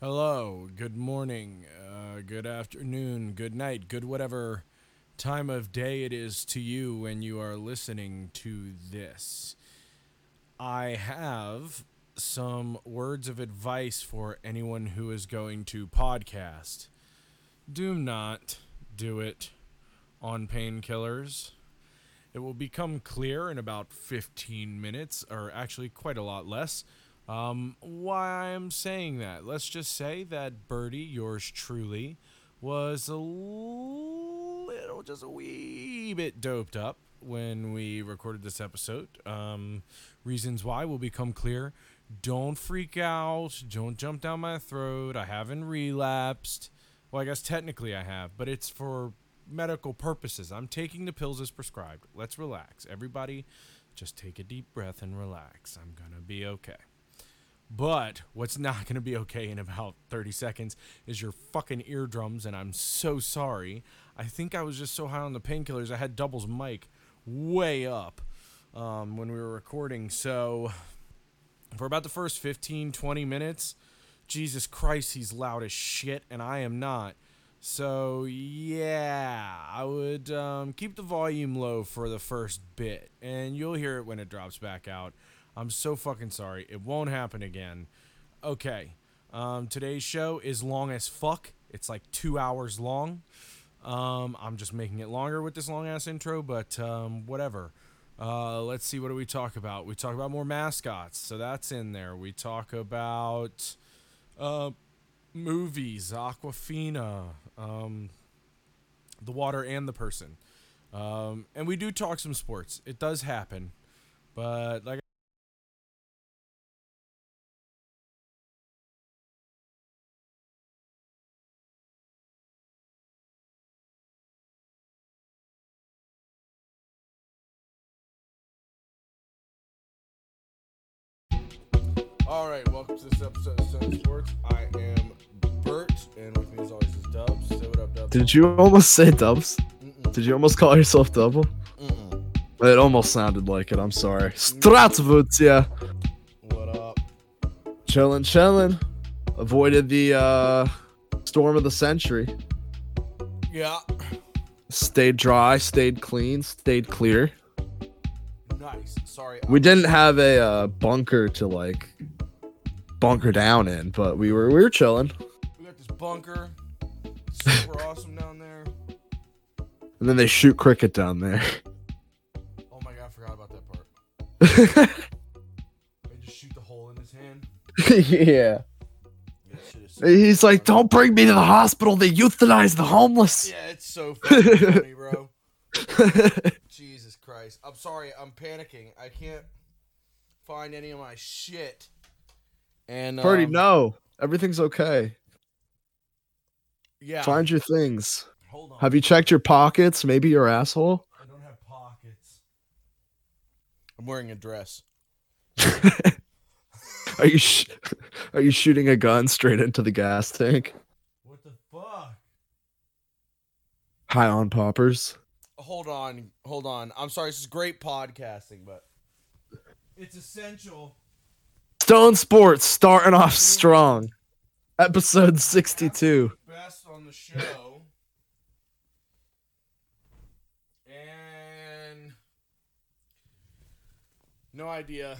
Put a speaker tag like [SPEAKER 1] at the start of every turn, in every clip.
[SPEAKER 1] Hello, good morning, uh, good afternoon, good night, good whatever time of day it is to you when you are listening to this. I have some words of advice for anyone who is going to podcast. Do not do it on painkillers. It will become clear in about 15 minutes, or actually quite a lot less, um, why I'm saying that. Let's just say that Birdie, yours truly, was a little, just a wee bit doped up when we recorded this episode. Um, reasons why will become clear. Don't freak out. Don't jump down my throat. I haven't relapsed. Well, I guess technically I have, but it's for medical purposes. I'm taking the pills as prescribed. Let's relax. Everybody, just take a deep breath and relax. I'm going to be okay. But what's not going to be okay in about 30 seconds is your fucking eardrums, and I'm so sorry. I think I was just so high on the painkillers, I had doubles mic way up um, when we were recording. So for about the first 15, 20 minutes, Jesus Christ, he's loud as shit, and I am not. So yeah, I would um, keep the volume low for the first bit, and you'll hear it when it drops back out. I'm so fucking sorry. It won't happen again. Okay, um, today's show is long as fuck. It's like two hours long. Um, I'm just making it longer with this long ass intro, but um, whatever. Uh, let's see. What do we talk about? We talk about more mascots, so that's in there. We talk about uh, movies, Aquafina, um, the water and the person. Um, and we do talk some sports. It does happen. But like All right, welcome to this episode of Sun Sports. I am Bert, and with me as always is Dubs. Say what up, Dubs.
[SPEAKER 2] Did you almost say dubs?
[SPEAKER 1] Mm-mm,
[SPEAKER 2] Did you almost call yourself double?
[SPEAKER 1] mm-mm.
[SPEAKER 2] It almost sounded like it. I'm sorry. Stratvutia.
[SPEAKER 1] What up?
[SPEAKER 2] Chillin', chillin'. Avoided the uh, storm of the century.
[SPEAKER 1] Yeah.
[SPEAKER 2] Stayed dry, stayed clean, stayed clear.
[SPEAKER 1] Nice. Sorry.
[SPEAKER 2] We didn't have a uh, bunker to like bunker down in, but we were we were chilling.
[SPEAKER 1] We got this bunker. Super awesome down there.
[SPEAKER 2] And then they shoot cricket down there.
[SPEAKER 1] Oh my god, I forgot about that part. They just shoot the hole in his hand.
[SPEAKER 2] yeah.
[SPEAKER 1] Yeah, that shit is so
[SPEAKER 2] He's like,
[SPEAKER 1] funny.
[SPEAKER 2] "Don't bring me to the hospital. They euthanize the homeless."
[SPEAKER 1] Yeah, it's so fucking funny, bro. Jesus Christ. I'm sorry, I'm panicking. I can't find any of my shit. And
[SPEAKER 2] Party,
[SPEAKER 1] um,
[SPEAKER 2] no. Everything's okay.
[SPEAKER 1] Yeah.
[SPEAKER 2] Find your things.
[SPEAKER 1] Hold on.
[SPEAKER 2] Have you checked your pockets? Maybe your asshole?
[SPEAKER 1] I don't have pockets. I'm wearing a dress.
[SPEAKER 2] Are you sh- are you shooting a gun straight into the gas tank?
[SPEAKER 1] What the fuck?
[SPEAKER 2] High on poppers.
[SPEAKER 1] Hold on, hold on. I'm sorry, this is great podcasting, but it's essential.
[SPEAKER 2] Stone Sports starting off strong. Episode 62.
[SPEAKER 1] Best on the show. and no idea.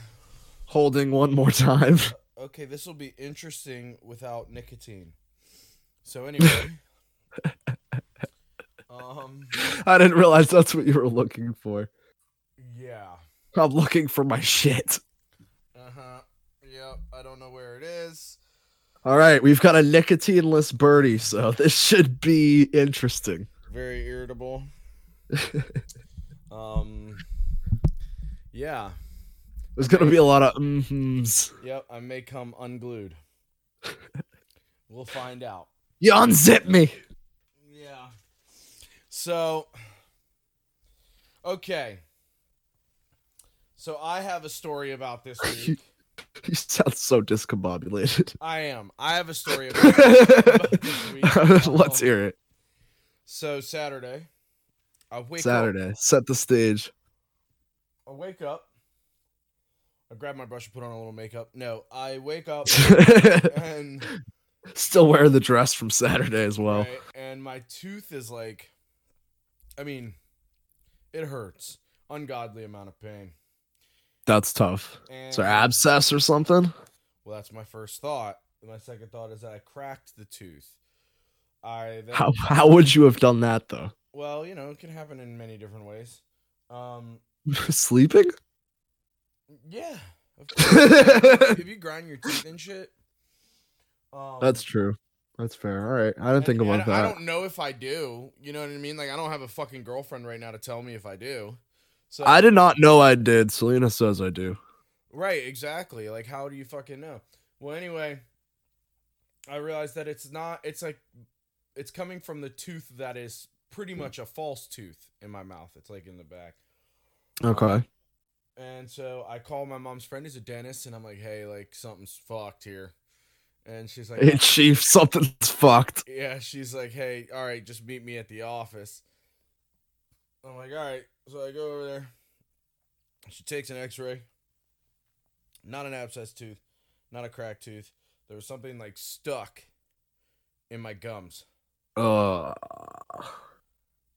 [SPEAKER 2] Holding one more time.
[SPEAKER 1] Okay, this will be interesting without nicotine. So anyway. um
[SPEAKER 2] I didn't realize that's what you were looking for.
[SPEAKER 1] yeah.
[SPEAKER 2] I'm looking for my shit.
[SPEAKER 1] Uh-huh. Yep, I don't know where it is.
[SPEAKER 2] All right, we've got a nicotineless birdie, so this should be interesting.
[SPEAKER 1] Very irritable. um Yeah.
[SPEAKER 2] There's going to be a lot of mhms.
[SPEAKER 1] Yep, I may come unglued. we'll find out.
[SPEAKER 2] You unzip me.
[SPEAKER 1] Yeah. So, okay. So I have a story about this week.
[SPEAKER 2] You sound so discombobulated.
[SPEAKER 1] I am. I have a story about, about this week.
[SPEAKER 2] Let's
[SPEAKER 1] Um,
[SPEAKER 2] hear it.
[SPEAKER 1] So Saturday, I wake up.
[SPEAKER 2] Saturday. Set the stage.
[SPEAKER 1] I wake up. I grab my brush and put on a little makeup. No, I wake up and
[SPEAKER 2] Still wearing the dress from Saturday as well.
[SPEAKER 1] right? And my tooth is like, I mean, it hurts. Ungodly amount of pain.
[SPEAKER 2] That's tough.
[SPEAKER 1] And
[SPEAKER 2] Is there abscess or something?
[SPEAKER 1] well, that's my first thought. My second thought is that I cracked the tooth. I then,
[SPEAKER 2] How how would you have done that though?
[SPEAKER 1] well, you know, it can happen in many different ways. Um,
[SPEAKER 2] Sleeping?
[SPEAKER 1] yeah, of course.
[SPEAKER 2] That's
[SPEAKER 1] if you grind your teeth and shit. Um,
[SPEAKER 2] true. That's fair. All right. I didn't think
[SPEAKER 1] and-
[SPEAKER 2] about
[SPEAKER 1] and I
[SPEAKER 2] that.
[SPEAKER 1] don't know if I do. You know what I mean? Like I don't have a fucking girlfriend right now to tell me if I do. So
[SPEAKER 2] I did not know I did. Selena says I do.
[SPEAKER 1] Right, exactly. Like, how do you fucking know? Well, anyway, I realized that it's not, it's like, it's coming from the tooth that is pretty much a false tooth in my mouth. It's like in the back.
[SPEAKER 2] Okay.
[SPEAKER 1] And so I call my mom's friend, who's a dentist, and I'm like, hey, like, something's fucked here. And she's like,
[SPEAKER 2] Hey, Chief, something's fucked.
[SPEAKER 1] yeah, she's like, hey, all right, just meet me at the office. I'm like, all right. So I go over there. She takes an x ray. Not an abscess tooth, not a cracked tooth. There was something like stuck in my gums.
[SPEAKER 2] Uh,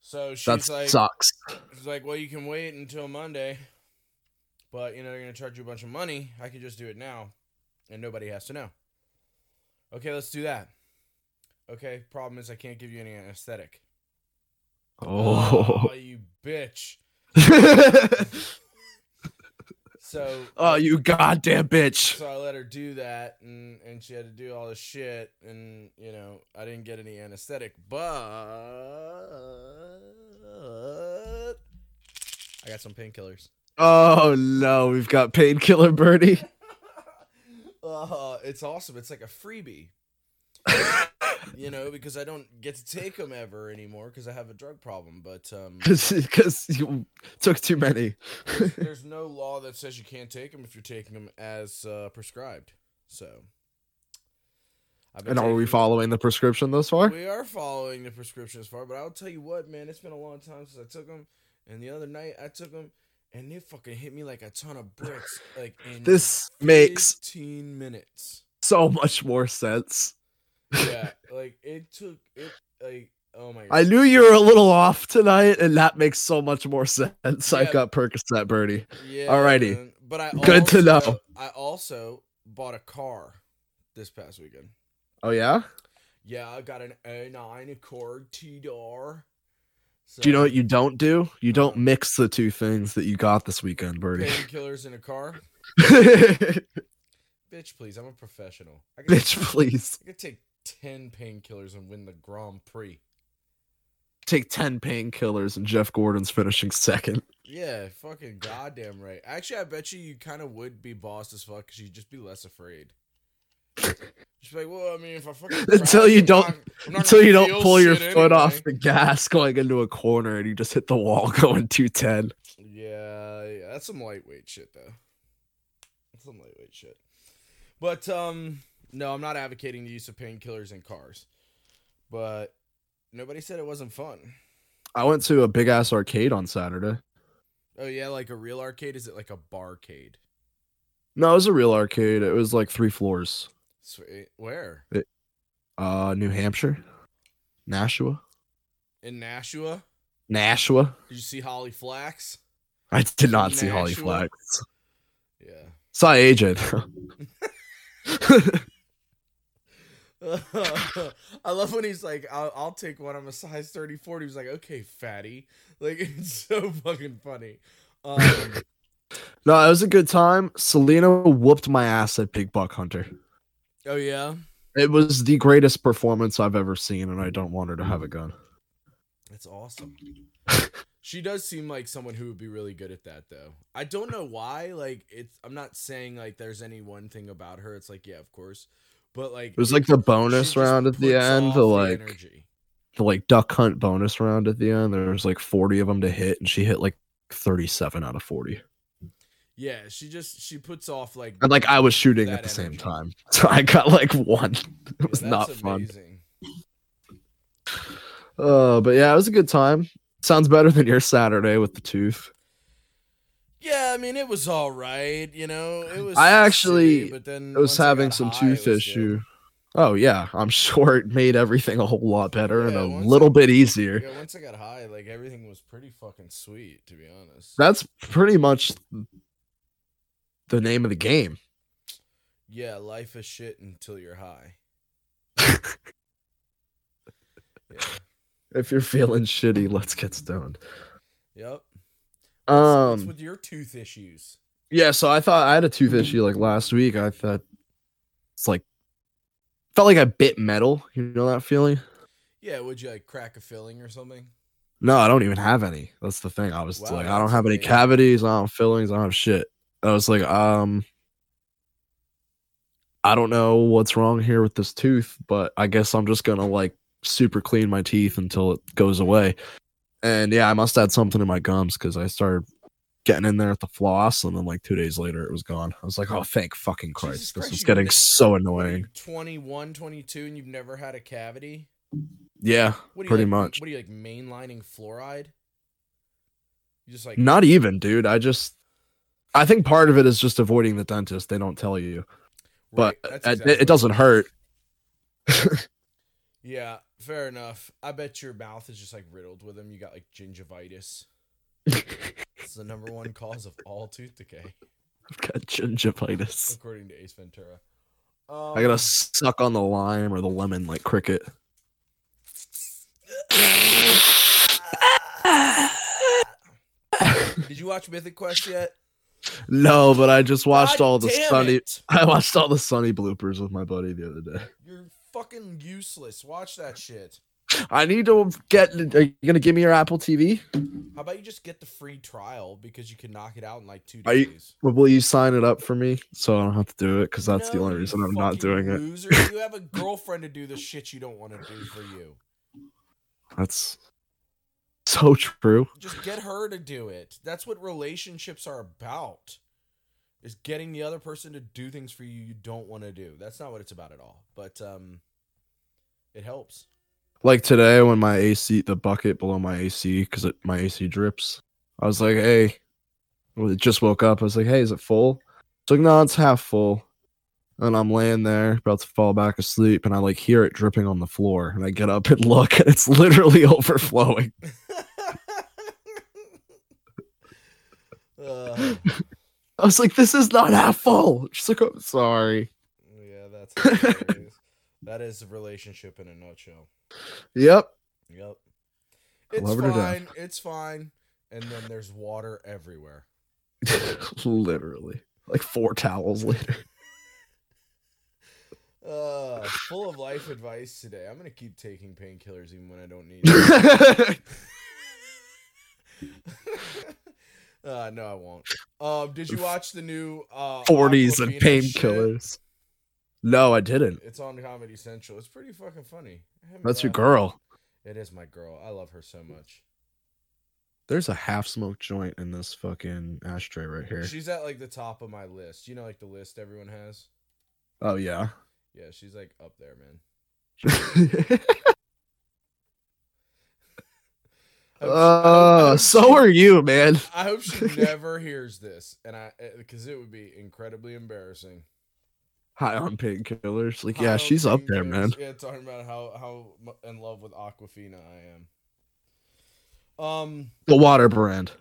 [SPEAKER 1] So she's
[SPEAKER 2] that
[SPEAKER 1] like,
[SPEAKER 2] sucks.
[SPEAKER 1] she's like, well, you can wait until Monday, but you know, they're going to charge you a bunch of money. I could just do it now, and nobody has to know. Okay, let's do that. Okay, problem is, I can't give you any anesthetic.
[SPEAKER 2] Oh.
[SPEAKER 1] Oh, you bitch. So
[SPEAKER 2] oh, you goddamn bitch.
[SPEAKER 1] so I let her do that and and she had to do all this shit and you know, I didn't get any anesthetic, but I got some painkillers.
[SPEAKER 2] Oh no, we've got painkiller birdie.
[SPEAKER 1] uh, it's awesome. It's like a freebie. you know, because I don't get to take them ever anymore because I have a drug problem, but um
[SPEAKER 2] Because you took too many.
[SPEAKER 1] there's, there's no law that says you can't take them if you're taking them as uh, prescribed. So, I've been
[SPEAKER 2] And are we
[SPEAKER 1] taking-
[SPEAKER 2] following the prescription thus far?
[SPEAKER 1] We are following the prescription as far, but I'll tell you what, man, it's been a long time since I took them. And the other night I took them, and they fucking hit me like a ton of bricks, like in
[SPEAKER 2] This makes
[SPEAKER 1] 15 minutes.
[SPEAKER 2] so much more sense.
[SPEAKER 1] Yeah, like it took it like oh my god.
[SPEAKER 2] I knew you were a little off tonight, and that makes so much more sense.
[SPEAKER 1] Yeah.
[SPEAKER 2] I've got Percocet Birdie.
[SPEAKER 1] Yeah.
[SPEAKER 2] Alrighty.
[SPEAKER 1] man. But I
[SPEAKER 2] Good to know.
[SPEAKER 1] also- I also bought a car this past weekend.
[SPEAKER 2] Oh yeah?
[SPEAKER 1] Yeah, I got an A9 Accord T door. So,
[SPEAKER 2] Do you know what you don't do? You don't mix the two things that you got this weekend, Birdie.
[SPEAKER 1] painkillers in a car?
[SPEAKER 2] Bitch,
[SPEAKER 1] Bitch, please, I'm a professional. I could,
[SPEAKER 2] please.
[SPEAKER 1] I could take 10 painkillers and win the Grand Prix.
[SPEAKER 2] Take ten painkillers and Jeff Gordon's finishing second.
[SPEAKER 1] Yeah, fucking goddamn right. Actually, I bet you you kind of would be bossed as fuck because you'd just be less afraid. Just be like, well, I mean, if I fucking
[SPEAKER 2] Until you
[SPEAKER 1] I'm not-
[SPEAKER 2] don't-
[SPEAKER 1] I'm not
[SPEAKER 2] Until
[SPEAKER 1] gonna
[SPEAKER 2] you don't
[SPEAKER 1] feel
[SPEAKER 2] pull your
[SPEAKER 1] shit
[SPEAKER 2] foot off
[SPEAKER 1] anyway."
[SPEAKER 2] the gas going into a corner and you just hit the wall going 210.
[SPEAKER 1] Yeah, yeah, that's some lightweight shit though. That's some lightweight shit. But um no, I'm not advocating the use of painkillers in cars. But nobody said it wasn't fun.
[SPEAKER 2] I went to a big ass arcade on Saturday.
[SPEAKER 1] Oh yeah, like a real arcade is it like a barcade?
[SPEAKER 2] No, it was a real arcade. It was like three floors.
[SPEAKER 1] Sweet. Where?
[SPEAKER 2] Uh, New Hampshire, Nashua,
[SPEAKER 1] In Nashua?
[SPEAKER 2] Nashua.
[SPEAKER 1] Did you see Holly Flax?
[SPEAKER 2] I did not see Holly
[SPEAKER 1] Nashua?
[SPEAKER 2] Flags.
[SPEAKER 1] Yeah.
[SPEAKER 2] Saw agent.
[SPEAKER 1] I love when he's like, I'll, I'll take one. I'm a size 34. He's like, okay, fatty. Like, it's so fucking funny. Um,
[SPEAKER 2] no, it was a good time. Selena whooped my ass at Big Buck Hunter.
[SPEAKER 1] oh, yeah.
[SPEAKER 2] It was the greatest performance I've ever seen, and I don't want her to have a gun.
[SPEAKER 1] That's awesome. she does seem like someone who would be really good at that though. I don't know why. Like it's I'm not saying like there's any one thing about her. It's like, yeah, of course. But like
[SPEAKER 2] It was like the
[SPEAKER 1] she
[SPEAKER 2] bonus
[SPEAKER 1] just
[SPEAKER 2] round at the
[SPEAKER 1] puts
[SPEAKER 2] end,
[SPEAKER 1] off
[SPEAKER 2] the like
[SPEAKER 1] energy.
[SPEAKER 2] the like duck hunt bonus round at the end. There was like forty of them to hit, and she hit like thirty-seven out of forty.
[SPEAKER 1] Yeah, she just she puts off like
[SPEAKER 2] And like I was shooting
[SPEAKER 1] That
[SPEAKER 2] at the
[SPEAKER 1] energy.
[SPEAKER 2] same time, so I got like one.
[SPEAKER 1] yeah,
[SPEAKER 2] It was
[SPEAKER 1] that's
[SPEAKER 2] not fun.
[SPEAKER 1] amazing.
[SPEAKER 2] Uh, but yeah, it was a good time. Sounds better than your Saturday with the tooth.
[SPEAKER 1] Yeah, I mean it was all right, you know. It was
[SPEAKER 2] I actually
[SPEAKER 1] shitty, but then
[SPEAKER 2] I was
[SPEAKER 1] once I
[SPEAKER 2] having
[SPEAKER 1] got
[SPEAKER 2] some
[SPEAKER 1] high, it
[SPEAKER 2] tooth
[SPEAKER 1] was good.
[SPEAKER 2] issue. Oh yeah, I'm sure it made everything a whole lot better and
[SPEAKER 1] Yeah,
[SPEAKER 2] a
[SPEAKER 1] once
[SPEAKER 2] little
[SPEAKER 1] I-
[SPEAKER 2] bit easier.
[SPEAKER 1] Yeah, once I got high, like everything was pretty fucking sweet, to be honest.
[SPEAKER 2] That's pretty much the name of the game.
[SPEAKER 1] yeah, life is shit until you're high. yeah.
[SPEAKER 2] If you're feeling shitty, let's get stoned.
[SPEAKER 1] Yep. What's- what's
[SPEAKER 2] Um
[SPEAKER 1] with your tooth issues?
[SPEAKER 2] yeah, so I thought I had a tooth issue like last week. I thought it's like felt like I bit metal, you know that feeling?
[SPEAKER 1] Yeah, would you like crack a filling or something?
[SPEAKER 2] No, I don't even have any. That's the thing. I was
[SPEAKER 1] Wow,
[SPEAKER 2] like, I don't
[SPEAKER 1] that's
[SPEAKER 2] have any
[SPEAKER 1] amazing.
[SPEAKER 2] cavities, I don't have fillings, I don't have shit. I was like, um, I don't know what's wrong here with this tooth, but I guess I'm just gonna like super clean my teeth until it goes away. And yeah, I must have had something in my gums because I started getting in there at the floss, and then like two days later, it was gone. I was like, oh, thank fucking Christ,
[SPEAKER 1] Jesus
[SPEAKER 2] this
[SPEAKER 1] Christ,
[SPEAKER 2] is
[SPEAKER 1] you
[SPEAKER 2] getting
[SPEAKER 1] ne-
[SPEAKER 2] so
[SPEAKER 1] What are you,
[SPEAKER 2] annoying.
[SPEAKER 1] 21, 22, and you've never had a cavity?
[SPEAKER 2] Yeah,
[SPEAKER 1] What are you
[SPEAKER 2] pretty
[SPEAKER 1] like,
[SPEAKER 2] much.
[SPEAKER 1] What are you like mainlining fluoride? You just like
[SPEAKER 2] Not even, dude. I just, I think part of it is just avoiding the dentist. They don't tell you, but
[SPEAKER 1] right, that's
[SPEAKER 2] it-
[SPEAKER 1] exactly
[SPEAKER 2] it, doesn't hurt.
[SPEAKER 1] Yeah, fair enough. I bet your mouth is just like riddled with them. You got like gingivitis. It's the number one cause of all tooth decay,
[SPEAKER 2] I've got gingivitis.
[SPEAKER 1] according to Ace Ventura. Um,
[SPEAKER 2] I gotta suck on the lime or the lemon like cricket.
[SPEAKER 1] Did you watch Mythic Quest yet?
[SPEAKER 2] No, but I just watched
[SPEAKER 1] God
[SPEAKER 2] all the
[SPEAKER 1] damn
[SPEAKER 2] sunny.
[SPEAKER 1] it.
[SPEAKER 2] I watched all the sunny bloopers with my buddy the other day.
[SPEAKER 1] You're fucking useless. Watch that shit.
[SPEAKER 2] I need to get. Are you gonna give me your Apple TV?
[SPEAKER 1] How about you just get the free trial because you can knock it out in like two
[SPEAKER 2] Are you-
[SPEAKER 1] days.
[SPEAKER 2] Well, will you sign it up for me so I don't have to do it? Because that's the
[SPEAKER 1] No,
[SPEAKER 2] only
[SPEAKER 1] you
[SPEAKER 2] reason I'm not
[SPEAKER 1] fucking
[SPEAKER 2] doing it.
[SPEAKER 1] Loser, you have a girlfriend to do the shit you don't want to do for you.
[SPEAKER 2] That's so true.
[SPEAKER 1] Just get her to do it. That's what relationships are about. Is getting the other person to do things for you you don't want to do. That's not what it's about at all. But um it helps.
[SPEAKER 2] Like today when my AC, the bucket below my AC, because my AC drips, I was like, hey, well, it just woke up. I was like, hey, is it full? It's like, no, it's half full. And I'm laying there about to fall back asleep, and I like hear it dripping on the floor. And I get up and look, and it's literally overflowing.
[SPEAKER 1] Uh,
[SPEAKER 2] I was like, this is not half full. She's like, oh, sorry.
[SPEAKER 1] yeah, that's hilarious. that is a relationship in a nutshell.
[SPEAKER 2] Yep.
[SPEAKER 1] Yep.
[SPEAKER 2] I
[SPEAKER 1] It's
[SPEAKER 2] love her to death.
[SPEAKER 1] fine. It's fine. And then there's water everywhere.
[SPEAKER 2] literally. Like four towels later.
[SPEAKER 1] Uh, full of life advice today. I'm gonna keep taking painkillers even when I don't need it.
[SPEAKER 2] Did
[SPEAKER 1] uh, no, I won't. Um, did you watch the new uh,
[SPEAKER 2] 40s and
[SPEAKER 1] Aquafina shit?
[SPEAKER 2] painkillers. No, I didn't.
[SPEAKER 1] It's on Comedy Central. It's pretty fucking funny. I haven't
[SPEAKER 2] That's your
[SPEAKER 1] laughed-
[SPEAKER 2] girl.
[SPEAKER 1] It is my girl. I love her so much.
[SPEAKER 2] There's a half smoked joint in this fucking ashtray right here.
[SPEAKER 1] She's at like the top of my list. You know, like the list everyone has.
[SPEAKER 2] Oh yeah.
[SPEAKER 1] Yeah, she's like up there, man. I hope she- I hope- I
[SPEAKER 2] uh,
[SPEAKER 1] hope
[SPEAKER 2] so
[SPEAKER 1] she-
[SPEAKER 2] are you, man.
[SPEAKER 1] I hope she never hears this, and I because it would be incredibly embarrassing.
[SPEAKER 2] High on painkillers. Like
[SPEAKER 1] How
[SPEAKER 2] yeah, she's up there,
[SPEAKER 1] dangerous-
[SPEAKER 2] man.
[SPEAKER 1] Yeah, talking about how how mu- in love with Aquafina I am. Um.
[SPEAKER 2] The water brand.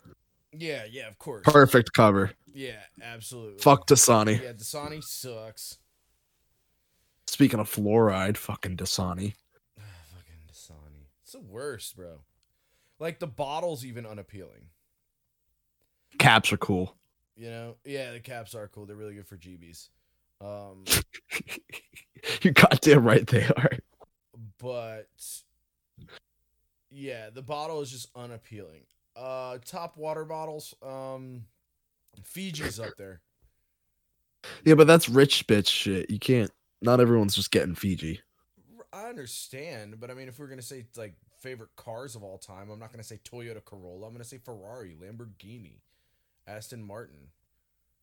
[SPEAKER 1] Yeah. Yeah. Of course.
[SPEAKER 2] Perfect cover.
[SPEAKER 1] Yeah. Absolutely.
[SPEAKER 2] Fuck Dasani.
[SPEAKER 1] Yeah. Dasani sucks.
[SPEAKER 2] Speaking of fluoride, fucking Dasani.
[SPEAKER 1] Ah, Fucking Dasani. It's the worst, bro. Like the bottle's even unappealing.
[SPEAKER 2] Caps are cool.
[SPEAKER 1] You know. Yeah. The caps are cool. They're really good for GBs. Um.
[SPEAKER 2] you goddamn right they are.
[SPEAKER 1] but yeah, the bottle is just unappealing. Uh, top water bottles. Um, Fiji's up there.
[SPEAKER 2] Yeah, but that's rich bitch shit. You can't. Not everyone's just getting Fiji.
[SPEAKER 1] I understand, but I mean, if we're gonna say like favorite cars of all time, I'm not gonna say Toyota Corolla. I'm gonna say Ferrari, Lamborghini, Aston Martin.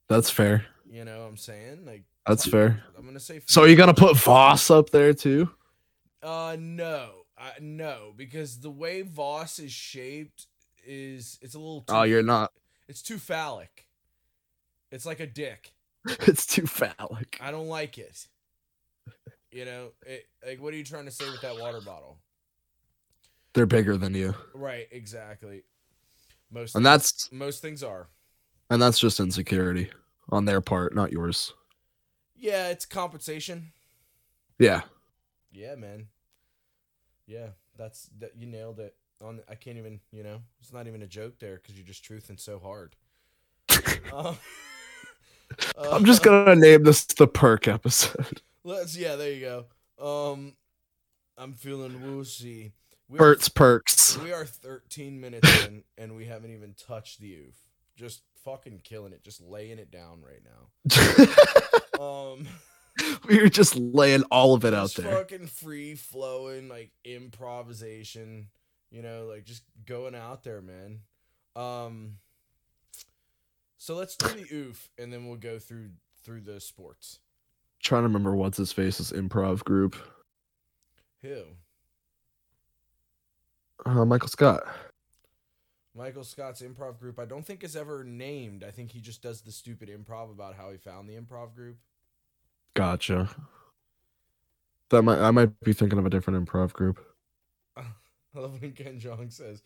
[SPEAKER 2] That's fair.
[SPEAKER 1] You know what I'm saying? Like
[SPEAKER 2] That's fair.
[SPEAKER 1] I'm gonna say.
[SPEAKER 2] So are you gonna put Voss up there too?
[SPEAKER 1] Uh, no, uh, no, because the way Voss is shaped is it's a little. Too,
[SPEAKER 2] Oh, you're not.
[SPEAKER 1] It's too phallic. It's like a dick.
[SPEAKER 2] It's too phallic.
[SPEAKER 1] I don't like it. You know, it, like what are you trying to say with that water bottle?
[SPEAKER 2] They're bigger than you,
[SPEAKER 1] Right, exactly. Most
[SPEAKER 2] and that's
[SPEAKER 1] most things are.
[SPEAKER 2] and that's just insecurity on their part, not yours.
[SPEAKER 1] Yeah, it's compensation.
[SPEAKER 2] Yeah,
[SPEAKER 1] Yeah, man. Yeah, that's that. You nailed it. On I can't even. You know, it's not even a joke there because you're just truthing so hard. Uh,
[SPEAKER 2] I'm just gonna name this the perk episode.
[SPEAKER 1] Let's. Yeah, there you go. Um, I'm feeling woozy. We are,
[SPEAKER 2] Bert's perks.
[SPEAKER 1] we are 13 minutes in, and we haven't even touched the oof. Just fucking killing it. Just laying it down right now. Um.
[SPEAKER 2] we were just laying all of it out
[SPEAKER 1] Just
[SPEAKER 2] there.
[SPEAKER 1] Fucking free flowing, like improvisation. You know, like just going out there, man. Um. So let's do the oof, and then we'll go through through the sports.
[SPEAKER 2] Trying to remember what's his face's improv group.
[SPEAKER 1] Who?
[SPEAKER 2] Uh, Michael Scott.
[SPEAKER 1] Michael Scott's improv group. I don't think is ever named. I think he just does the stupid improv about how he found the improv group.
[SPEAKER 2] Gotcha. That might I might be thinking of a different improv group.
[SPEAKER 1] I love when Ken Jong says,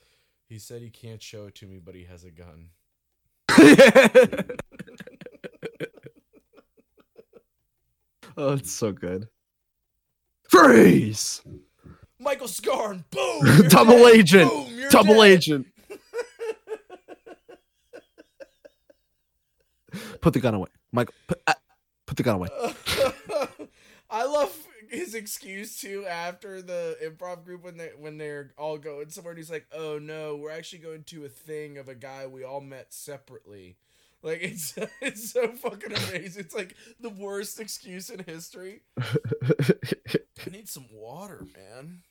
[SPEAKER 1] "He said he can't show it to me, but he has a gun."
[SPEAKER 2] oh, it's so good. Freeze!
[SPEAKER 1] Michael Scarn, boom! you're
[SPEAKER 2] Double
[SPEAKER 1] dead.
[SPEAKER 2] agent.
[SPEAKER 1] Boom, you're
[SPEAKER 2] Double
[SPEAKER 1] dead.
[SPEAKER 2] agent. Put the gun away, Michael. Put, ah, put the gun away.
[SPEAKER 1] I love his excuse too after the improv group when they when they're all going somewhere and he's like, "Oh no, we're actually going to a thing of a guy we all met separately." Like it's it's so fucking amazing. It's like the worst excuse in history. I need some water, man.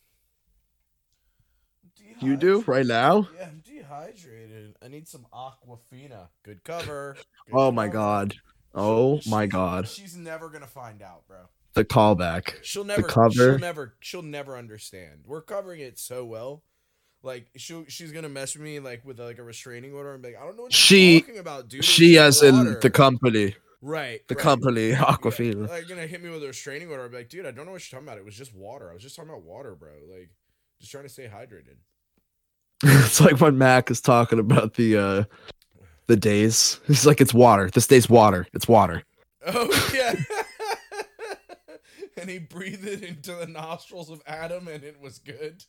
[SPEAKER 2] you do right now?
[SPEAKER 1] Yeah, I'm dehydrated. I need some Aquafina. Good cover. Good
[SPEAKER 2] Oh my
[SPEAKER 1] cover.
[SPEAKER 2] god. Oh my god.
[SPEAKER 1] She's never gonna find out, bro.
[SPEAKER 2] The callback.
[SPEAKER 1] She'll never
[SPEAKER 2] cover.
[SPEAKER 1] she'll never she'll never understand. We're covering it so well. Like she she's gonna mess with me like with like a restraining order and be like, I don't know what
[SPEAKER 2] She-
[SPEAKER 1] you're talking about, dude. It was
[SPEAKER 2] She,
[SPEAKER 1] just
[SPEAKER 2] as in
[SPEAKER 1] water."
[SPEAKER 2] the company,
[SPEAKER 1] right
[SPEAKER 2] the
[SPEAKER 1] right.
[SPEAKER 2] company
[SPEAKER 1] Yeah.
[SPEAKER 2] Aquafina.
[SPEAKER 1] Like gonna hit me with a restraining order. I'd be like, dude, I don't know what you're talking about. It was just water. I was just talking about water, bro. Like just trying to stay hydrated.
[SPEAKER 2] it's like when Mac is talking about the uh the days. It's like it's water. This day's water. It's water.
[SPEAKER 1] Oh yeah. and he breathed it into the nostrils of Adam, and it was good.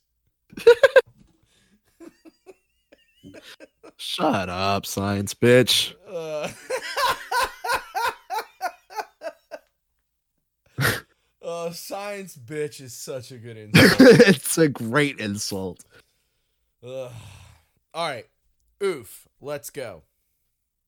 [SPEAKER 2] Shut up, science bitch.
[SPEAKER 1] Uh, Oh, science bitch is such a good insult.
[SPEAKER 2] it's a great insult.
[SPEAKER 1] Ugh. All right. Oof. Let's go.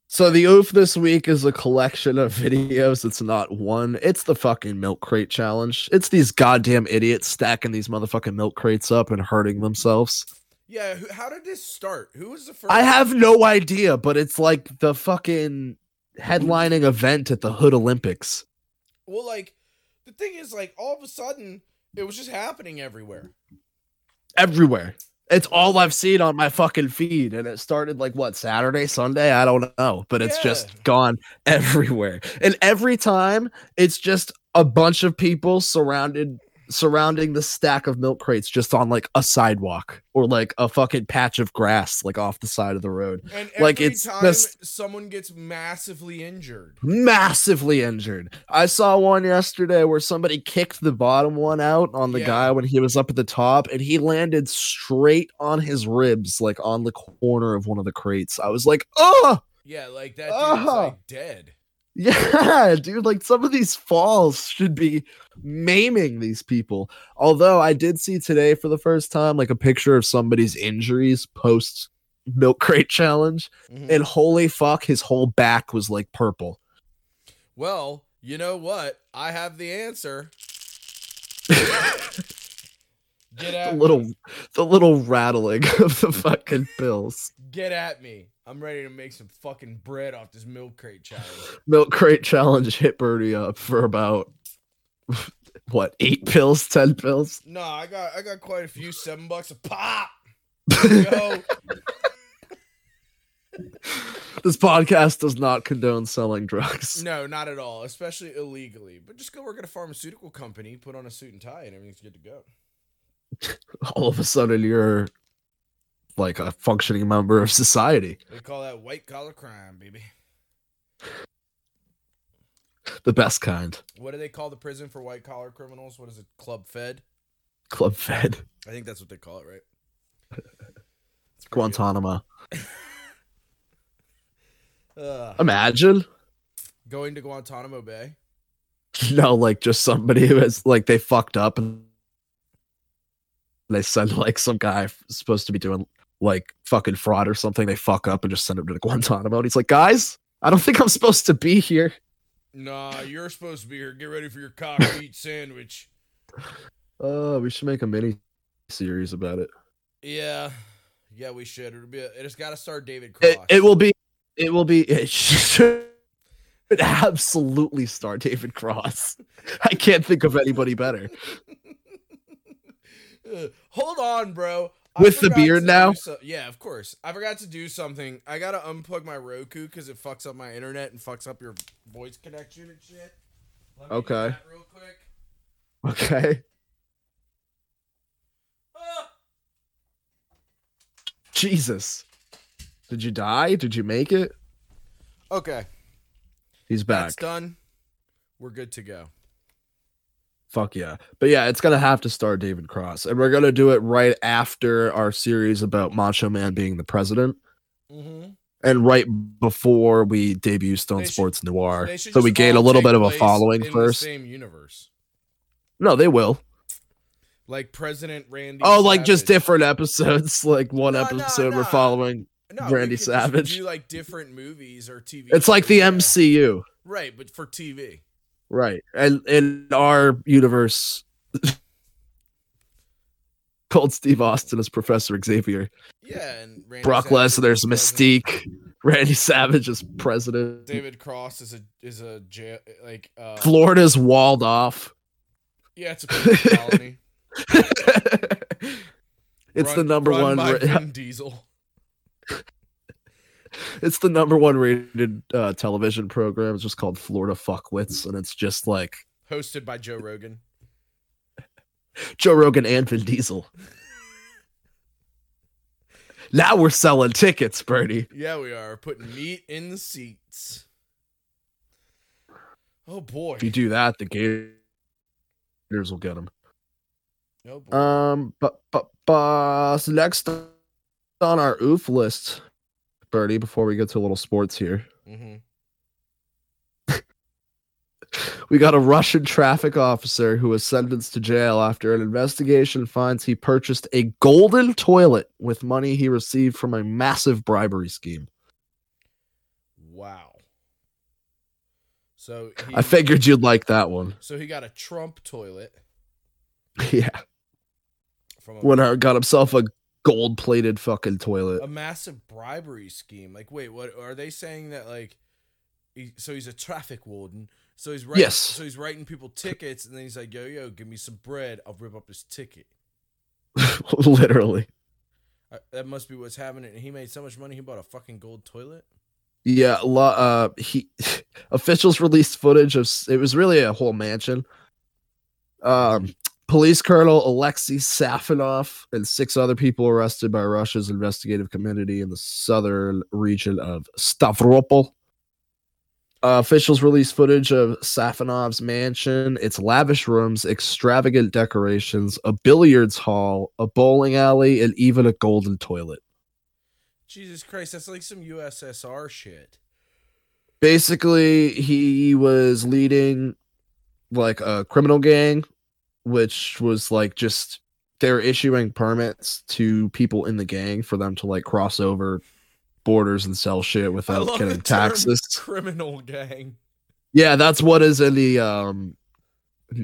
[SPEAKER 2] So the oof this week is a collection of videos. It's not one. It's the fucking milk crate challenge. It's these goddamn idiots stacking these motherfucking milk crates up and hurting themselves.
[SPEAKER 1] Yeah. Who, how did this start? Who was the first?
[SPEAKER 2] I have no idea, but it's like the fucking headlining event at the Hood Olympics.
[SPEAKER 1] Well, like, the thing is, like, all of a sudden, it was just happening everywhere.
[SPEAKER 2] Everywhere. It's all I've seen on my fucking feed. And it started like what, Saturday, Sunday? I don't know. But it's
[SPEAKER 1] Yeah.
[SPEAKER 2] just gone everywhere. And every time it's just a bunch of people surrounded surrounding the stack of milk crates just on like a sidewalk or like a fucking patch of grass like off the side of the road.
[SPEAKER 1] And every
[SPEAKER 2] Like, it's
[SPEAKER 1] time
[SPEAKER 2] just-
[SPEAKER 1] someone gets massively injured.
[SPEAKER 2] massively injured. I saw one yesterday where somebody kicked the bottom one out on the
[SPEAKER 1] Yeah.
[SPEAKER 2] guy when he was up at the top and he landed straight on his ribs, like on the corner of one of the crates. I was like, oh,
[SPEAKER 1] Yeah, like that dude's
[SPEAKER 2] Uh-huh.
[SPEAKER 1] like dead.
[SPEAKER 2] yeah, dude, like some of these falls should be maiming these people. Although I did see today for the first time, like a picture of somebody's injuries post milk crate challenge,
[SPEAKER 1] Mhm.
[SPEAKER 2] and holy fuck, his whole back was like purple.
[SPEAKER 1] Well, you know what? I have the answer. Get
[SPEAKER 2] the
[SPEAKER 1] at
[SPEAKER 2] little
[SPEAKER 1] me.
[SPEAKER 2] the little rattling of the fucking pills.
[SPEAKER 1] Get at me. I'm ready to make some fucking bread off this milk crate challenge.
[SPEAKER 2] Milk crate challenge hit Birdie up for about what eight pills, ten pills.
[SPEAKER 1] No, I got I got quite a few seven bucks a pop.
[SPEAKER 2] Yo,
[SPEAKER 1] Yo,
[SPEAKER 2] This podcast does not condone selling drugs.
[SPEAKER 1] No, not at all, especially illegally. But just go work at a pharmaceutical company, put on a suit and tie, and everything's good to go.
[SPEAKER 2] All of a sudden, you're like a functioning member of society.
[SPEAKER 1] They call that white collar crime, baby.
[SPEAKER 2] The best kind.
[SPEAKER 1] What do they call the prison for white collar criminals? What is it? Club Fed?
[SPEAKER 2] Club fed.
[SPEAKER 1] I think that's what they call it, right? It's pretty good.
[SPEAKER 2] Guantanamo.
[SPEAKER 1] Ugh.
[SPEAKER 2] Imagine.
[SPEAKER 1] Going to Guantanamo Bay.
[SPEAKER 2] No, like just somebody who has like they fucked up and they send like some guy f- supposed to be doing like fucking fraud or something. They fuck up and just send him to the Guantanamo. And he's like, guys, I don't think I'm supposed to be here.
[SPEAKER 1] Nah, you're supposed to be here. Get ready for your cock meat sandwich.
[SPEAKER 2] Uh, we should make a mini series about it.
[SPEAKER 1] Yeah, yeah, we should. It'll be. it has got to start David Cross.
[SPEAKER 2] it. It will be. It will be. It should absolutely star David Cross. I can't think of anybody better.
[SPEAKER 1] Ugh. Hold on, bro.
[SPEAKER 2] With the
[SPEAKER 1] forgot to
[SPEAKER 2] beard
[SPEAKER 1] do
[SPEAKER 2] now?
[SPEAKER 1] so- yeah, of course. I forgot to do something. I gotta unplug my Roku because it fucks up my internet and fucks up your voice connection and shit. Let me do
[SPEAKER 2] Okay.
[SPEAKER 1] that real quick.
[SPEAKER 2] Okay.
[SPEAKER 1] Ah!
[SPEAKER 2] Jesus. Did you die? Did you make it?
[SPEAKER 1] Okay,
[SPEAKER 2] He's back.
[SPEAKER 1] that's done. We're good to go.
[SPEAKER 2] Fuck yeah. But yeah, it's gonna have to star David Cross. And we're gonna do it right after our series about Macho Man being the president.
[SPEAKER 1] Mm-hmm.
[SPEAKER 2] And right before we debut Stone
[SPEAKER 1] They should-
[SPEAKER 2] Sports Noir. So we gain a little bit of a following first.
[SPEAKER 1] same universe,
[SPEAKER 2] No, they will.
[SPEAKER 1] like President Randy.
[SPEAKER 2] Oh, like just
[SPEAKER 1] Savage.
[SPEAKER 2] different episodes. Like one
[SPEAKER 1] No, no,
[SPEAKER 2] episode
[SPEAKER 1] no.
[SPEAKER 2] we're following.
[SPEAKER 1] No, we
[SPEAKER 2] Randy
[SPEAKER 1] could just
[SPEAKER 2] Savage.
[SPEAKER 1] Do like different movies or TV.
[SPEAKER 2] It's like the
[SPEAKER 1] shows, yeah.
[SPEAKER 2] MCU.
[SPEAKER 1] right? But for TV.
[SPEAKER 2] Right. And in our universe called Steve Austin as Professor Xavier.
[SPEAKER 1] Yeah, and Randy
[SPEAKER 2] Brock
[SPEAKER 1] Savage is
[SPEAKER 2] Lesnar's
[SPEAKER 1] the president.
[SPEAKER 2] Mystique. Randy Savage is president.
[SPEAKER 1] David Cross is a is a jail like uh
[SPEAKER 2] Florida's walled off.
[SPEAKER 1] yeah, it's a penal colony.
[SPEAKER 2] it's
[SPEAKER 1] Run-
[SPEAKER 2] the number
[SPEAKER 1] run
[SPEAKER 2] one.
[SPEAKER 1] by
[SPEAKER 2] ra-
[SPEAKER 1] Vin Diesel.
[SPEAKER 2] it's the number one rated uh, television program. It's just called Florida Fuckwits, and it's just like
[SPEAKER 1] Hosted by Joe Rogan.
[SPEAKER 2] Joe Rogan and Vin Diesel. now we're selling tickets, Bernie.
[SPEAKER 1] Yeah, we are putting meat in the seats. Oh boy.
[SPEAKER 2] If you do that, the Gators will get them.
[SPEAKER 1] Oh boy.
[SPEAKER 2] Um, but but but so next on our oof list, Bernie. Before we get to a little sports here,
[SPEAKER 1] hmm
[SPEAKER 2] we got a Russian traffic officer who was sentenced to jail after an investigation finds he purchased a golden toilet with money he received from a massive bribery scheme.
[SPEAKER 1] Wow. So he,
[SPEAKER 2] I figured you'd like that one.
[SPEAKER 1] so he got a Trump toilet
[SPEAKER 2] yeah,
[SPEAKER 1] from a,
[SPEAKER 2] when I got himself a gold-plated fucking toilet.
[SPEAKER 1] a massive bribery scheme. Like, wait, what are they saying that like? He, so he's a traffic warden. So he's writing,
[SPEAKER 2] Yes.
[SPEAKER 1] So he's writing people tickets, and then he's like, "Yo, yo, give me some bread. I'll rip up this ticket."
[SPEAKER 2] Literally.
[SPEAKER 1] I, that must be what's happening. And he made so much money, he bought a fucking gold toilet.
[SPEAKER 2] Yeah, lo- uh, he officials released footage of s- it was really a whole mansion. Um, police colonel Alexei Safinov and six other people arrested by Russia's investigative committee in the southern region of Stavropol. Uh, officials released footage of Safinov's mansion, its lavish rooms, extravagant decorations, a billiards hall, a bowling alley, and even a golden toilet.
[SPEAKER 1] Jesus Christ, that's like some USSR shit.
[SPEAKER 2] basically he was leading like a criminal gang which was like just they're issuing permits to people in the gang for them to like cross over borders and sell shit
[SPEAKER 1] I
[SPEAKER 2] without
[SPEAKER 1] love
[SPEAKER 2] getting
[SPEAKER 1] the term
[SPEAKER 2] taxes
[SPEAKER 1] Criminal gang.
[SPEAKER 2] yeah that's what is in the um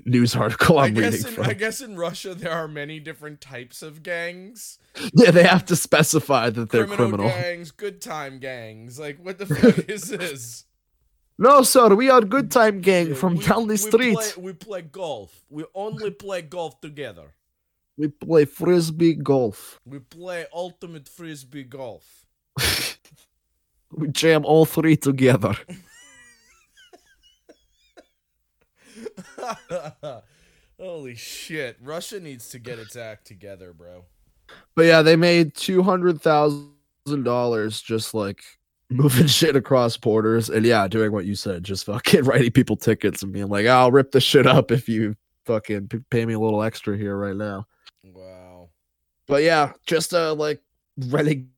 [SPEAKER 2] news article
[SPEAKER 1] I
[SPEAKER 2] Oh, i'm
[SPEAKER 1] guess,
[SPEAKER 2] reading
[SPEAKER 1] in,
[SPEAKER 2] from
[SPEAKER 1] I guess in Russia there are many different types of gangs.
[SPEAKER 2] yeah they have to specify that they're criminal,
[SPEAKER 1] gangs, good time gangs. Like what the fuck is this?
[SPEAKER 2] no sir we are good time gang
[SPEAKER 1] Yeah,
[SPEAKER 2] from
[SPEAKER 1] we-
[SPEAKER 2] down the
[SPEAKER 1] we
[SPEAKER 2] street
[SPEAKER 1] Play, we play golf. We only play golf together.
[SPEAKER 2] we play frisbee golf
[SPEAKER 1] We play ultimate frisbee golf.
[SPEAKER 2] We jam all three together.
[SPEAKER 1] Holy shit. Russia needs to get its act together, bro.
[SPEAKER 2] But yeah, they made two hundred thousand dollars just like moving shit across borders, and yeah, doing what you said, just fucking writing people tickets and being like, "I'll rip the shit up if you fucking p- pay me a little extra here right now."
[SPEAKER 1] Wow.
[SPEAKER 2] But yeah, just uh like renegade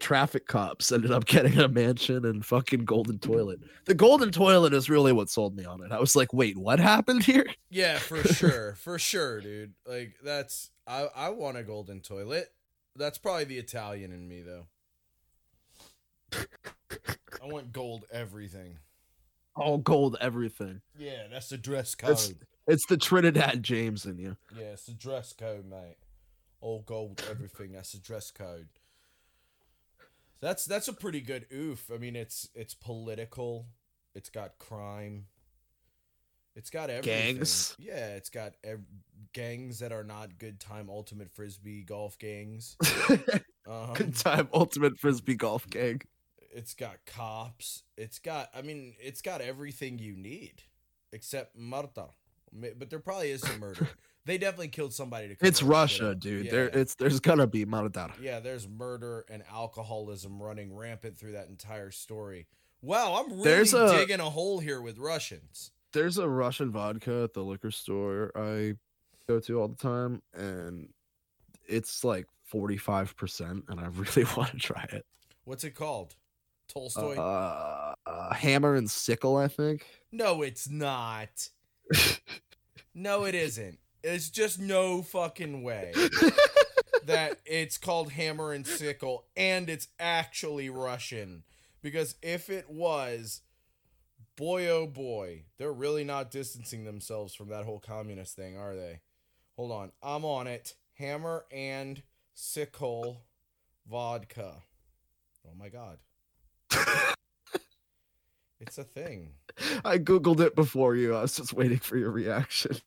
[SPEAKER 2] traffic cops ended up getting a mansion and fucking golden toilet. The golden toilet is really what sold me on it. I was like, wait, what happened here?
[SPEAKER 1] Yeah, for sure. For sure, dude. Like that's I I want a golden toilet. That's probably the Italian in me though. I want gold everything.
[SPEAKER 2] All gold, everything.
[SPEAKER 1] Yeah, that's the dress code.
[SPEAKER 2] It's- It's the Trinidad James in you.
[SPEAKER 1] Yeah, it's the dress code, mate. All gold, everything. That's the dress code. That's that's a pretty good oof. I mean, it's it's political. It's got crime. It's got everything.
[SPEAKER 2] Gangs.
[SPEAKER 1] Yeah, it's got ev- gangs that are not good time ultimate frisbee golf gangs. Um,
[SPEAKER 2] Good time, ultimate frisbee golf gang.
[SPEAKER 1] it's got cops. It's got. I mean, it's got everything you need except Marta. Ma- But there probably is some murder. they definitely killed somebody to. cover
[SPEAKER 2] It's
[SPEAKER 1] that shit
[SPEAKER 2] Russia,
[SPEAKER 1] up.
[SPEAKER 2] dude.
[SPEAKER 1] Yeah.
[SPEAKER 2] There, it's there's gonna be Maradar.
[SPEAKER 1] Yeah, there's murder and alcoholism running rampant through that entire story. Wow, I'm really
[SPEAKER 2] There's a-
[SPEAKER 1] digging a hole here with Russians.
[SPEAKER 2] There's a Russian vodka at the liquor store I go to all the time, and it's like forty five percent, and I really want to try it.
[SPEAKER 1] What's it called? Tolstoy?
[SPEAKER 2] Uh, uh, hammer and sickle, I think.
[SPEAKER 1] no, it's not. no, it isn't. It's just no fucking way that it's called hammer and sickle and it's actually Russian. Because if it was, boy oh boy, they're really not distancing themselves from that whole communist thing, are they? Hold on. I'm on it. Hammer and sickle vodka. Oh my god. it's a thing.
[SPEAKER 2] I googled it before you. I was just waiting for your reaction. It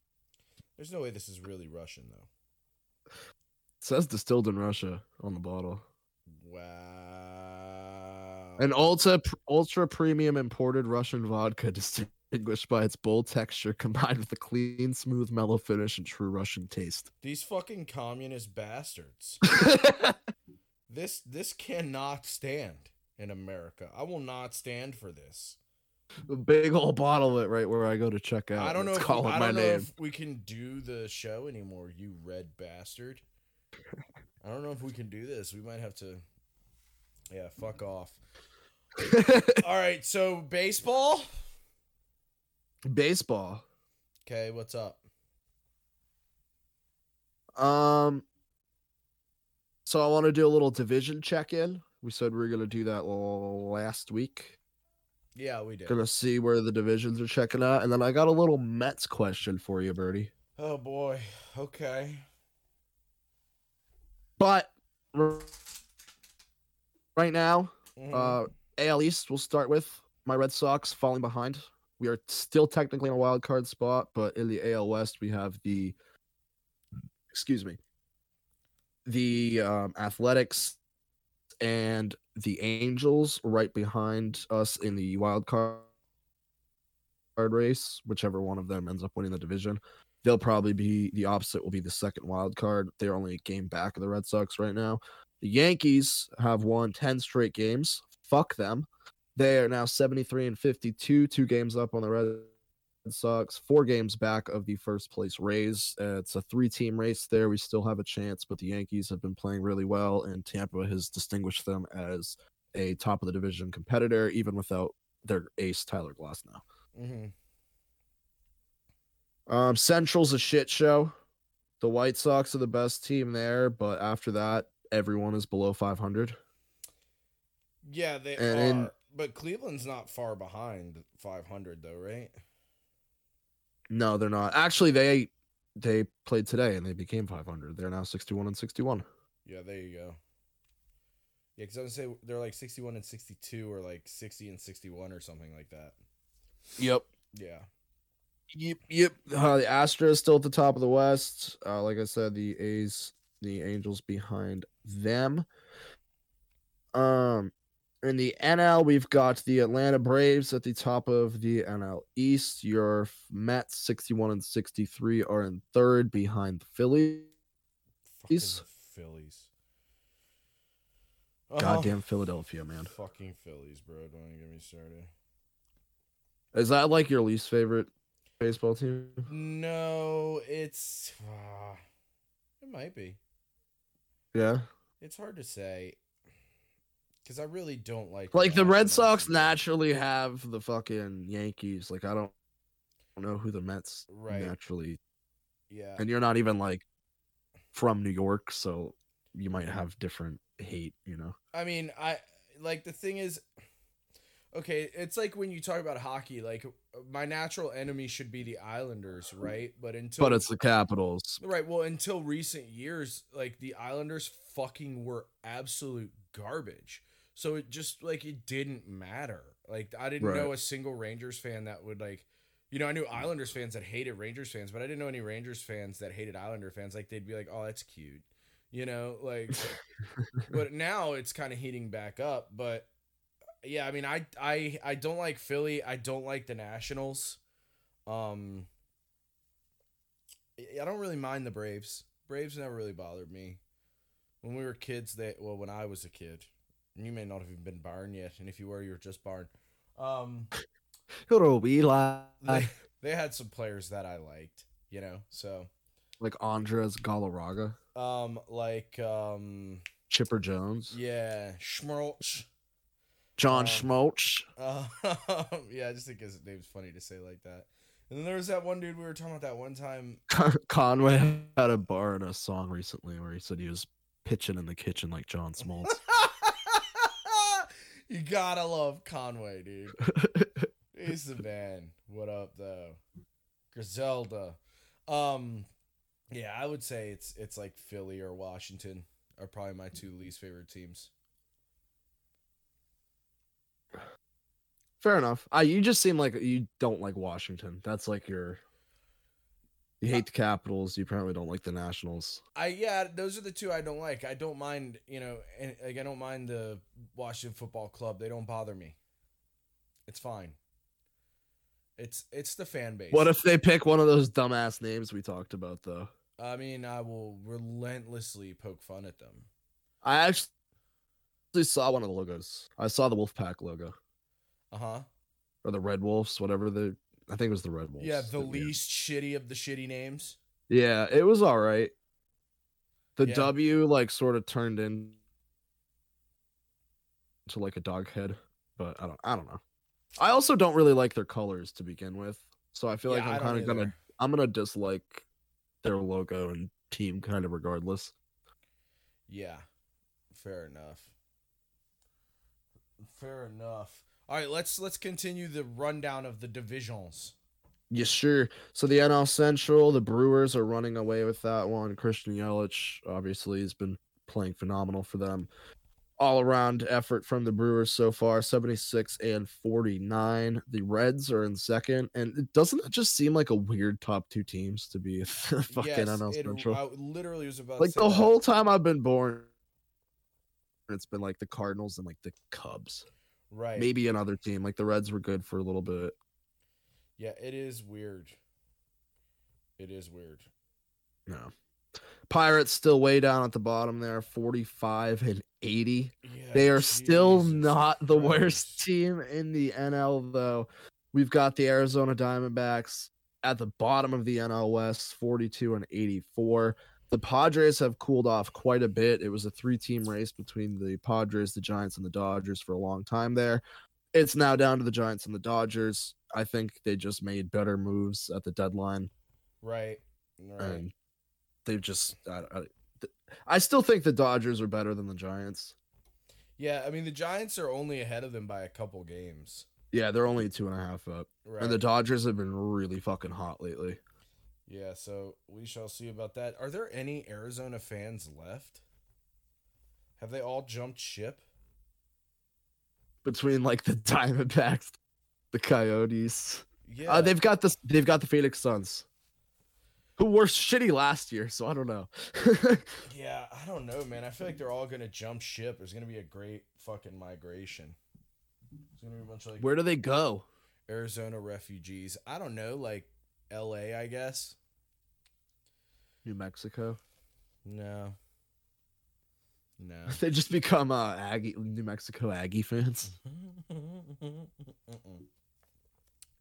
[SPEAKER 1] There's no way this is really Russian though.
[SPEAKER 2] says distilled in Russia on the bottle.
[SPEAKER 1] Wow.
[SPEAKER 2] An ultra ultra premium imported Russian vodka distinguished by its bold texture combined with a clean, smooth, mellow finish and true Russian taste.
[SPEAKER 1] These fucking communist bastards.
[SPEAKER 2] I
[SPEAKER 1] This this cannot stand in America. I will not stand for this.
[SPEAKER 2] Big old bottle of it right where I go to check out.
[SPEAKER 1] I don't
[SPEAKER 2] and
[SPEAKER 1] know
[SPEAKER 2] it's
[SPEAKER 1] if we,
[SPEAKER 2] calling
[SPEAKER 1] I
[SPEAKER 2] my
[SPEAKER 1] don't know
[SPEAKER 2] name.
[SPEAKER 1] if we can do the show anymore, you red bastard. I don't know if we can do this. We might have to Yeah, fuck off. All right, so baseball?
[SPEAKER 2] Baseball.
[SPEAKER 1] Okay, what's up?
[SPEAKER 2] Um. So I want to do a little division check-in. We said we were gonna do that l- last week.
[SPEAKER 1] Yeah, we did.
[SPEAKER 2] Gonna see where the divisions are checking out, and then I got a little Mets question for you, Birdie.
[SPEAKER 1] Oh boy. Okay.
[SPEAKER 2] But r- right now,
[SPEAKER 1] Mhm.
[SPEAKER 2] uh, AL East, we'll start with my Red Sox falling behind. We are still technically in a wild card spot, but in the AL West, we have the, excuse me, the um, Athletics and the Angels right behind us in the wild card card race. Whichever one of them ends up winning the division, they'll probably be the opposite. Will be the second wild card. They're only a game back of the Red Sox right now. The Yankees have won 10 straight games. Fuck them. They are now 73 and 52, two games up on the Red Sox, four games back of the first place Rays. Uh, it's a three team race there. We still have a chance, but the Yankees have been playing really well, and Tampa has distinguished them as a top of the division competitor, even without their ace, Tyler Glass now.
[SPEAKER 1] Mhm.
[SPEAKER 2] Um, Central's a shit show. The White Sox are the best team there, but after that, everyone is below 500.
[SPEAKER 1] Yeah, they
[SPEAKER 2] And-
[SPEAKER 1] are. But Cleveland's not far behind 500 though, right?
[SPEAKER 2] No, they're not. Actually, they they played today and they became 500. They're now 61 and 61.
[SPEAKER 1] Yeah, there you go. Yeah, because I would say they're like 61 and 62 or like 60 and 61 or something like that.
[SPEAKER 2] Yep.
[SPEAKER 1] Yeah.
[SPEAKER 2] Yep. Yep. Uh, the Astros still at the top of the West. Uh, like I said, the A's, the Angels behind them. Um, in the NL, we've got the Atlanta Braves at the top of the NL East. Your Mets, 61 and 63, are in third behind the Phillies.
[SPEAKER 1] Fucking
[SPEAKER 2] Phillies.
[SPEAKER 1] Phillies. Uh-huh.
[SPEAKER 2] Goddamn Philadelphia, man.
[SPEAKER 1] Oh, Fucking Phillies, bro. Don't even get me started.
[SPEAKER 2] Is that like your least favorite baseball team?
[SPEAKER 1] No, it's. ah, it might be.
[SPEAKER 2] Yeah.
[SPEAKER 1] It's hard to say. Because I really don't like.
[SPEAKER 2] Like the Red
[SPEAKER 1] Nationals.
[SPEAKER 2] Sox naturally have the fucking Yankees. Like I don't, I don't know who the Mets
[SPEAKER 1] Right. Uh,
[SPEAKER 2] naturally.
[SPEAKER 1] Yeah.
[SPEAKER 2] And you're not even like from New York, so you might have different hate, you know.
[SPEAKER 1] I mean, I like the thing is okay, it's like when you talk about hockey, like my natural enemy should be the Islanders, right? But until
[SPEAKER 2] But it's the Capitals.
[SPEAKER 1] right, well, until recent years, like the Islanders fucking were absolute garbage. So it just like it didn't matter. Like I didn't
[SPEAKER 2] Right.
[SPEAKER 1] know a single Rangers fan that would like you know, I knew Islanders fans that hated Rangers fans, but I didn't know any Rangers fans that hated Islander fans. Like they'd be like, "Oh, that's cute," you know. Like, but now it's kind of heating back up. But yeah, I mean, I I I don't like Philly. I don't like the Nationals. Um, I- I don't really mind the Braves. Braves never really bothered me. When we were kids, they well, when I was a kid, and you may not have even been barn yet, and if you were, you were just barn. Um,
[SPEAKER 2] Good old Eli.
[SPEAKER 1] they, they had some players that I liked, you know. So,
[SPEAKER 2] Like Andres Galarraga,
[SPEAKER 1] um, like, um,
[SPEAKER 2] Chipper Jones,
[SPEAKER 1] yeah, Schmolch.
[SPEAKER 2] John
[SPEAKER 1] Um,
[SPEAKER 2] Schmaltz.
[SPEAKER 1] Uh, yeah, I just think his name's funny to say like that. And then there was that one dude we were talking about that one time.
[SPEAKER 2] Conway had a bar in a song recently where he said he was pitching in the kitchen like John Smoltz.
[SPEAKER 1] you gotta love Conway, dude. He's the man. What up, though? Griselda. Um, yeah, I would say it's it's like Philly or Washington are probably my two least favorite teams.
[SPEAKER 2] Fair enough. I you just seem like you don't like Washington. That's like your you hate the Capitals. You apparently don't like the Nationals.
[SPEAKER 1] I yeah, those are the two I don't like. I don't mind, you know, and like I don't mind the Washington Football Club. They don't bother me. It's fine. It's it's the fan base.
[SPEAKER 2] What if they pick one of those dumbass names we talked about though?
[SPEAKER 1] I mean, I will relentlessly poke fun at them.
[SPEAKER 2] I actually saw one of the logos. I saw the Wolfpack logo
[SPEAKER 1] Uh huh.
[SPEAKER 2] or the Red Wolves, whatever the I think it was the Red Wolves.
[SPEAKER 1] Yeah, the
[SPEAKER 2] that we had.
[SPEAKER 1] least shitty of the shitty names.
[SPEAKER 2] Yeah, it was all right. The
[SPEAKER 1] Yeah.
[SPEAKER 2] W like sort of turned in to like a dog head, but I don't I don't know. I also don't really like their colors to begin with. So I feel like
[SPEAKER 1] Yeah, I
[SPEAKER 2] I'm
[SPEAKER 1] don't
[SPEAKER 2] kind of going to
[SPEAKER 1] either.
[SPEAKER 2] I'm going to dislike their logo and team kind of regardless.
[SPEAKER 1] Yeah, fair enough. Fair enough. All right, let's let's continue the rundown of the divisions.
[SPEAKER 2] Yeah, sure. So the NL Central, the Brewers are running away with that one. Christian Yelich obviously has been playing phenomenal for them. All around effort from the Brewers so far, 76 and 49. The Reds are in second. And it doesn't that just seem like a weird top two teams to be in the fucking
[SPEAKER 1] Yes,
[SPEAKER 2] NL
[SPEAKER 1] it-
[SPEAKER 2] Central?
[SPEAKER 1] I literally was about to
[SPEAKER 2] like
[SPEAKER 1] say
[SPEAKER 2] the
[SPEAKER 1] that.
[SPEAKER 2] whole time I've been born, it's been like the Cardinals and like the Cubs.
[SPEAKER 1] right.
[SPEAKER 2] Maybe another team. Like the Reds were good for a little bit.
[SPEAKER 1] Yeah, it is weird. It is weird.
[SPEAKER 2] No. Pirates still way down at the bottom there, 45 and 80.
[SPEAKER 1] Yeah,
[SPEAKER 2] They are still
[SPEAKER 1] Jesus
[SPEAKER 2] not the
[SPEAKER 1] Christ.
[SPEAKER 2] worst team in the NL, though. We've got the Arizona Diamondbacks at the bottom of the NL West, 42 and 84. The Padres have cooled off quite a bit. It was a three team race between the Padres, the Giants, and the Dodgers for a long time there. It's now down to the Giants and the Dodgers. I think they just made better moves at the deadline
[SPEAKER 1] Right. Right.
[SPEAKER 2] and they've just I, I, th- I still think the Dodgers are better than the Giants.
[SPEAKER 1] Yeah, I mean the Giants are only ahead of them by a couple games.
[SPEAKER 2] Yeah, they're only two and a half up,
[SPEAKER 1] Right.
[SPEAKER 2] and the Dodgers have been really fucking hot lately.
[SPEAKER 1] yeah, so we shall see about that. Are there any Arizona fans left? Have they all jumped ship?
[SPEAKER 2] Between like the Diamondbacks, the Coyotes,
[SPEAKER 1] Yeah.
[SPEAKER 2] uh, they've got this. They've got the Phoenix Suns. who were shitty last year, so I don't know.
[SPEAKER 1] Yeah, I don't know, man. I feel like they're all gonna jump ship. There's gonna be a great fucking migration. There's gonna be a bunch of like
[SPEAKER 2] Where do they go?
[SPEAKER 1] Arizona refugees. I don't know, like L.A. I guess.
[SPEAKER 2] New Mexico.
[SPEAKER 1] No. No.
[SPEAKER 2] They just become uh, Aggie New Mexico Aggie fans.
[SPEAKER 1] Mm-mm.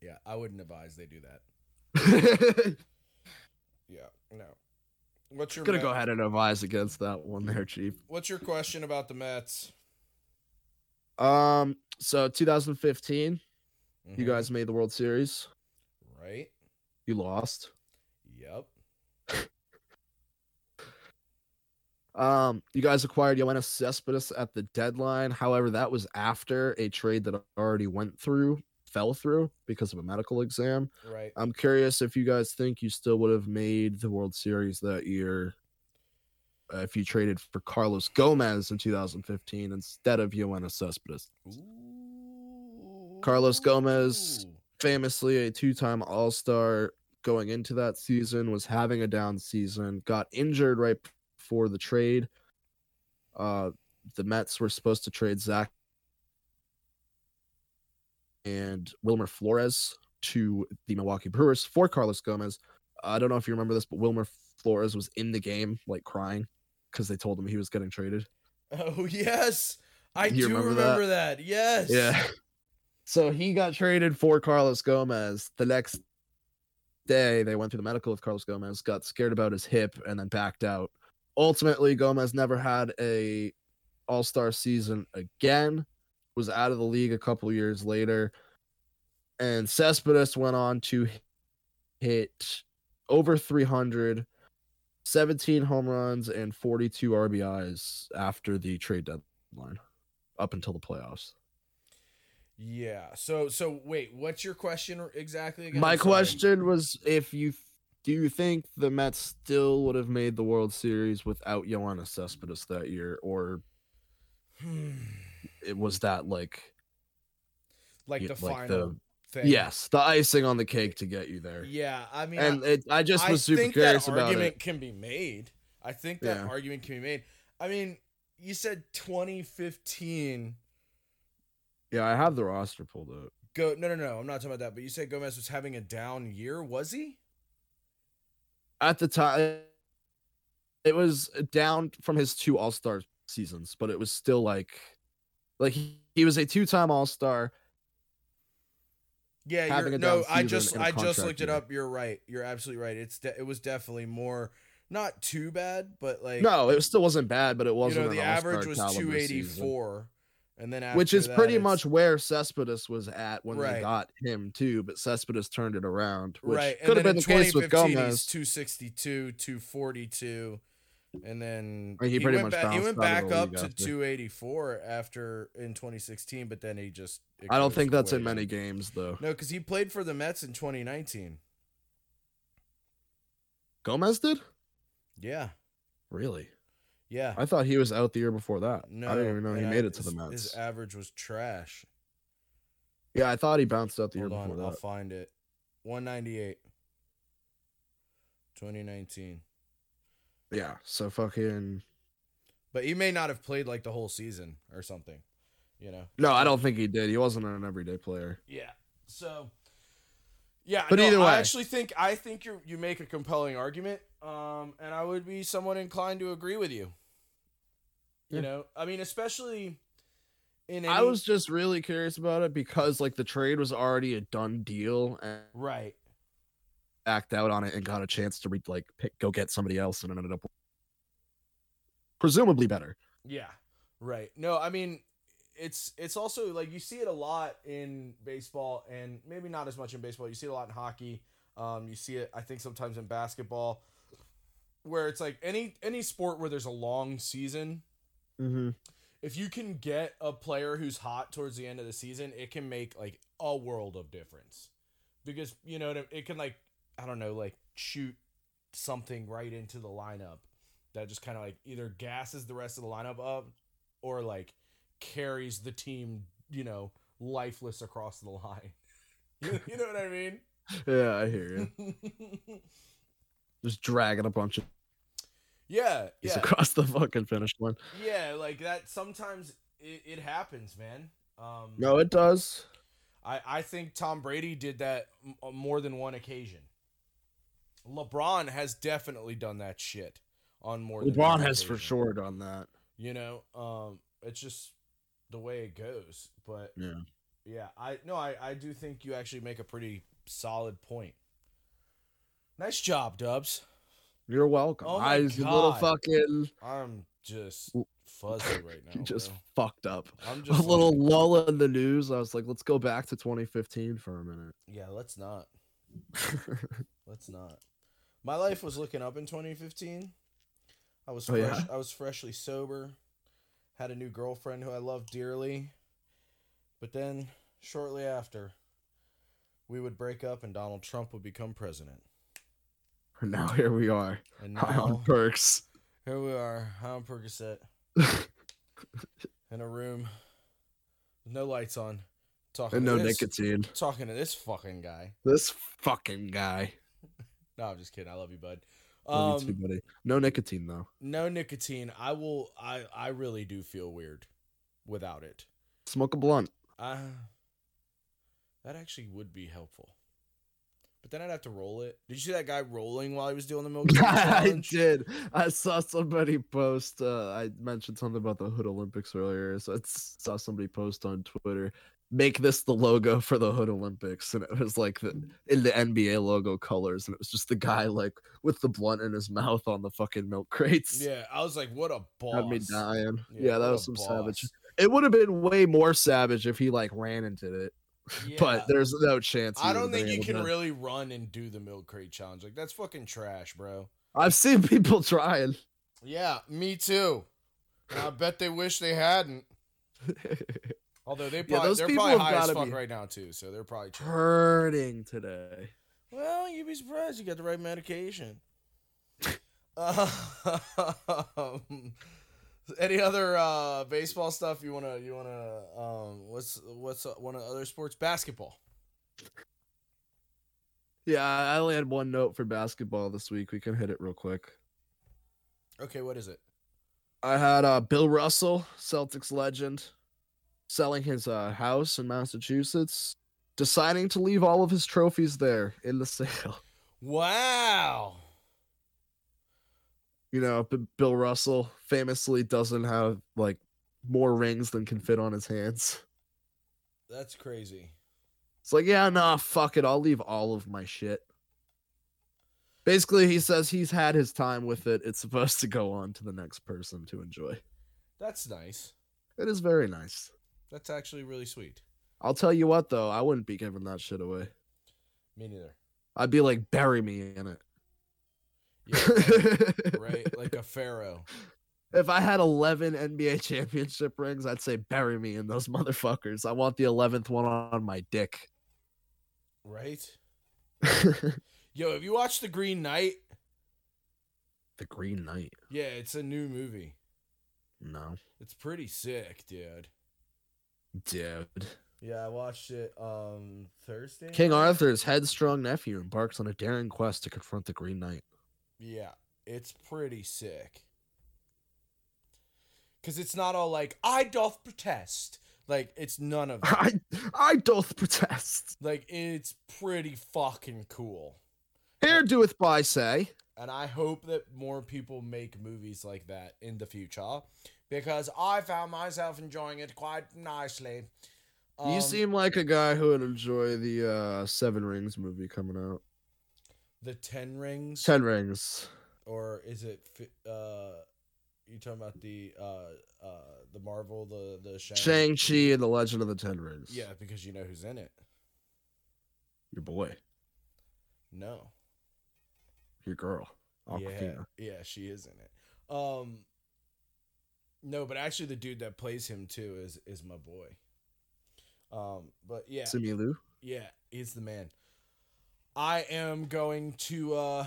[SPEAKER 1] yeah, I wouldn't advise they do that.
[SPEAKER 2] Gonna
[SPEAKER 1] Yeah, no. What's your Met-
[SPEAKER 2] go ahead and advise against that one there, Chief.
[SPEAKER 1] What's your question about the Mets?
[SPEAKER 2] Um, so 2015, you
[SPEAKER 1] Mhm.
[SPEAKER 2] guys made the World Series.
[SPEAKER 1] right?
[SPEAKER 2] You lost.
[SPEAKER 1] Yep.
[SPEAKER 2] Um, you guys acquired Yoenis Cespedes at the deadline. However, that was after a trade that already went through, fell through because of a medical exam.
[SPEAKER 1] Right.
[SPEAKER 2] I'm curious if you guys think you still would have made the World Series that year uh, if you traded for Carlos Gomez in 2015 instead of Yoenis Cespedes.
[SPEAKER 1] Ooh.
[SPEAKER 2] Carlos Gomez. famously a two-time all-star going into that season was having a down season got injured right before the trade uh the mets were supposed to trade zach and wilmer flores to the milwaukee brewers for carlos gomez i don't know if you remember this but wilmer flores was in the game like crying because they told him he was getting traded
[SPEAKER 1] Oh yes, I do
[SPEAKER 2] You remember
[SPEAKER 1] remember,
[SPEAKER 2] that?
[SPEAKER 1] that? Yes.
[SPEAKER 2] Yeah. So he got traded for Carlos Gomez. The next day, they went through the medical with Carlos Gomez, got scared about his hip, and then backed out. Ultimately, Gomez never had a All Star season again. Was out of the league a couple years later, and Cespedes went on to hit over 300, 17 home runs, and 42 RBIs after the trade deadline, up until the playoffs.
[SPEAKER 1] Yeah. So so wait, what's your question exactly? Again?
[SPEAKER 2] My
[SPEAKER 1] I'm sorry.
[SPEAKER 2] question was if you do you think the Mets still would have made the World Series without Yoenis Cespedes that year, or
[SPEAKER 1] Hmm.
[SPEAKER 2] it was that like
[SPEAKER 1] like
[SPEAKER 2] you-
[SPEAKER 1] the
[SPEAKER 2] like
[SPEAKER 1] final thing.
[SPEAKER 2] yes, the icing on the cake to get you there?
[SPEAKER 1] Yeah. I mean,
[SPEAKER 2] and
[SPEAKER 1] I,
[SPEAKER 2] it, I just
[SPEAKER 1] I
[SPEAKER 2] was super
[SPEAKER 1] think
[SPEAKER 2] curious
[SPEAKER 1] that
[SPEAKER 2] about
[SPEAKER 1] argument
[SPEAKER 2] it.
[SPEAKER 1] can be made. I think that
[SPEAKER 2] Yeah.
[SPEAKER 1] argument can be made. I mean, you said 2015.
[SPEAKER 2] Yeah, I have the roster pulled up.
[SPEAKER 1] Go no no no. I'm not talking about that. But you said Gomez was having a down year. Was he?
[SPEAKER 2] At the time, it was down from his two All Star seasons, but it was still like, like he, he was a two time All Star.
[SPEAKER 1] Yeah,
[SPEAKER 2] having
[SPEAKER 1] you're,
[SPEAKER 2] a
[SPEAKER 1] no,
[SPEAKER 2] down
[SPEAKER 1] I
[SPEAKER 2] season
[SPEAKER 1] just
[SPEAKER 2] in a
[SPEAKER 1] I just
[SPEAKER 2] contract
[SPEAKER 1] looked it
[SPEAKER 2] year.
[SPEAKER 1] up. You're right. You're absolutely right. It's de- it was definitely more not too bad, but like
[SPEAKER 2] No, it still wasn't bad, but it
[SPEAKER 1] you
[SPEAKER 2] wasn't.
[SPEAKER 1] know,
[SPEAKER 2] an
[SPEAKER 1] the
[SPEAKER 2] all-star
[SPEAKER 1] average was
[SPEAKER 2] caliber season.
[SPEAKER 1] 284, and then after
[SPEAKER 2] which is
[SPEAKER 1] that,
[SPEAKER 2] pretty
[SPEAKER 1] it's-
[SPEAKER 2] much where Cespedes was at when
[SPEAKER 1] Right.
[SPEAKER 2] they got him too, but Cespedes turned it around, which
[SPEAKER 1] right. and
[SPEAKER 2] could have
[SPEAKER 1] then
[SPEAKER 2] been
[SPEAKER 1] in
[SPEAKER 2] the case with
[SPEAKER 1] 2015,
[SPEAKER 2] Gomez.
[SPEAKER 1] He's 262, 242, and then
[SPEAKER 2] Like, he pretty
[SPEAKER 1] went
[SPEAKER 2] much
[SPEAKER 1] back, he
[SPEAKER 2] bounced
[SPEAKER 1] went
[SPEAKER 2] out
[SPEAKER 1] back
[SPEAKER 2] of the
[SPEAKER 1] up
[SPEAKER 2] league
[SPEAKER 1] to
[SPEAKER 2] after.
[SPEAKER 1] 284 after in 2016, but then he just it
[SPEAKER 2] I don't
[SPEAKER 1] goes
[SPEAKER 2] think that's in
[SPEAKER 1] way
[SPEAKER 2] many
[SPEAKER 1] down.
[SPEAKER 2] games though.
[SPEAKER 1] No, because he played for the Mets in 2019.
[SPEAKER 2] Gomez did?
[SPEAKER 1] Yeah,
[SPEAKER 2] Really?
[SPEAKER 1] yeah.
[SPEAKER 2] I thought he was out the year before that.
[SPEAKER 1] No,
[SPEAKER 2] I didn't even know he
[SPEAKER 1] and I-
[SPEAKER 2] made it to the
[SPEAKER 1] his-
[SPEAKER 2] Mets.
[SPEAKER 1] His average was trash.
[SPEAKER 2] yeah, I thought he bounced out the year
[SPEAKER 1] Hold
[SPEAKER 2] before
[SPEAKER 1] on, I'll
[SPEAKER 2] that.
[SPEAKER 1] find it. 198. 2019.
[SPEAKER 2] Yeah, so fucking
[SPEAKER 1] But he may not have played like the whole season or something, you know.
[SPEAKER 2] no, I don't think he did. He wasn't an everyday player.
[SPEAKER 1] Yeah. So yeah,
[SPEAKER 2] But
[SPEAKER 1] no,
[SPEAKER 2] either way-
[SPEAKER 1] I actually think I think you you make a compelling argument, um, and I would be somewhat inclined to agree with you. You
[SPEAKER 2] Yeah.
[SPEAKER 1] know, I mean, especially in any,
[SPEAKER 2] I was just really curious about it because like the trade was already a done deal and
[SPEAKER 1] right.
[SPEAKER 2] backed out on it and got a chance to re- like pick, go get somebody else and ended up presumably better.
[SPEAKER 1] Yeah. Right. No, I mean it's it's also like you see it a lot in baseball and maybe not as much in baseball. You see it a lot in hockey. Um, you see it I think sometimes in basketball where it's like any any sport where there's a long season,
[SPEAKER 2] Mm-hmm.
[SPEAKER 1] if you can get a player who's hot towards the end of the season, it can make like a world of difference. Because, you know, it- it can like I don't know, like shoot something right into the lineup that just kind of like either gasses the rest of the lineup up or like carries the team, you know, lifeless across the line. you know what I mean?
[SPEAKER 2] Yeah, I hear you. just dragging a bunch of
[SPEAKER 1] Yeah,
[SPEAKER 2] these
[SPEAKER 1] yeah,
[SPEAKER 2] across the fucking finish line.
[SPEAKER 1] yeah. Like that. Sometimes it, it happens, man. Um,
[SPEAKER 2] No, it does.
[SPEAKER 1] I, I think Tom Brady did that m- on more than one occasion. LeBron has definitely done that shit on more than one
[SPEAKER 2] LeBron has for
[SPEAKER 1] occasion.
[SPEAKER 2] sure done that.
[SPEAKER 1] You know, um, it's just the way it goes. But
[SPEAKER 2] Yeah.
[SPEAKER 1] yeah, I no, I, I do think you actually make a pretty solid point. Nice job, Dubs.
[SPEAKER 2] You're welcome.
[SPEAKER 1] Oh my
[SPEAKER 2] I was a little
[SPEAKER 1] God.
[SPEAKER 2] fucking
[SPEAKER 1] I'm just fuzzy right now.
[SPEAKER 2] just
[SPEAKER 1] bro.
[SPEAKER 2] fucked up.
[SPEAKER 1] I'm
[SPEAKER 2] A
[SPEAKER 1] just
[SPEAKER 2] little
[SPEAKER 1] like,
[SPEAKER 2] lull in the news. I was like, let's go back to 2015 for a minute.
[SPEAKER 1] yeah. Let's not. Let's not. My life was looking up in 2015. I was
[SPEAKER 2] Oh,
[SPEAKER 1] fresh,
[SPEAKER 2] yeah?
[SPEAKER 1] I was freshly sober, had a new girlfriend who I loved dearly. But then shortly after, we would break up and Donald Trump would become president.
[SPEAKER 2] now here we are.
[SPEAKER 1] And
[SPEAKER 2] High
[SPEAKER 1] now
[SPEAKER 2] on perks.
[SPEAKER 1] here we are, high on Percocet, in a room with no lights on, talking
[SPEAKER 2] and no
[SPEAKER 1] to this,
[SPEAKER 2] nicotine.
[SPEAKER 1] talking to this fucking guy.
[SPEAKER 2] This fucking guy.
[SPEAKER 1] No, I'm just kidding. I love you, bud.
[SPEAKER 2] Love you
[SPEAKER 1] Um,
[SPEAKER 2] too, buddy. No nicotine though.
[SPEAKER 1] no nicotine i will i i really do feel weird without it
[SPEAKER 2] Smoke a blunt.
[SPEAKER 1] uh that actually would be helpful but then i'd have to roll it did you see that guy rolling while he was doing the milk
[SPEAKER 2] I
[SPEAKER 1] challenge?
[SPEAKER 2] did. I saw somebody post. Uh, I mentioned something about the Hood Olympics earlier, so I s- saw somebody post on Twitter, "Make this the logo for the Hood Olympics," and it was like the in the NBA logo colors, and it was just the guy like with the blunt in his mouth on the fucking milk crates.
[SPEAKER 1] yeah i was like what a boss
[SPEAKER 2] Had me dying. Yeah,
[SPEAKER 1] what
[SPEAKER 2] that
[SPEAKER 1] a
[SPEAKER 2] was some savage.
[SPEAKER 1] boss.
[SPEAKER 2] It would have been way more savage if he like ran and did it,
[SPEAKER 1] Yeah,
[SPEAKER 2] but there's no chance. he
[SPEAKER 1] i
[SPEAKER 2] would've
[SPEAKER 1] don't
[SPEAKER 2] been
[SPEAKER 1] think you
[SPEAKER 2] able
[SPEAKER 1] can
[SPEAKER 2] to-
[SPEAKER 1] really run and do the milk crate challenge like that's fucking trash bro
[SPEAKER 2] I've seen people trying.
[SPEAKER 1] yeah me too and i bet they wish they hadn't although they probably
[SPEAKER 2] those
[SPEAKER 1] they're
[SPEAKER 2] people
[SPEAKER 1] probably
[SPEAKER 2] have
[SPEAKER 1] high as
[SPEAKER 2] gotta
[SPEAKER 1] fuck
[SPEAKER 2] be-
[SPEAKER 1] right now too so they're probably trash.
[SPEAKER 2] hurting today.
[SPEAKER 1] Well, you'd be surprised you got the right medication. um, any other uh, baseball stuff you wanna you wanna um, what's what's uh, one of the other sports basketball?
[SPEAKER 2] Yeah, I only had one note for basketball this week. We can hit it real quick.
[SPEAKER 1] Okay, what is it?
[SPEAKER 2] I had uh, Bill Russell, Celtics legend, selling his uh, house in Massachusetts, deciding to leave all of his trophies there in the sale.
[SPEAKER 1] Wow.
[SPEAKER 2] You know, B- Bill Russell famously doesn't have like more rings than can fit on his hands.
[SPEAKER 1] That's crazy.
[SPEAKER 2] It's like, yeah, nah, fuck it. I'll leave all of my shit. Basically, he says he's had his time with it. It's supposed to go on to the next person to enjoy.
[SPEAKER 1] That's nice.
[SPEAKER 2] It is very nice.
[SPEAKER 1] That's actually really sweet.
[SPEAKER 2] I'll tell you what, though, I wouldn't be giving that shit away.
[SPEAKER 1] Me neither.
[SPEAKER 2] I'd be like, bury me in it.
[SPEAKER 1] Yeah, right, like a pharaoh.
[SPEAKER 2] if I had 11 NBA championship rings, I'd say, bury me in those motherfuckers. I want the 11th one on my dick.
[SPEAKER 1] Right?
[SPEAKER 2] the
[SPEAKER 1] Yo, have you watched The Green Knight?
[SPEAKER 2] Green Knight.
[SPEAKER 1] Yeah, it's a new movie.
[SPEAKER 2] No.
[SPEAKER 1] It's pretty sick, dude.
[SPEAKER 2] Dude.
[SPEAKER 1] Yeah, I watched it um Thursday.
[SPEAKER 2] King
[SPEAKER 1] night?
[SPEAKER 2] Arthur's headstrong nephew embarks on a daring quest to confront the Green Knight.
[SPEAKER 1] Yeah, it's pretty sick. Cause it's not all like I doth protest. Like it's none of that.
[SPEAKER 2] I, I doth protest.
[SPEAKER 1] like it's pretty fucking cool.
[SPEAKER 2] Here doeth by say.
[SPEAKER 1] And I hope that more people make movies like that in the future. Because I found myself enjoying it quite nicely.
[SPEAKER 2] you
[SPEAKER 1] Um,
[SPEAKER 2] seem like a guy who would enjoy the uh, Seven Rings movie coming out.
[SPEAKER 1] the Ten Rings,
[SPEAKER 2] Ten Rings.
[SPEAKER 1] or is it? fi- Uh, you talking about the uh, uh, the Marvel, the the Shang?
[SPEAKER 2] Shang Chi and the Legend of the Ten Rings.
[SPEAKER 1] Yeah, because you know who's in it.
[SPEAKER 2] your boy,
[SPEAKER 1] No.
[SPEAKER 2] your girl.
[SPEAKER 1] Yeah,
[SPEAKER 2] Aquafina.
[SPEAKER 1] yeah, she is in it. Um, no, but actually, the dude that plays him too is is my boy. Um, but yeah,
[SPEAKER 2] Simi Lu.
[SPEAKER 1] yeah, he's the man. I am going to uh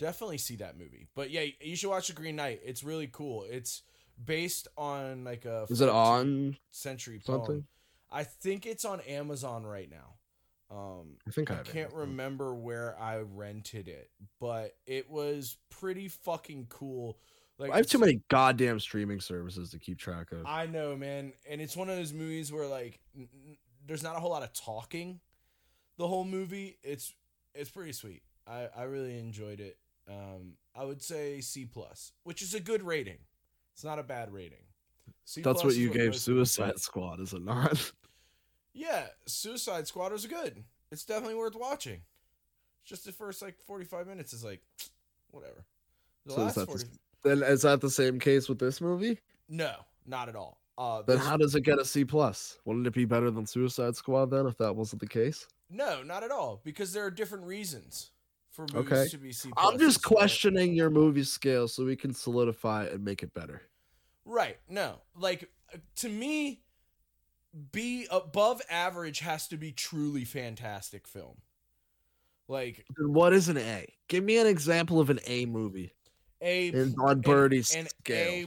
[SPEAKER 1] definitely see that movie. But yeah, you should watch The Green Knight. It's really cool. It's based on like a
[SPEAKER 2] Is it
[SPEAKER 1] 14th
[SPEAKER 2] on
[SPEAKER 1] century poem.
[SPEAKER 2] something?
[SPEAKER 1] I think it's on Amazon right now. Um,
[SPEAKER 2] I think I,
[SPEAKER 1] I
[SPEAKER 2] have it.
[SPEAKER 1] can't remember where I rented it, but it was pretty fucking cool. Like
[SPEAKER 2] I have too many goddamn streaming services to keep track of.
[SPEAKER 1] I know, man, and it's one of those movies where like n- n- there's not a whole lot of talking. The whole movie, it's it's pretty sweet. I I really enjoyed it. Um, I would say C plus, which is a good rating. It's not a bad rating. C
[SPEAKER 2] That's
[SPEAKER 1] plus
[SPEAKER 2] what
[SPEAKER 1] is
[SPEAKER 2] you gave
[SPEAKER 1] most people
[SPEAKER 2] Suicide
[SPEAKER 1] give.
[SPEAKER 2] Squad, is it not?
[SPEAKER 1] Yeah, Suicide Squad is good. It's definitely worth watching. It's Just the first like 45 minutes is like whatever. The
[SPEAKER 2] So is
[SPEAKER 1] last
[SPEAKER 2] that the
[SPEAKER 1] 40
[SPEAKER 2] s- then is that the same case with this movie?
[SPEAKER 1] No, not at all. Uh
[SPEAKER 2] Then
[SPEAKER 1] this-
[SPEAKER 2] how does it get a C plus? Wouldn't it be better than Suicide Squad then if that wasn't the case?
[SPEAKER 1] No, not at all because there are different reasons for movies
[SPEAKER 2] Okay.
[SPEAKER 1] to be C.
[SPEAKER 2] I'm
[SPEAKER 1] pluses,
[SPEAKER 2] just
[SPEAKER 1] right?
[SPEAKER 2] questioning your movie scale so we can solidify it and make it better.
[SPEAKER 1] Right. No. Like uh, to me be above average has to be truly fantastic film. Like
[SPEAKER 2] Then what is an A? Give me an example of an A movie
[SPEAKER 1] a
[SPEAKER 2] in, on Birdie's
[SPEAKER 1] an
[SPEAKER 2] scale.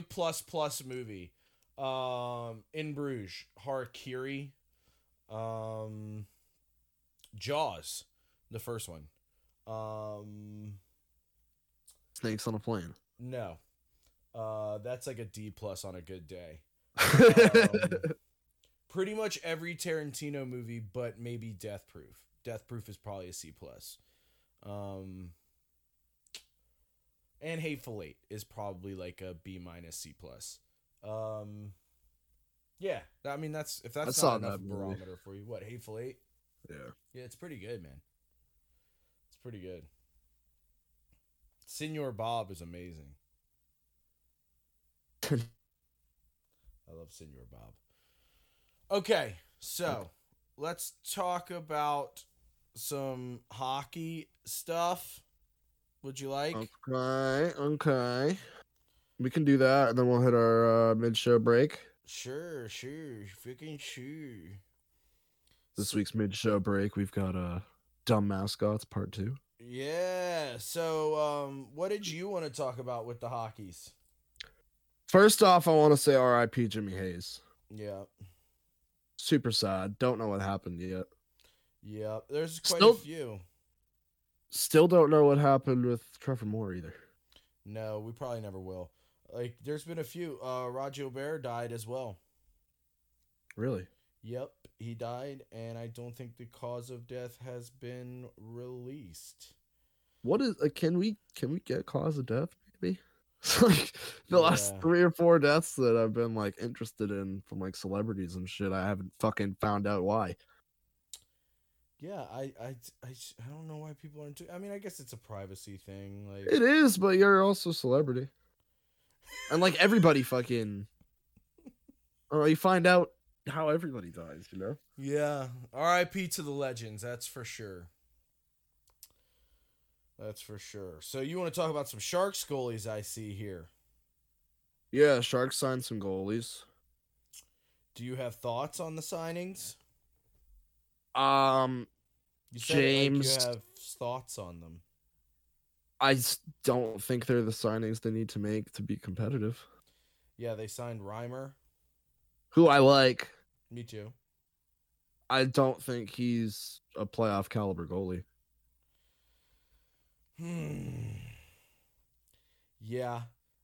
[SPEAKER 1] A plus plus movie. Um, in Bruges, Harakiri, um, Jaws, the first one. Um,
[SPEAKER 2] Snakes on a plane.
[SPEAKER 1] no, uh, that's like a D plus on a good day.
[SPEAKER 2] Oh,
[SPEAKER 1] Um,
[SPEAKER 2] I
[SPEAKER 1] pretty much every Tarantino movie, but maybe Death Proof. Death Proof is probably a C plus. Um, and Hateful Eight is probably like a B minus C plus. Um, yeah, I mean that's if that's
[SPEAKER 2] saw
[SPEAKER 1] not enough
[SPEAKER 2] that movie.
[SPEAKER 1] barometer for you. What Hateful Eight?
[SPEAKER 2] Yeah.
[SPEAKER 1] yeah, it's pretty good, man. It's pretty good. Senor Bob is amazing. I love Senor Bob. Okay, so let's talk about some hockey stuff. Would you like?
[SPEAKER 2] Okay, okay. We can do that, and then we'll hit our uh, mid-show break.
[SPEAKER 1] Sure, sure, freaking sure.
[SPEAKER 2] This week's mid-show break, we've got uh, dumb mascots part two.
[SPEAKER 1] Yeah. So, um, what did you want to talk about with the hockeys?
[SPEAKER 2] First off, I want to say R.I.P. Jimmy Hayes.
[SPEAKER 1] Yeah.
[SPEAKER 2] Super sad. Don't know what happened yet.
[SPEAKER 1] Yeah. There's quite
[SPEAKER 2] Still-
[SPEAKER 1] a few.
[SPEAKER 2] Still don't know what happened with Trevor Moore either.
[SPEAKER 1] No, we probably never will. Like, there's been a few. Uh, Roger Bear died as well.
[SPEAKER 2] Really?
[SPEAKER 1] Yep, he died, and I don't think the cause of death has been released.
[SPEAKER 2] What is? Uh, can we can we get cause of death? Maybe. It's like the last
[SPEAKER 1] Yeah.
[SPEAKER 2] three or four deaths that I've been like interested in from like celebrities and shit. I haven't fucking found out why.
[SPEAKER 1] Yeah, I, I, I, s- I don't know why people aren't. Do- I mean, I guess it's a privacy thing. Like,
[SPEAKER 2] It is, but you're also a celebrity. And like everybody fucking or you find out how everybody dies, you know?
[SPEAKER 1] yeah, R.I.P. to the legends. That's for sure. That's for sure. So you want to talk about some shark goalies I see here?
[SPEAKER 2] Yeah, Sharks signed some goalies.
[SPEAKER 1] Do you have thoughts on the signings?
[SPEAKER 2] Um
[SPEAKER 1] You said it like
[SPEAKER 2] James-
[SPEAKER 1] you have thoughts on them.
[SPEAKER 2] I s- don't think they're the signings they need to make to be competitive.
[SPEAKER 1] Yeah, they signed Reimer.
[SPEAKER 2] Who I like,
[SPEAKER 1] Me too.
[SPEAKER 2] I don't think he's a playoff caliber goalie.
[SPEAKER 1] Hmm. Yeah.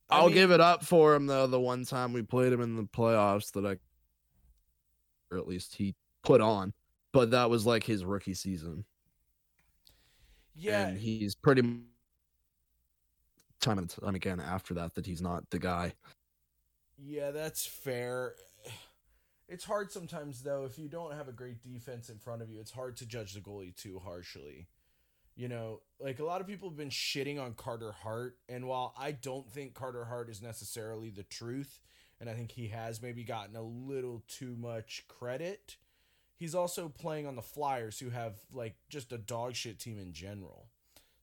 [SPEAKER 1] I
[SPEAKER 2] I'll
[SPEAKER 1] mean-
[SPEAKER 2] give it up for him though. The one time we played him in the playoffs that I, or at least he put on, but that was like his rookie season,
[SPEAKER 1] Yeah.
[SPEAKER 2] and he's pretty m- time and time again after that that he's not the guy.
[SPEAKER 1] Yeah, that's fair. It's hard sometimes though if you don't have a great defense in front of you. It's hard to judge the goalie too harshly. You know, like a lot of people have been shitting on Carter Hart, and while I don't think Carter Hart is necessarily the truth, and I think he has maybe gotten a little too much credit, he's also playing on the Flyers, who have like just a dog shit team in general.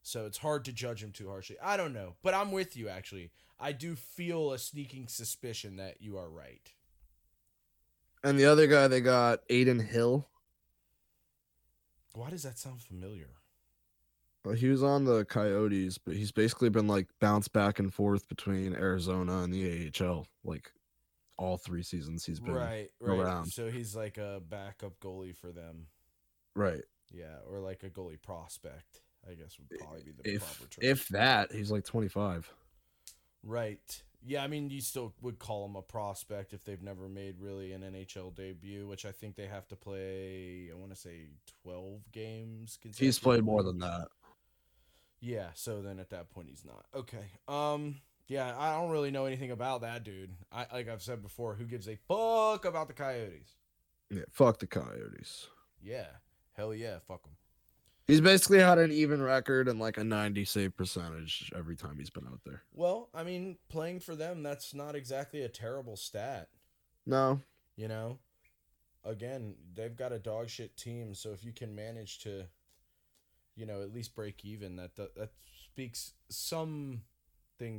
[SPEAKER 1] So it's hard to judge him too harshly. I don't know, but I'm with you actually. I do feel a sneaking suspicion that you are right.
[SPEAKER 2] And the other guy they got Aiden Hill.
[SPEAKER 1] Why does that sound familiar?
[SPEAKER 2] Well, Uh, He was on the Coyotes, but he's basically been like bounced back and forth between Arizona and the AHL, like all three seasons he's been
[SPEAKER 1] Right, right.
[SPEAKER 2] around.
[SPEAKER 1] So he's like a backup goalie for them.
[SPEAKER 2] Right.
[SPEAKER 1] Yeah, or like a goalie prospect, I guess would probably be the
[SPEAKER 2] If
[SPEAKER 1] proper term.
[SPEAKER 2] if that, he's like 25.
[SPEAKER 1] Right. Yeah, I mean, you still would call them a prospect if they've never made really an NHL debut, which I think they have to play. I want to say twelve games.
[SPEAKER 2] He's
[SPEAKER 1] consecutively.
[SPEAKER 2] played more than that.
[SPEAKER 1] Yeah. So then at that point, he's not. Okay. Um. Yeah, I don't really know anything about that dude. I like I've said before, who gives a fuck about the Coyotes?
[SPEAKER 2] Yeah, fuck the Coyotes.
[SPEAKER 1] Yeah. Hell yeah, fuck them.
[SPEAKER 2] He's basically had an even record and like a 90 save percentage every time he's been out there.
[SPEAKER 1] Well, I mean, playing for them, that's not exactly a terrible stat.
[SPEAKER 2] No,
[SPEAKER 1] you know again they've got a dog shit team so if you can manage to you know at least break even that that, that speaks something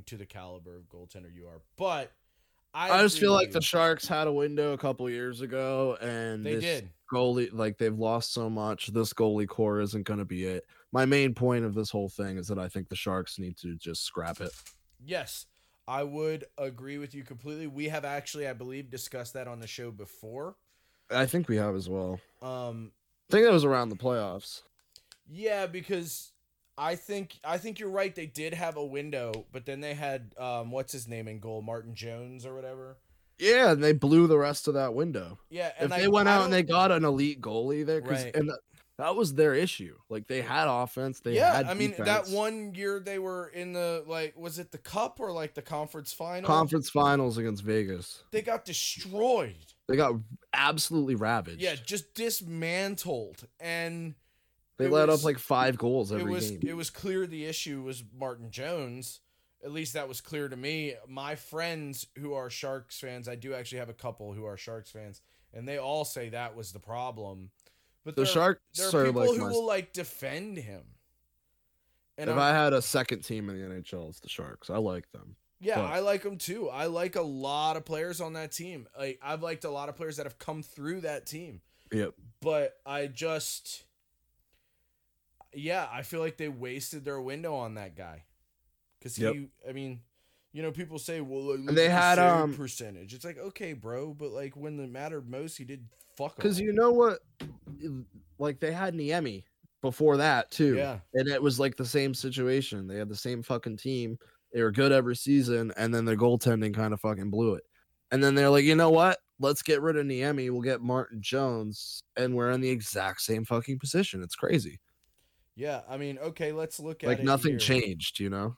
[SPEAKER 1] to the caliber of goaltender you are but i,
[SPEAKER 2] I just
[SPEAKER 1] agree
[SPEAKER 2] feel
[SPEAKER 1] with
[SPEAKER 2] like
[SPEAKER 1] you.
[SPEAKER 2] the Sharks had a window a couple years ago, and
[SPEAKER 1] they
[SPEAKER 2] this
[SPEAKER 1] did
[SPEAKER 2] goalie, like they've lost so much. This goalie core isn't going to be it. My main point of this whole thing is that I think the Sharks need to just scrap it.
[SPEAKER 1] yes i would agree with you completely we have actually i believe discussed that on the show before
[SPEAKER 2] I think we have as well.
[SPEAKER 1] um
[SPEAKER 2] I think that was around the playoffs.
[SPEAKER 1] Yeah, because I think I think you're right. They did have a window, but then they had um, what's his name in goal, Martin Jones or whatever.
[SPEAKER 2] Yeah, and they blew the rest of that window.
[SPEAKER 1] Yeah, and
[SPEAKER 2] if
[SPEAKER 1] I-
[SPEAKER 2] they went
[SPEAKER 1] I
[SPEAKER 2] out and they
[SPEAKER 1] don't-
[SPEAKER 2] got an elite goalie there, 'cause-
[SPEAKER 1] Right.
[SPEAKER 2] and that, that was their issue. Like they had offense, they
[SPEAKER 1] yeah,
[SPEAKER 2] had
[SPEAKER 1] I mean that
[SPEAKER 2] defense.
[SPEAKER 1] one year they were in the like was it the cup or like the conference final?
[SPEAKER 2] conference finals against Vegas.
[SPEAKER 1] They got destroyed.
[SPEAKER 2] They got absolutely ravaged.
[SPEAKER 1] Yeah, just dismantled, and
[SPEAKER 2] they
[SPEAKER 1] it
[SPEAKER 2] let
[SPEAKER 1] was-
[SPEAKER 2] up like five goals every
[SPEAKER 1] it was
[SPEAKER 2] game.
[SPEAKER 1] it was clear the issue was Martin Jones. At least that was clear to me. My friends who are Sharks fans, I do actually have a couple who are Sharks fans, and they all say that was the problem. But
[SPEAKER 2] the
[SPEAKER 1] there,
[SPEAKER 2] Sharks
[SPEAKER 1] there are
[SPEAKER 2] are
[SPEAKER 1] people
[SPEAKER 2] like
[SPEAKER 1] who
[SPEAKER 2] my-
[SPEAKER 1] will like defend him. And
[SPEAKER 2] if
[SPEAKER 1] I'm-
[SPEAKER 2] i had a second team in the NHL, it's the Sharks. I like them.
[SPEAKER 1] Yeah,
[SPEAKER 2] But-
[SPEAKER 1] I like them too. I like a lot of players on that team. Like I've liked a lot of players that have come through that team.
[SPEAKER 2] Yep.
[SPEAKER 1] But I just yeah, I feel like they wasted their window on that guy. Cuz he
[SPEAKER 2] Yep.
[SPEAKER 1] I mean, you know, people say, "Well, like, at
[SPEAKER 2] they
[SPEAKER 1] the
[SPEAKER 2] had,
[SPEAKER 1] save
[SPEAKER 2] um,
[SPEAKER 1] percentage." It's like, "Okay, bro, but like when it mattered most, he did fuck
[SPEAKER 2] Because
[SPEAKER 1] all.
[SPEAKER 2] you know what? Like they had Niemi before that too.
[SPEAKER 1] Yeah.
[SPEAKER 2] And it was like the same situation. They had the same fucking team. They were good every season, and then their goaltending kind of fucking blew it. And then they're like, you know what? Let's get rid of Niemi. We'll get Martin Jones, and we're in the exact same fucking position. It's crazy.
[SPEAKER 1] Yeah, I mean, okay, let's look at
[SPEAKER 2] like
[SPEAKER 1] it
[SPEAKER 2] nothing
[SPEAKER 1] here.
[SPEAKER 2] changed, you know?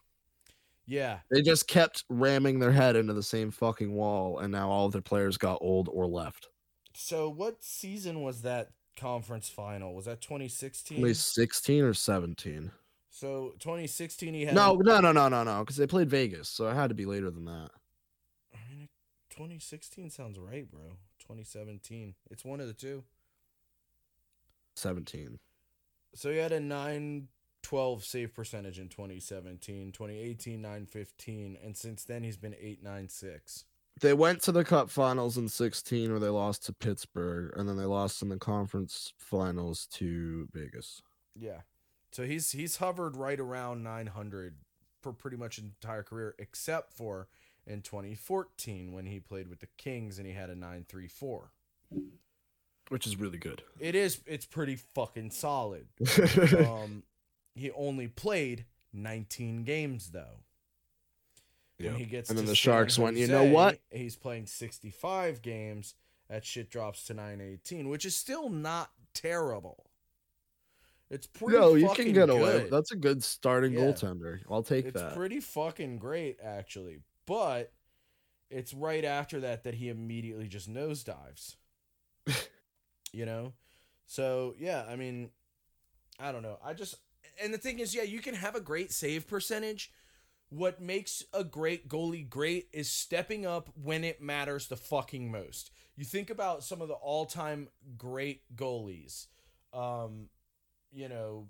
[SPEAKER 1] Yeah.
[SPEAKER 2] They just kept ramming their head into the same fucking wall, and now all of their players got old or left.
[SPEAKER 1] So what season was that conference final? Was that 2016?
[SPEAKER 2] Only 16 or 17.
[SPEAKER 1] So 2016, he had
[SPEAKER 2] No, no, no, no, no, no, because they played Vegas, so it had to be later than that.
[SPEAKER 1] I mean, 2016 sounds right, bro. 2017, it's one of the two.
[SPEAKER 2] 17.
[SPEAKER 1] So he had a 912 save percentage in 2017, 2018 915, and since then he's been 896.
[SPEAKER 2] They went to the Cup Finals in 16, where they lost to Pittsburgh, and then they lost in the Conference Finals to Vegas.
[SPEAKER 1] Yeah. So he's he's hovered right around 900 for pretty much his entire career except for in 2014 when he played with the Kings and he had a 934.
[SPEAKER 2] Which is really good.
[SPEAKER 1] It is it's pretty fucking solid. um, he only played 19 games though. When
[SPEAKER 2] Yeah.
[SPEAKER 1] he gets
[SPEAKER 2] And then
[SPEAKER 1] to
[SPEAKER 2] the
[SPEAKER 1] San
[SPEAKER 2] Sharks went, "You know
[SPEAKER 1] Jose,
[SPEAKER 2] what?"
[SPEAKER 1] He's playing 65 games. That shit drops to 918, which is still not terrible. It's pretty.
[SPEAKER 2] no, you
[SPEAKER 1] fucking
[SPEAKER 2] can get away.
[SPEAKER 1] good.
[SPEAKER 2] with That's a good starting
[SPEAKER 1] Yeah.
[SPEAKER 2] goaltender. I'll take
[SPEAKER 1] it's
[SPEAKER 2] that.
[SPEAKER 1] pretty fucking great actually, but it's right after that that he immediately just nosedives. you know, so yeah, I mean, I don't know. I just and the thing is, yeah, you can have a great save percentage. What makes a great goalie great is stepping up when it matters the fucking most. You think about some of the all-time great goalies. Um, you know,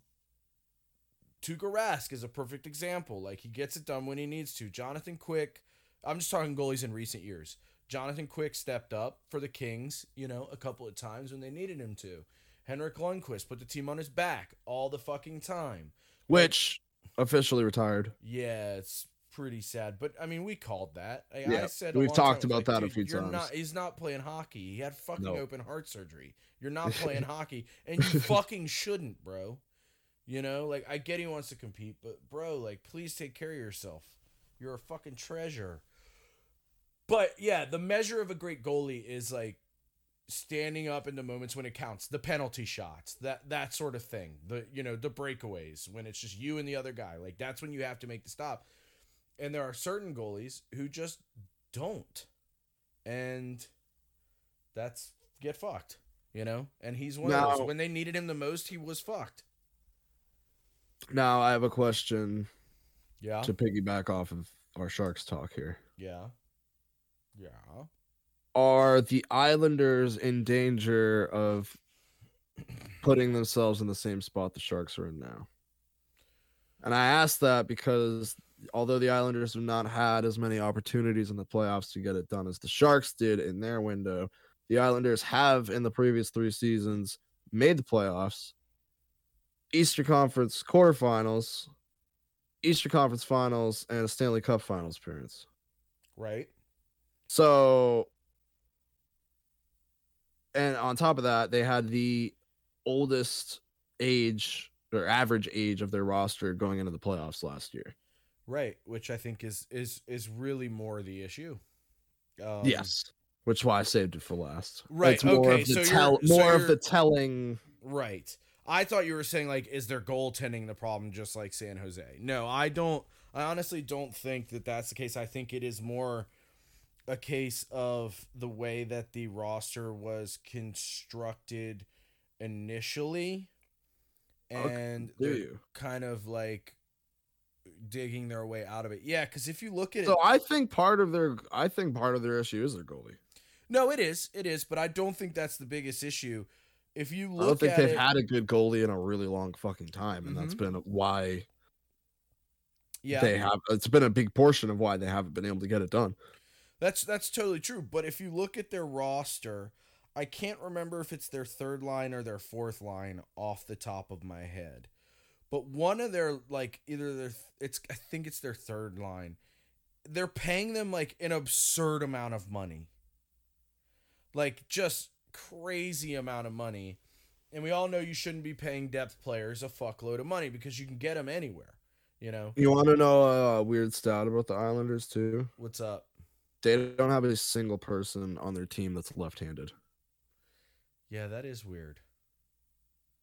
[SPEAKER 1] Tuukka Rask is a perfect example. Like he gets it done when he needs to. Jonathan Quick, I'm just talking goalies in recent years. Jonathan Quick stepped up for the Kings, you know, a couple of times when they needed him to. Henrik Lundqvist put the team on his back all the fucking time.
[SPEAKER 2] Which officially retired.
[SPEAKER 1] Yeah, it's pretty sad. But I mean, we called that. I, I
[SPEAKER 2] Yeah,
[SPEAKER 1] said a
[SPEAKER 2] we've
[SPEAKER 1] long
[SPEAKER 2] talked
[SPEAKER 1] time, I was
[SPEAKER 2] about that
[SPEAKER 1] "Dude,
[SPEAKER 2] a few
[SPEAKER 1] you're
[SPEAKER 2] times."
[SPEAKER 1] Not, he's not playing hockey. He had fucking
[SPEAKER 2] No.
[SPEAKER 1] open heart surgery. You're not playing hockey, and you fucking shouldn't, bro. You know, like I get he wants to compete, but bro, like please take care of yourself. You're a fucking treasure. But yeah, the measure of a great goalie is like standing up in the moments when it counts, the penalty shots, that that sort of thing. The you know, the breakaways when it's just you and the other guy. Like that's when you have to make the stop. And there are certain goalies who just don't. And that's get fucked, you know? And he's one of
[SPEAKER 2] Now-
[SPEAKER 1] those when they needed him the most, he was fucked.
[SPEAKER 2] Now I have a question
[SPEAKER 1] Yeah.
[SPEAKER 2] to piggyback off of our Sharks talk here.
[SPEAKER 1] Yeah. Yeah.
[SPEAKER 2] Are the Islanders in danger of putting themselves in the same spot the Sharks are in now? And I ask that because although the Islanders have not had as many opportunities in the playoffs to get it done as the Sharks did in their window, the Islanders have in the previous three seasons made the playoffs, Easter Conference quarterfinals, Easter Conference finals, and a Stanley Cup finals appearance.
[SPEAKER 1] Right?
[SPEAKER 2] So, and on top of that, they had the oldest age or average age of their roster going into the playoffs last year.
[SPEAKER 1] Right, which I think is is is really more the issue. Um,
[SPEAKER 2] Which is why I saved it for last.
[SPEAKER 1] Right,
[SPEAKER 2] It's more
[SPEAKER 1] okay,
[SPEAKER 2] of the,
[SPEAKER 1] so you're-
[SPEAKER 2] tell-
[SPEAKER 1] so
[SPEAKER 2] more of
[SPEAKER 1] you're-
[SPEAKER 2] the telling.
[SPEAKER 1] Right. I thought you were saying like, is their goaltending the problem, just like San Jose? No, I don't. I honestly don't think that that's the case. I think it is more a case of the way that the roster was constructed initially,
[SPEAKER 2] Okay,
[SPEAKER 1] and
[SPEAKER 2] Do
[SPEAKER 1] they're
[SPEAKER 2] you?
[SPEAKER 1] kind of like digging their way out of it. Yeah, because if you look at it,
[SPEAKER 2] So I think part of their I think part of their issue is their goalie.
[SPEAKER 1] no, it is, it is, but I don't think that's the biggest issue. If you
[SPEAKER 2] I don't
[SPEAKER 1] look
[SPEAKER 2] think
[SPEAKER 1] at
[SPEAKER 2] they've
[SPEAKER 1] it, Mm-hmm.
[SPEAKER 2] had a good goalie in a really long fucking time, and that's been why
[SPEAKER 1] yeah,
[SPEAKER 2] they have. It's been a big portion of why they haven't been able to get it done.
[SPEAKER 1] That's that's totally true. But if you look at their roster, I can't remember if it's their third line or their fourth line off the top of my head. But one of their like either their it's I think it's their third line. They're paying them like an absurd amount of money. Like just crazy amount of money. And we all know you shouldn't be paying depth players a fuckload of money because you can get them anywhere. You know?
[SPEAKER 2] You want to know uh, a weird stat about the Islanders too?
[SPEAKER 1] What's up?
[SPEAKER 2] They don't have a single person on their team that's left-handed.
[SPEAKER 1] Yeah, that is weird.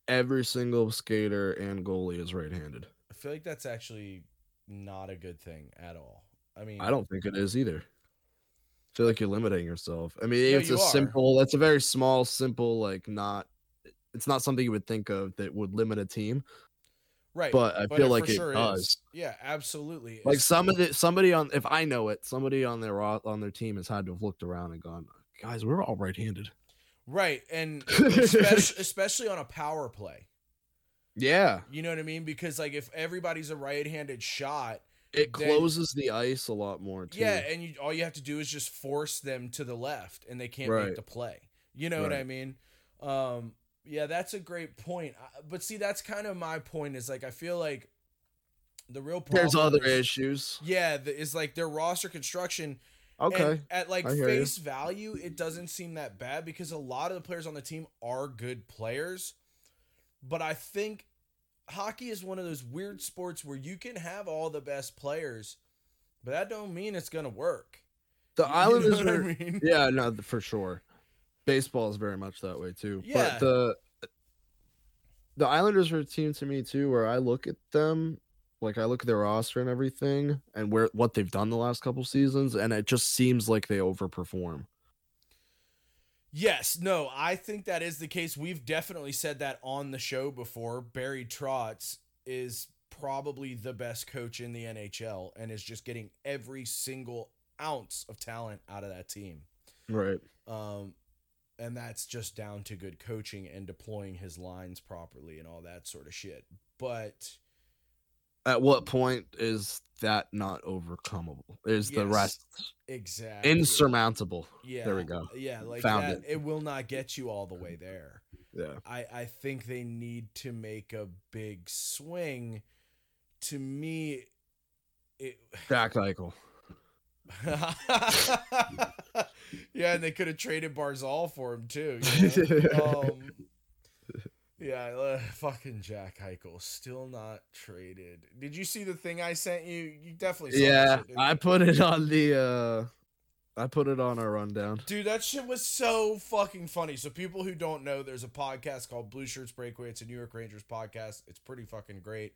[SPEAKER 2] Every single skater and goalie is right-handed.
[SPEAKER 1] I feel like that's actually not a good thing at all. I mean,
[SPEAKER 2] I don't think it is either. I feel like you're limiting yourself. I mean,
[SPEAKER 1] No,
[SPEAKER 2] it's
[SPEAKER 1] you
[SPEAKER 2] a
[SPEAKER 1] are.
[SPEAKER 2] simple. That's a very small, simple, like not. It's not something you would think of that would limit a team,
[SPEAKER 1] right,
[SPEAKER 2] but I
[SPEAKER 1] for
[SPEAKER 2] feel like it
[SPEAKER 1] sure is.
[SPEAKER 2] does.
[SPEAKER 1] Yeah, absolutely.
[SPEAKER 2] Like
[SPEAKER 1] It's-
[SPEAKER 2] some of the somebody on if I know it, somebody on their ro- on their team has had to have looked around and gone, guys, we're all right-handed.
[SPEAKER 1] right, and especially, especially on a power play.
[SPEAKER 2] yeah,
[SPEAKER 1] You know what I mean? Because like if everybody's a right-handed shot,
[SPEAKER 2] it
[SPEAKER 1] Then-
[SPEAKER 2] closes the ice a lot more too.
[SPEAKER 1] yeah, and you, all you have to do is just force them to the left, and they can't make
[SPEAKER 2] Right.
[SPEAKER 1] the play. You know what
[SPEAKER 2] Right.
[SPEAKER 1] I mean? Um, yeah, that's a great point. I, but see, that's kind of my point. Is like I feel like the real problem
[SPEAKER 2] There's other
[SPEAKER 1] is-
[SPEAKER 2] issues.
[SPEAKER 1] Yeah, the, is like their roster construction
[SPEAKER 2] Okay.
[SPEAKER 1] And at like
[SPEAKER 2] I hear you.
[SPEAKER 1] face value, it doesn't seem that bad because a lot of the players on the team are good players. But I think hockey is one of those weird sports where you can have all the best players, but that don't mean it's gonna work.
[SPEAKER 2] the
[SPEAKER 1] You know
[SPEAKER 2] Islanders
[SPEAKER 1] what I
[SPEAKER 2] are
[SPEAKER 1] mean?
[SPEAKER 2] Yeah, no, th- for sure. Baseball is very much that way too.
[SPEAKER 1] Yeah.
[SPEAKER 2] But the the Islanders are a team to me too where I look at them like I look at their roster and everything and where what they've done the last couple seasons and it just seems like they overperform.
[SPEAKER 1] Yes, no, I think that is the case. We've definitely said that on the show before. Barry Trotz is probably the best coach in the NHL and is just getting every single ounce of talent out of that team.
[SPEAKER 2] Right.
[SPEAKER 1] Um, and that's just down to good coaching and deploying his lines properly and all that sort of shit. But
[SPEAKER 2] At what point is that not overcomable? Is the
[SPEAKER 1] Yes.
[SPEAKER 2] rest
[SPEAKER 1] exactly,
[SPEAKER 2] insurmountable?
[SPEAKER 1] yeah,
[SPEAKER 2] There we go.
[SPEAKER 1] Yeah, like
[SPEAKER 2] Found
[SPEAKER 1] that, it will not get you all the way there.
[SPEAKER 2] Yeah.
[SPEAKER 1] I, I think they need to make a big swing. To me, it,
[SPEAKER 2] Jack Eichel.
[SPEAKER 1] yeah, and they could have traded Barzal for him too. you know? um, yeah, uh, fucking Jack Eichel, still not traded. Did you see the thing I sent you? You definitely saw that
[SPEAKER 2] Yeah,
[SPEAKER 1] shit, didn't
[SPEAKER 2] I
[SPEAKER 1] you?
[SPEAKER 2] put it on the. uh I put it on our rundown.
[SPEAKER 1] Dude, that shit was so fucking funny. So, people who don't know, there's a podcast called Blue Shirts Breakaway. It's a New York Rangers podcast. It's pretty fucking great.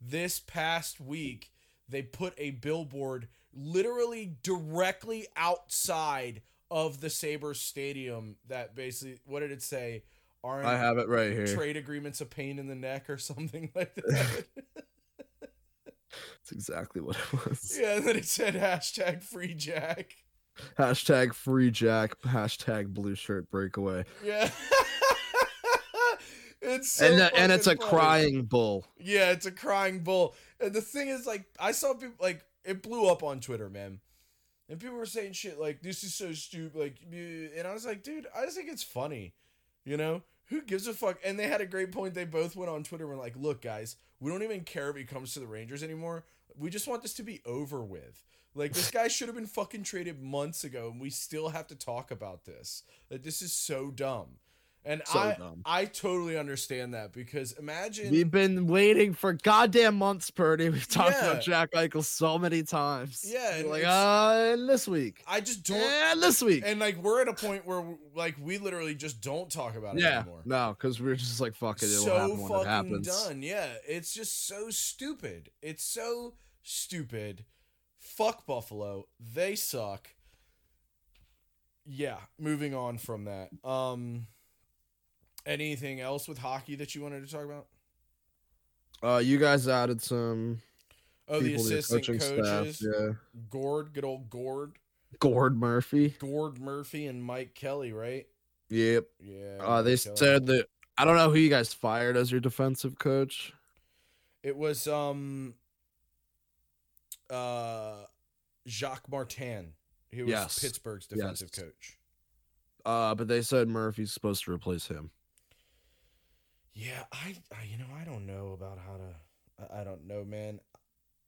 [SPEAKER 1] This past week, they put a billboard literally directly outside of the Sabres Stadium that basically, what did it say? Aren't
[SPEAKER 2] I have it right here.
[SPEAKER 1] trade agreements a pain in the neck or something like that?
[SPEAKER 2] That's exactly what it was.
[SPEAKER 1] yeah, and then it said hashtag free Jack.
[SPEAKER 2] Hashtag free Jack. Hashtag blue shirt breakaway.
[SPEAKER 1] Yeah. it's so
[SPEAKER 2] and the, and it's a
[SPEAKER 1] fucking funny.
[SPEAKER 2] crying bull.
[SPEAKER 1] Yeah, it's a crying bull. And the thing is, like, I saw people like it blew up on Twitter, man. And people were saying shit like, "This is so stupid," like, eh, and I was like, "Dude, I just think it's funny," you know? Who gives a fuck? And they had a great point. They both went on Twitter and were like, "Look, guys, we don't even care if he comes to the Rangers anymore. We just want this to be over with. Like, this guy should have been fucking traded months ago, and we still have to talk about this. Like, this is so dumb." And
[SPEAKER 2] So
[SPEAKER 1] I,
[SPEAKER 2] dumb.
[SPEAKER 1] I totally understand that because imagine
[SPEAKER 2] We've been waiting for goddamn months, Purdy. We've talked
[SPEAKER 1] Yeah.
[SPEAKER 2] about Jack Eichel so many times.
[SPEAKER 1] Yeah,
[SPEAKER 2] We're
[SPEAKER 1] and
[SPEAKER 2] like
[SPEAKER 1] it's-
[SPEAKER 2] uh, and this week,
[SPEAKER 1] I just don't.
[SPEAKER 2] and this week.
[SPEAKER 1] And like we're at a point where like we literally just don't talk about it
[SPEAKER 2] yeah,
[SPEAKER 1] anymore.
[SPEAKER 2] no, because we're just like fucking. It'll
[SPEAKER 1] so
[SPEAKER 2] happen when it
[SPEAKER 1] fucking
[SPEAKER 2] happens.
[SPEAKER 1] done. Yeah, it's just so stupid. It's so stupid. Fuck Buffalo. They suck. Yeah, moving on from that. Um anything else with hockey that you wanted to talk about?
[SPEAKER 2] Uh, you guys added some
[SPEAKER 1] Oh,
[SPEAKER 2] people to
[SPEAKER 1] the
[SPEAKER 2] your
[SPEAKER 1] assistant
[SPEAKER 2] coaching
[SPEAKER 1] coaches,
[SPEAKER 2] staff. Yeah,
[SPEAKER 1] Gord, good old Gord,
[SPEAKER 2] Gord Murphy.
[SPEAKER 1] Gord Murphy and Mike Kelly, right?
[SPEAKER 2] Yep.
[SPEAKER 1] Yeah.
[SPEAKER 2] Uh, they
[SPEAKER 1] Mike Kelly.
[SPEAKER 2] said that I don't know who you guys fired as your defensive coach.
[SPEAKER 1] It was um uh Jacques Martin, who was
[SPEAKER 2] Yes.
[SPEAKER 1] Pittsburgh's
[SPEAKER 2] Yes.
[SPEAKER 1] defensive coach.
[SPEAKER 2] Uh, but they said Murphy's supposed to replace him.
[SPEAKER 1] Yeah, I, I you know, I don't know about how to I, I don't know, man.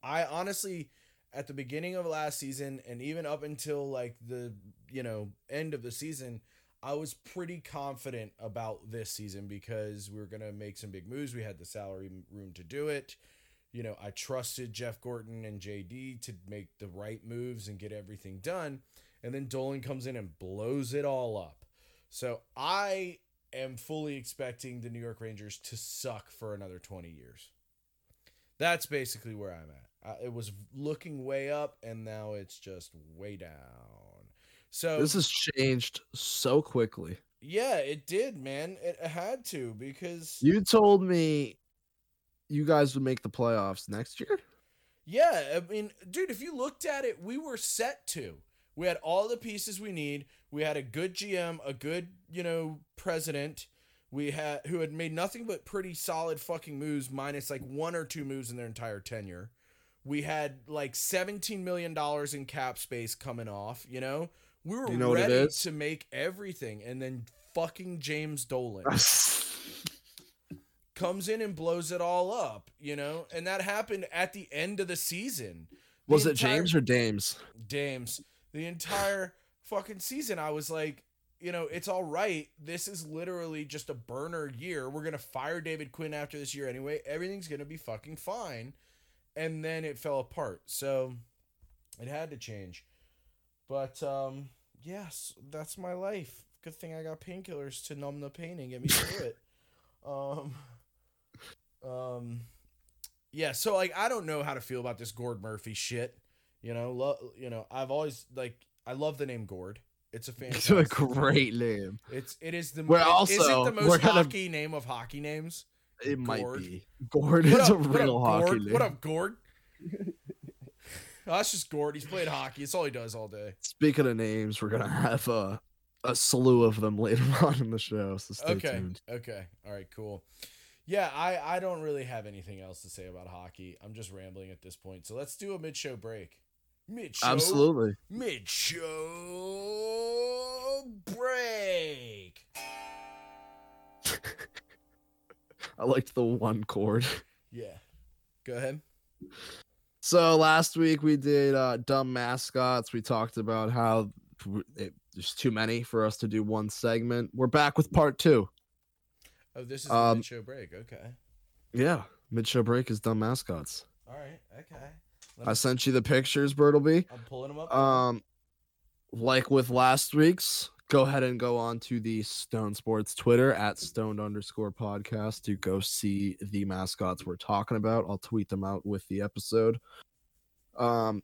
[SPEAKER 1] I honestly at the beginning of last season and even up until like the, you know, end of the season, I was pretty confident about this season because we were going to make some big moves. We had the salary m- room to do it. You know, I trusted Jeff Gordon and JD to make the right moves and get everything done. And then Dolan comes in and blows it all up. So I am fully expecting the New York Rangers to suck for another 20 years. That's basically where I'm at. I, it was looking way up, and now it's just way down. So
[SPEAKER 2] This has changed so quickly.
[SPEAKER 1] yeah, it did, man. It had to because
[SPEAKER 2] You told me you guys would make the playoffs next year.
[SPEAKER 1] yeah, I mean, dude, if you looked at it, we were set to. We had all the pieces we need. We had a good GM, a good, you know, president. We had who had made nothing but pretty solid fucking moves minus like one or two moves in their entire tenure. We had like 17 million dollars in cap space coming off, you know. We were
[SPEAKER 2] You know what it
[SPEAKER 1] ready
[SPEAKER 2] is?
[SPEAKER 1] to make everything and then fucking James Dolan. comes in and blows it all up, you know? And that happened at the end of the season. The
[SPEAKER 2] Was it
[SPEAKER 1] entire-
[SPEAKER 2] James or Dames?
[SPEAKER 1] Dames. The entire fucking season, I was like, you know, it's all right. This is literally just a burner year. We're going to fire David Quinn after this year anyway. Everything's going to be fucking fine. And then it fell apart. So it had to change. But, um, yes, that's my life. Good thing I got painkillers to numb the pain and get me through it. Um, um, yeah, so like I don't know how to feel about this Gord Murphy shit. You know, lo- you know, I've always like I love the name Gord. It's a
[SPEAKER 2] It's
[SPEAKER 1] fantastic.
[SPEAKER 2] a great name.
[SPEAKER 1] It's it is the
[SPEAKER 2] We're
[SPEAKER 1] it- is it
[SPEAKER 2] also-
[SPEAKER 1] the
[SPEAKER 2] we're
[SPEAKER 1] most
[SPEAKER 2] gonna-
[SPEAKER 1] hockey name of hockey names.
[SPEAKER 2] It might
[SPEAKER 1] Gord.
[SPEAKER 2] be. Gord is a
[SPEAKER 1] up- what
[SPEAKER 2] real
[SPEAKER 1] up,
[SPEAKER 2] hockey
[SPEAKER 1] Gord?
[SPEAKER 2] name.
[SPEAKER 1] What up, Gord? That's just Gord. He's played hockey. It's all he does all day.
[SPEAKER 2] Speaking of names, we're gonna have a a slew of them later on in the show. So stay
[SPEAKER 1] okay.
[SPEAKER 2] tuned.
[SPEAKER 1] Okay. All right. Cool. Yeah, I I don't really have anything else to say about hockey. I'm just rambling at this point. So let's do a mid show break. Mid show.
[SPEAKER 2] Absolutely.
[SPEAKER 1] Mid show break.
[SPEAKER 2] I liked the one chord.
[SPEAKER 1] Yeah. Go ahead.
[SPEAKER 2] So last week we did uh, dumb mascots. We talked about how it, there's too many for us to do one segment. We're back with part two.
[SPEAKER 1] Oh, this is
[SPEAKER 2] Um,
[SPEAKER 1] the show break. Okay.
[SPEAKER 2] Yeah, mid show break is dumb mascots.
[SPEAKER 1] All right. Okay. Let me-
[SPEAKER 2] I sent you the pictures, Bertleby.
[SPEAKER 1] I'm pulling them up.
[SPEAKER 2] Um, like with last week's, go ahead and go on to the Stone Sports Twitter at stoned underscore podcast to go see the mascots we're talking about. I'll tweet them out with the episode. Um,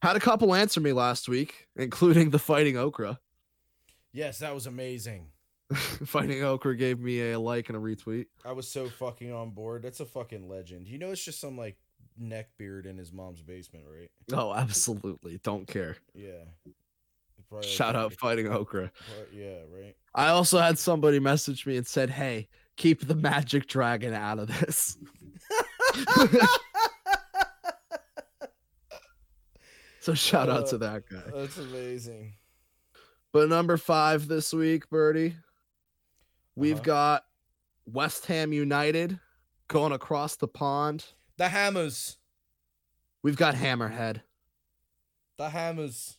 [SPEAKER 2] had a couple answer me last week, including the Fighting Okra.
[SPEAKER 1] yes, that was amazing.
[SPEAKER 2] Fighting Okra gave me a like and a retweet.
[SPEAKER 1] I was so fucking on board. That's a fucking legend. You know, it's just some like neckbeard in his mom's basement, right?
[SPEAKER 2] Oh, absolutely. Don't care.
[SPEAKER 1] Yeah. Probably, like,
[SPEAKER 2] Shout out
[SPEAKER 1] like,
[SPEAKER 2] Fighting Okra.
[SPEAKER 1] pro- Yeah. Right.
[SPEAKER 2] I also had somebody message me and said, "Hey, keep the magic dragon out of this." so shout out
[SPEAKER 1] Uh,
[SPEAKER 2] to that guy.
[SPEAKER 1] That's amazing.
[SPEAKER 2] But number five this week, Birdie, we've
[SPEAKER 1] Uh-huh.
[SPEAKER 2] got West Ham United going across the pond.
[SPEAKER 1] The hammers.
[SPEAKER 2] We've got Hammerhead.
[SPEAKER 1] The hammers.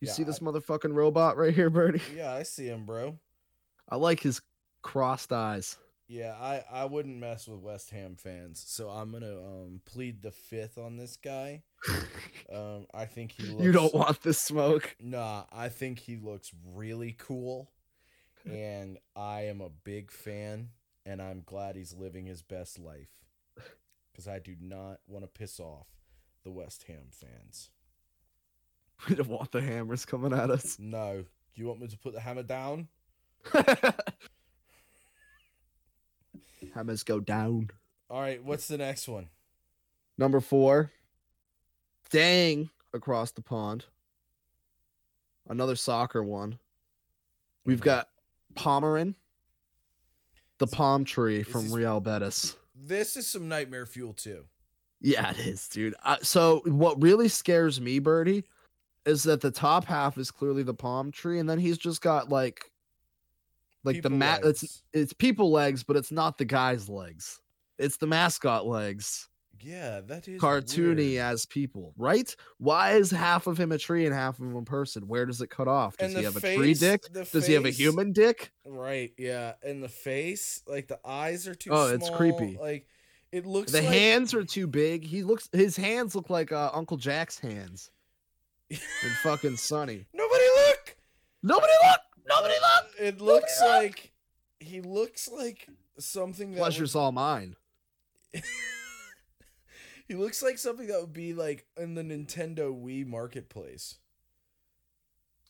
[SPEAKER 2] You
[SPEAKER 1] Yeah,
[SPEAKER 2] see
[SPEAKER 1] I-
[SPEAKER 2] this motherfucking robot right here, Birdie?
[SPEAKER 1] Yeah, I see him, bro.
[SPEAKER 2] I like his crossed eyes.
[SPEAKER 1] Yeah, I I wouldn't mess with West Ham fans, so I'm gonna um plead the fifth on this guy. Um, I think he. Looks,
[SPEAKER 2] You don't want this smoke.
[SPEAKER 1] Nah, I think he looks really cool, and I am a big fan, and I'm glad he's living his best life, because I do not want to piss off the West Ham fans.
[SPEAKER 2] We don't want the hammers coming at us.
[SPEAKER 1] No, you want me to put the hammer down?
[SPEAKER 2] Hammers go down.
[SPEAKER 1] All right, what's the next one?
[SPEAKER 2] Number four, staying across the pond. Another soccer one. We've got Pomeran, the palm tree
[SPEAKER 1] Mm-hmm. This
[SPEAKER 2] from
[SPEAKER 1] is-
[SPEAKER 2] Real Betis.
[SPEAKER 1] This is some nightmare fuel too.
[SPEAKER 2] Yeah, it is, dude. Uh, so, what really scares me, Birdie, is that the top half is clearly the palm tree, and then he's just got like, like the
[SPEAKER 1] People
[SPEAKER 2] mat.
[SPEAKER 1] legs.
[SPEAKER 2] It's it's people legs, but it's not the guy's legs. It's the mascot legs.
[SPEAKER 1] yeah, that is
[SPEAKER 2] cartoony
[SPEAKER 1] weird.
[SPEAKER 2] as people, right? Why is half of him a tree and half of him a person? Where does it cut off? Does
[SPEAKER 1] And
[SPEAKER 2] he
[SPEAKER 1] the
[SPEAKER 2] have a tree
[SPEAKER 1] face-
[SPEAKER 2] dick?
[SPEAKER 1] the
[SPEAKER 2] Does he have a
[SPEAKER 1] face-
[SPEAKER 2] human dick?
[SPEAKER 1] Right, yeah. And the face, like the eyes are too
[SPEAKER 2] Oh, it's
[SPEAKER 1] small,
[SPEAKER 2] creepy.
[SPEAKER 1] Like it looks
[SPEAKER 2] The
[SPEAKER 1] like
[SPEAKER 2] hands are too big. He looks his hands look like uh, Uncle Jack's hands. and fucking Sonny.
[SPEAKER 1] Nobody look. Uh,
[SPEAKER 2] Nobody look! Nobody look!
[SPEAKER 1] It looks
[SPEAKER 2] look!
[SPEAKER 1] like he looks like something that
[SPEAKER 2] Pleasure's all mine.
[SPEAKER 1] would- He looks like something that would be like in the Nintendo Wii marketplace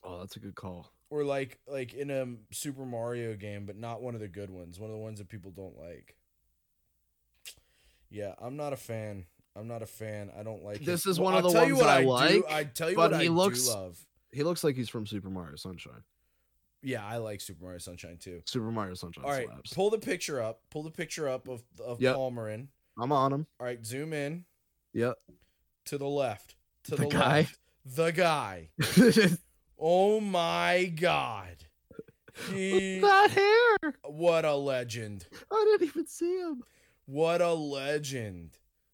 [SPEAKER 2] Oh, that's a good call.
[SPEAKER 1] or like like in a Super Mario game but not one of the good ones, one of the ones that people don't like. Yeah, I'm not a fan. I'm not a fan. I don't like it.
[SPEAKER 2] This is
[SPEAKER 1] Well,
[SPEAKER 2] one of
[SPEAKER 1] I'll
[SPEAKER 2] the
[SPEAKER 1] tell
[SPEAKER 2] ones
[SPEAKER 1] you what
[SPEAKER 2] that I
[SPEAKER 1] do-
[SPEAKER 2] like,
[SPEAKER 1] I tell you
[SPEAKER 2] but
[SPEAKER 1] what
[SPEAKER 2] he
[SPEAKER 1] I
[SPEAKER 2] looks-
[SPEAKER 1] do love.
[SPEAKER 2] He looks like he's from Super Mario Sunshine.
[SPEAKER 1] Yeah, I like Super Mario Sunshine too.
[SPEAKER 2] Super Mario Sunshine
[SPEAKER 1] All right,
[SPEAKER 2] slaps.
[SPEAKER 1] pull the picture up. Pull the picture up of of
[SPEAKER 2] Yep.
[SPEAKER 1] Palmerin.
[SPEAKER 2] I'm on him.
[SPEAKER 1] All right, zoom in
[SPEAKER 2] Yep.
[SPEAKER 1] to the left. To the,
[SPEAKER 2] The guy?
[SPEAKER 1] left. The guy. Oh my god. He,
[SPEAKER 2] that hair.
[SPEAKER 1] what a legend.
[SPEAKER 2] I didn't even see him.
[SPEAKER 1] What a legend.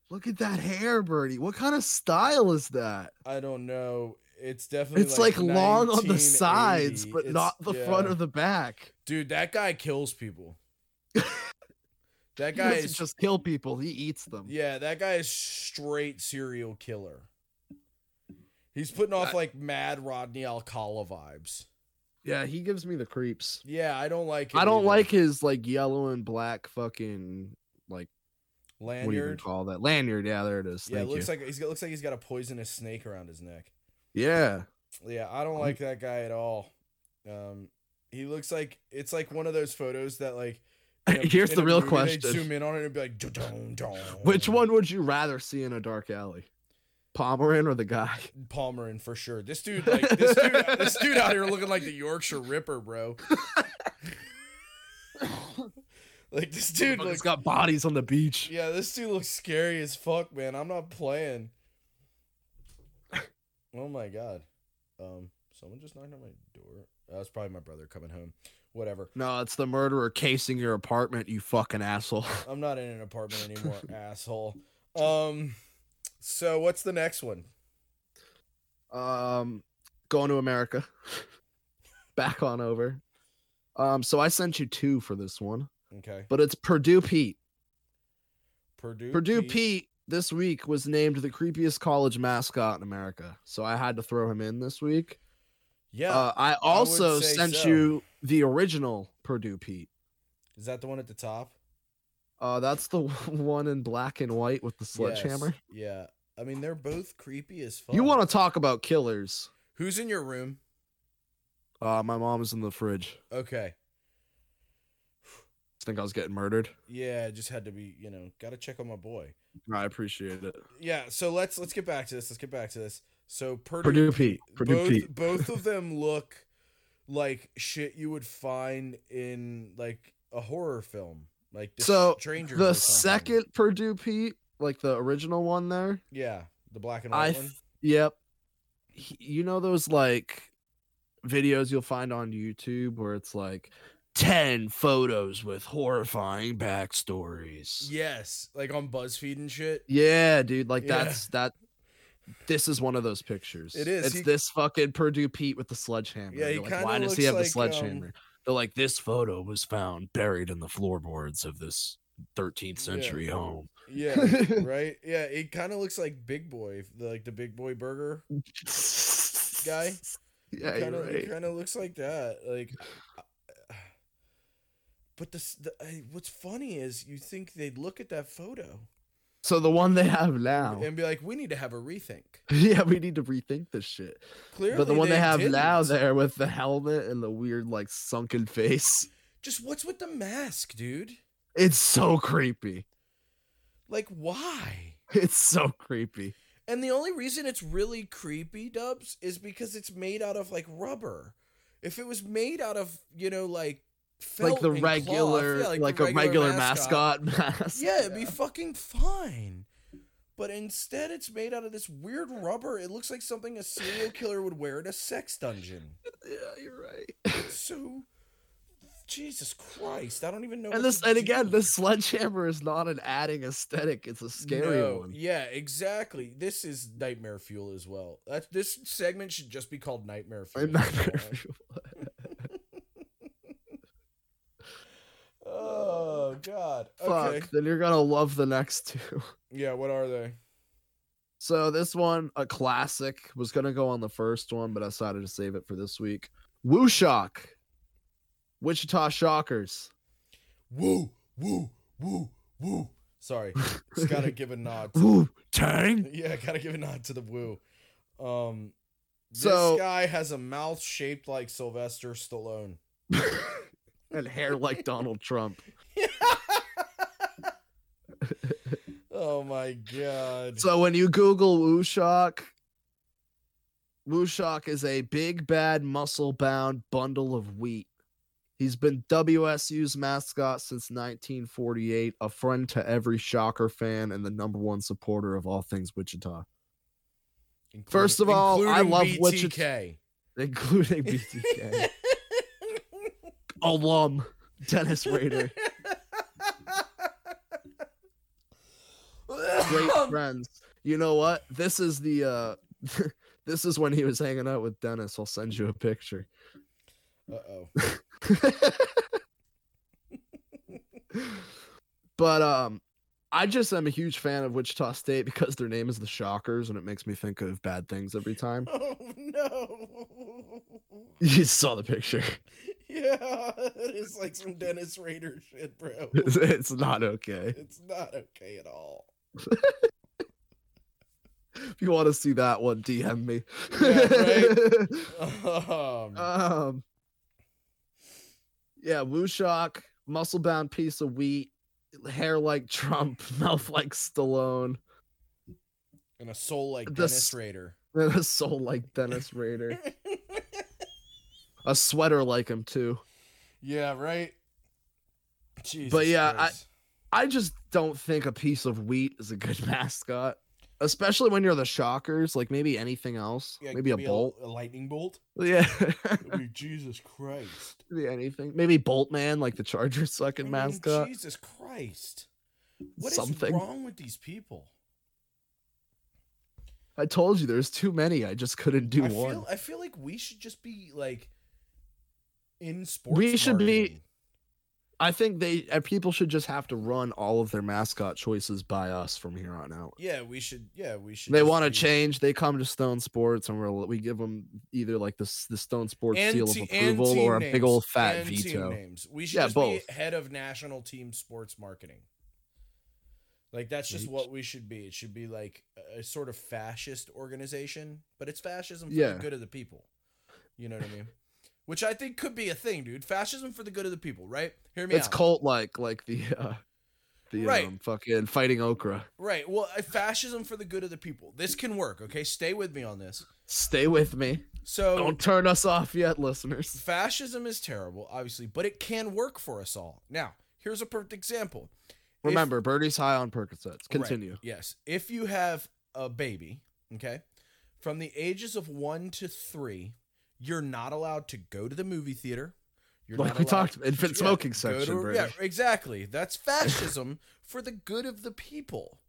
[SPEAKER 2] Look at that hair, Birdie. What kind of style is that?
[SPEAKER 1] I don't know. It's definitely
[SPEAKER 2] It's like, long on the sides,
[SPEAKER 1] 1980.
[SPEAKER 2] but
[SPEAKER 1] It's-
[SPEAKER 2] not the
[SPEAKER 1] yeah.
[SPEAKER 2] front or the back.
[SPEAKER 1] Dude, that guy kills people. that
[SPEAKER 2] He
[SPEAKER 1] guy
[SPEAKER 2] doesn't
[SPEAKER 1] is
[SPEAKER 2] just kill people. He eats them.
[SPEAKER 1] Yeah, that guy is straight serial killer. He's putting off
[SPEAKER 2] That-
[SPEAKER 1] like mad Rodney Alcala vibes.
[SPEAKER 2] Yeah, he gives me the creeps.
[SPEAKER 1] Yeah, I don't like. It
[SPEAKER 2] I don't
[SPEAKER 1] either.
[SPEAKER 2] like his like yellow and black fucking like what do you even
[SPEAKER 1] lanyard.
[SPEAKER 2] call that lanyard? Yeah, there it is.
[SPEAKER 1] Yeah, it
[SPEAKER 2] Thank
[SPEAKER 1] looks
[SPEAKER 2] you.
[SPEAKER 1] like he's got, looks like he's got a poisonous snake around his neck.
[SPEAKER 2] yeah,
[SPEAKER 1] Yeah, I don't like that guy at all. Um, he looks like it's like one of those photos that like. in a-
[SPEAKER 2] Here's
[SPEAKER 1] in
[SPEAKER 2] the
[SPEAKER 1] a
[SPEAKER 2] real
[SPEAKER 1] movie, they'd
[SPEAKER 2] question.
[SPEAKER 1] Zoom in on it and be like, "Dun, dun, dun."
[SPEAKER 2] which one would you rather see in a dark alley, Pomeran or the guy?
[SPEAKER 1] Palmerin for sure. This dude, like this dude, this dude out here looking like the Yorkshire Ripper, bro. Like this dude
[SPEAKER 2] It's
[SPEAKER 1] looks.
[SPEAKER 2] got bodies on the beach.
[SPEAKER 1] yeah, this dude looks scary as fuck, man. I'm not playing. Oh my god. Um, someone just knocked on my door. That was probably my brother coming home. Whatever.
[SPEAKER 2] No, it's the murderer casing your apartment. You fucking asshole.
[SPEAKER 1] I'm not in an apartment anymore, asshole. Um, So what's the next one?
[SPEAKER 2] Um, going to America. Back on over. Um, so I sent you two for this one,
[SPEAKER 1] Okay.
[SPEAKER 2] but it's Purdue Pete.
[SPEAKER 1] Purdue.
[SPEAKER 2] Purdue Pete this week was named the creepiest college mascot in America. So I had to throw him in this week.
[SPEAKER 1] Yeah.
[SPEAKER 2] Uh, I also
[SPEAKER 1] say
[SPEAKER 2] sent
[SPEAKER 1] so.
[SPEAKER 2] you the original Purdue Pete.
[SPEAKER 1] Is that the one at the top?
[SPEAKER 2] Uh, that's the one in black and white with the sledgehammer.
[SPEAKER 1] Yes. Yeah. I mean, they're both creepy as fuck.
[SPEAKER 2] You want to talk about killers?
[SPEAKER 1] Who's in your room?
[SPEAKER 2] Uh, my mom's in the fridge.
[SPEAKER 1] Okay.
[SPEAKER 2] think I was getting murdered.
[SPEAKER 1] Yeah, just had to be, you know, got to check on my boy.
[SPEAKER 2] I appreciate it.
[SPEAKER 1] Yeah, so let's let's get back to this. Let's get back to this. So Purdue,
[SPEAKER 2] Purdue Pete. Purdue
[SPEAKER 1] both
[SPEAKER 2] Pete.
[SPEAKER 1] both of them look like shit you would find in like a horror film, like The
[SPEAKER 2] So,
[SPEAKER 1] Stranger
[SPEAKER 2] The
[SPEAKER 1] or something.
[SPEAKER 2] second Purdue Pete, like the original one there.
[SPEAKER 1] yeah, the black and
[SPEAKER 2] I
[SPEAKER 1] white
[SPEAKER 2] th-
[SPEAKER 1] one.
[SPEAKER 2] Yep. He- you know those like videos you'll find on YouTube where it's like 10 photos with horrifying backstories.
[SPEAKER 1] Yes, like on BuzzFeed and shit.
[SPEAKER 2] Yeah, dude, like
[SPEAKER 1] Yeah.
[SPEAKER 2] that's that this is one of those pictures.
[SPEAKER 1] It is,
[SPEAKER 2] It's
[SPEAKER 1] he-
[SPEAKER 2] this fucking Purdue Pete with the sledgehammer.
[SPEAKER 1] Yeah, he
[SPEAKER 2] You're like,
[SPEAKER 1] kinda
[SPEAKER 2] why does he
[SPEAKER 1] looks
[SPEAKER 2] have
[SPEAKER 1] like,
[SPEAKER 2] the
[SPEAKER 1] um,
[SPEAKER 2] sledgehammer? They're like, this photo was found buried in the floorboards of this 13th
[SPEAKER 1] Yeah.
[SPEAKER 2] century home.
[SPEAKER 1] Yeah, right. Yeah, it kind of looks like Big Boy, the, like the Big Boy burger.
[SPEAKER 2] Guy. Yeah,
[SPEAKER 1] kind
[SPEAKER 2] you're
[SPEAKER 1] of
[SPEAKER 2] right.
[SPEAKER 1] it kind of looks like that like uh, but this the, I, what's funny is you think they'd look at that photo
[SPEAKER 2] So the one they have now.
[SPEAKER 1] and be like we need to have a rethink
[SPEAKER 2] Yeah, we need to rethink this shit.
[SPEAKER 1] clearly
[SPEAKER 2] but the one they, have now
[SPEAKER 1] didn't.
[SPEAKER 2] there with the helmet and the weird like sunken face.
[SPEAKER 1] just what's with the mask dude
[SPEAKER 2] It's so creepy.
[SPEAKER 1] like why
[SPEAKER 2] It's so creepy.
[SPEAKER 1] and the only reason it's really creepy dubs is because it's made out of like rubber if it was made out of you know like
[SPEAKER 2] Like
[SPEAKER 1] felt
[SPEAKER 2] the
[SPEAKER 1] and cloth,
[SPEAKER 2] regular
[SPEAKER 1] yeah,
[SPEAKER 2] like, a regular mascot, mask.
[SPEAKER 1] Yeah, it'd be fucking fine. But instead, it's made out of this weird rubber. It looks like something a serial killer would wear in a sex dungeon.
[SPEAKER 2] Yeah, you're right.
[SPEAKER 1] It's So, Jesus Christ, I don't even know. what
[SPEAKER 2] And this
[SPEAKER 1] to
[SPEAKER 2] and
[SPEAKER 1] do.
[SPEAKER 2] again, this sledgehammer is not an adding aesthetic, it's a scary
[SPEAKER 1] No,
[SPEAKER 2] one.
[SPEAKER 1] Yeah, exactly. This is nightmare fuel as well. That this segment should just be called nightmare fuel.
[SPEAKER 2] I'm not very
[SPEAKER 1] Oh God.
[SPEAKER 2] Fuck.
[SPEAKER 1] Okay.
[SPEAKER 2] Then you're gonna love the next two.
[SPEAKER 1] Yeah. What are they?
[SPEAKER 2] So this one, a classic, was gonna go on the first one, but I decided to save it for this week. Woo Shock, Wichita Shockers.
[SPEAKER 1] Woo, woo, woo, woo. Sorry, just gotta give a nod. To
[SPEAKER 2] Woo Tang.
[SPEAKER 1] yeah, gotta give a nod to the woo. Um, this
[SPEAKER 2] So-
[SPEAKER 1] guy has a mouth shaped like Sylvester Stallone.
[SPEAKER 2] and hair like Donald Trump.
[SPEAKER 1] oh my god!
[SPEAKER 2] So when you Google Woo Shock, Woo Shock is a big bad muscle bound bundle of wheat. He's been WSU's mascot since 1948, a friend to every Shocker fan, and the number one supporter of all things Wichita.
[SPEAKER 1] Including-
[SPEAKER 2] first of all, I
[SPEAKER 1] including
[SPEAKER 2] love
[SPEAKER 1] BTK.
[SPEAKER 2] including BTK. Alum Dennis Rader. Great friends. You know what? This is the uh this is when he was hanging out with Dennis. I'll send you a picture.
[SPEAKER 1] Uh oh.
[SPEAKER 2] but um I just am a huge fan of Wichita State because their name is the Shockers and it makes me think of bad things every time.
[SPEAKER 1] Oh no.
[SPEAKER 2] You saw the picture.
[SPEAKER 1] Yeah, it's like some Dennis Rader shit, bro.
[SPEAKER 2] It's, it's not okay.
[SPEAKER 1] It's not okay at all.
[SPEAKER 2] If you want to see that one, DM me.
[SPEAKER 1] Yeah, Um,
[SPEAKER 2] Um, yeah, Wu Shock, muscle bound piece of wheat, hair like Trump, mouth like Stallone,
[SPEAKER 1] and a soul like
[SPEAKER 2] the
[SPEAKER 1] Dennis
[SPEAKER 2] s-
[SPEAKER 1] Rader.
[SPEAKER 2] and a soul like Dennis Rader. A sweater like him, too.
[SPEAKER 1] yeah, right. Jesus
[SPEAKER 2] yeah, I-
[SPEAKER 1] Christ.
[SPEAKER 2] I just don't think a piece of wheat is a good mascot. Especially when you're the shockers, like maybe anything else,
[SPEAKER 1] Yeah,
[SPEAKER 2] maybe a bolt,
[SPEAKER 1] a, lightning bolt.
[SPEAKER 2] yeah,
[SPEAKER 1] I mean, Jesus Christ.
[SPEAKER 2] maybe anything, maybe Bolt Man, like the Chargers' second
[SPEAKER 1] I mean,
[SPEAKER 2] mascot.
[SPEAKER 1] Jesus Christ. What is
[SPEAKER 2] Something.
[SPEAKER 1] wrong with these people?
[SPEAKER 2] I told you there's too many. I just couldn't do
[SPEAKER 1] I
[SPEAKER 2] one.
[SPEAKER 1] feel I feel like we should just be like in sports.
[SPEAKER 2] We should be-
[SPEAKER 1] marketing.
[SPEAKER 2] I think they uh, people should just have to run all of their mascot choices by us from here on out.
[SPEAKER 1] Yeah, we should. Yeah, we should.
[SPEAKER 2] They
[SPEAKER 1] just
[SPEAKER 2] want to
[SPEAKER 1] be-
[SPEAKER 2] change. They come to Stone Sports, and we're, we give them either like this the Stone Sports
[SPEAKER 1] and
[SPEAKER 2] seal of
[SPEAKER 1] te- and
[SPEAKER 2] approval
[SPEAKER 1] team
[SPEAKER 2] or a
[SPEAKER 1] names,
[SPEAKER 2] big old fat
[SPEAKER 1] and team
[SPEAKER 2] veto.
[SPEAKER 1] names. We should
[SPEAKER 2] Yeah,
[SPEAKER 1] just
[SPEAKER 2] both.
[SPEAKER 1] be head of national team sports marketing. Like that's just
[SPEAKER 2] Oops.
[SPEAKER 1] what we should be. It should be like a sort of fascist organization, but it's fascism for
[SPEAKER 2] Yeah.
[SPEAKER 1] the good of the people. You know what I mean? Which I think could be a thing, dude. Fascism for the good of the people, right? Hear me
[SPEAKER 2] It's
[SPEAKER 1] out.
[SPEAKER 2] cult like, like the uh, the
[SPEAKER 1] Right.
[SPEAKER 2] um, fucking fighting okra.
[SPEAKER 1] right. Well, uh, fascism for the good of the people. This can work, okay? Stay with me on this.
[SPEAKER 2] Stay with me.
[SPEAKER 1] So
[SPEAKER 2] Don't turn us off yet, listeners.
[SPEAKER 1] fascism is terrible, obviously, but it can work for us all. Now, here's a perfect example. If-
[SPEAKER 2] Remember, Birdie's high on Percocets.
[SPEAKER 1] Right,
[SPEAKER 2] Continue.
[SPEAKER 1] Yes. If you have a baby, okay, from the ages of one to three, you're not allowed to go to the movie theater. You're
[SPEAKER 2] Like
[SPEAKER 1] not
[SPEAKER 2] we
[SPEAKER 1] allowed-
[SPEAKER 2] talked, infant
[SPEAKER 1] Yeah,
[SPEAKER 2] smoking
[SPEAKER 1] go
[SPEAKER 2] section.
[SPEAKER 1] to-
[SPEAKER 2] Brady.
[SPEAKER 1] yeah, exactly. That's fascism for the good of the people.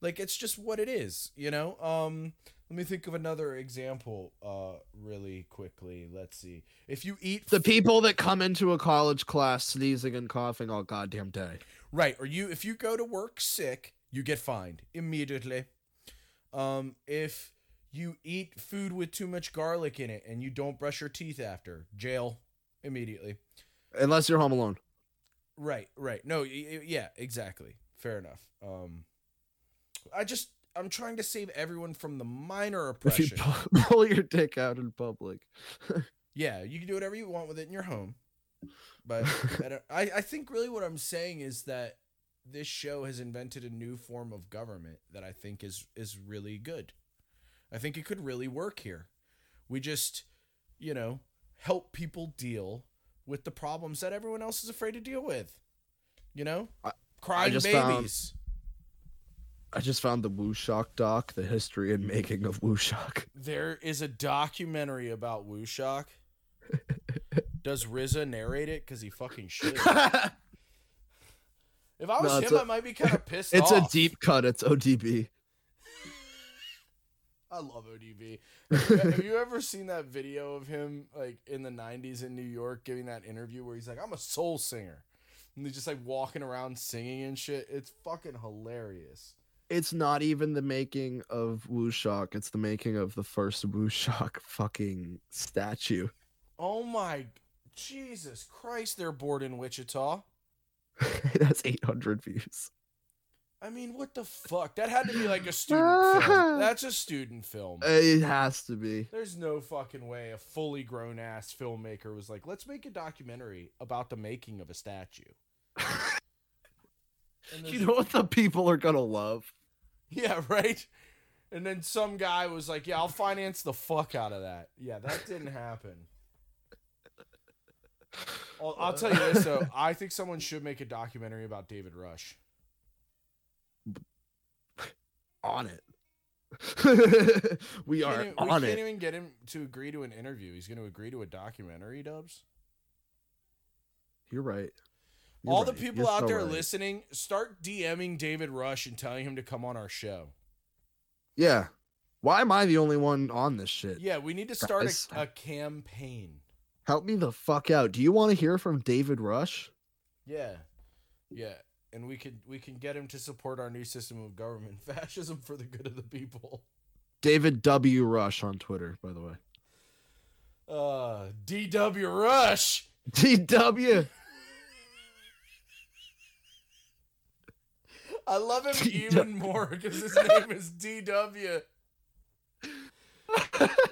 [SPEAKER 1] Like it's just what it is, you know. Um, let me think of another example, uh, really quickly. Let's see. If you eat
[SPEAKER 2] The people that come into a college class sneezing and coughing all goddamn day.
[SPEAKER 1] Right. Or you if you go to work sick, you get fined immediately. Um if you eat food with too much garlic in it and you don't brush your teeth after, jail immediately.
[SPEAKER 2] Unless you're home alone.
[SPEAKER 1] Right, right. No, y- y- yeah, exactly. Fair enough. Um I just I'm trying to save everyone from the minor
[SPEAKER 2] If you
[SPEAKER 1] oppression.
[SPEAKER 2] pu- pull your dick out in public.
[SPEAKER 1] yeah, you can do whatever you want with it in your home. But I, don't, I I think really what I'm saying is that this show has invented a new form of government that I think is is really good. I think it could really work here. We just, you know, help people deal with the problems that everyone else is afraid to deal with. You know,
[SPEAKER 2] I-
[SPEAKER 1] crying
[SPEAKER 2] just found-
[SPEAKER 1] babies.
[SPEAKER 2] I just found the Woo Shock doc, the history and making of Woo Shock.
[SPEAKER 1] There is a documentary about Wu Shock. Does RZA narrate it? Because he fucking should.
[SPEAKER 2] it's
[SPEAKER 1] If I was
[SPEAKER 2] No, it's
[SPEAKER 1] him, I
[SPEAKER 2] a-
[SPEAKER 1] might be kind of pissed
[SPEAKER 2] a
[SPEAKER 1] off.
[SPEAKER 2] deep cut. It's ODB.
[SPEAKER 1] I love ODB. Have you ever seen that video of him like in the '90s in New York giving that interview where he's like, "I'm a soul singer," and they're just like walking around singing and shit? It's fucking hilarious.
[SPEAKER 2] It's not even the making of Woo Shock. It's the making of the first Woo Shock fucking statue.
[SPEAKER 1] Oh my Jesus Christ! They're bored in Wichita.
[SPEAKER 2] it has 800 views.
[SPEAKER 1] I mean, what the fuck? That had to be like a student film. That's a student film.
[SPEAKER 2] It has to be.
[SPEAKER 1] There's no fucking way a fully grown ass filmmaker was like, let's make a documentary about the making of a statue. And
[SPEAKER 2] You
[SPEAKER 1] there's-
[SPEAKER 2] know what the people are gonna love?
[SPEAKER 1] yeah, right? And then some guy was like, yeah, I'll finance the fuck out of that. Yeah, that didn't happen. I'll, I'll tell you this, though. I think someone should make a documentary about David Rush.
[SPEAKER 2] on it. we
[SPEAKER 1] Can't
[SPEAKER 2] are
[SPEAKER 1] even-
[SPEAKER 2] on
[SPEAKER 1] we
[SPEAKER 2] it.
[SPEAKER 1] can't even get him to agree to an interview. He's going to agree to a documentary, Dubs.
[SPEAKER 2] You're right. You're
[SPEAKER 1] All the
[SPEAKER 2] right.
[SPEAKER 1] people
[SPEAKER 2] You're
[SPEAKER 1] out
[SPEAKER 2] so
[SPEAKER 1] there
[SPEAKER 2] right.
[SPEAKER 1] listening, start DMing David Rush and telling him to come on our show.
[SPEAKER 2] Yeah. Why am I the only one on this shit?
[SPEAKER 1] Yeah, we need to start
[SPEAKER 2] Guys.
[SPEAKER 1] a, a campaign.
[SPEAKER 2] Help me the fuck out. Do you want to hear from David Rush?
[SPEAKER 1] Yeah, yeah, and we could we can get him to support our new system of government, fascism for the good of the people.
[SPEAKER 2] David W. Rush on Twitter, by the way.
[SPEAKER 1] Uh, D.W. Rush.
[SPEAKER 2] DW.
[SPEAKER 1] I love him
[SPEAKER 2] D.W.
[SPEAKER 1] even more because his name is D.W.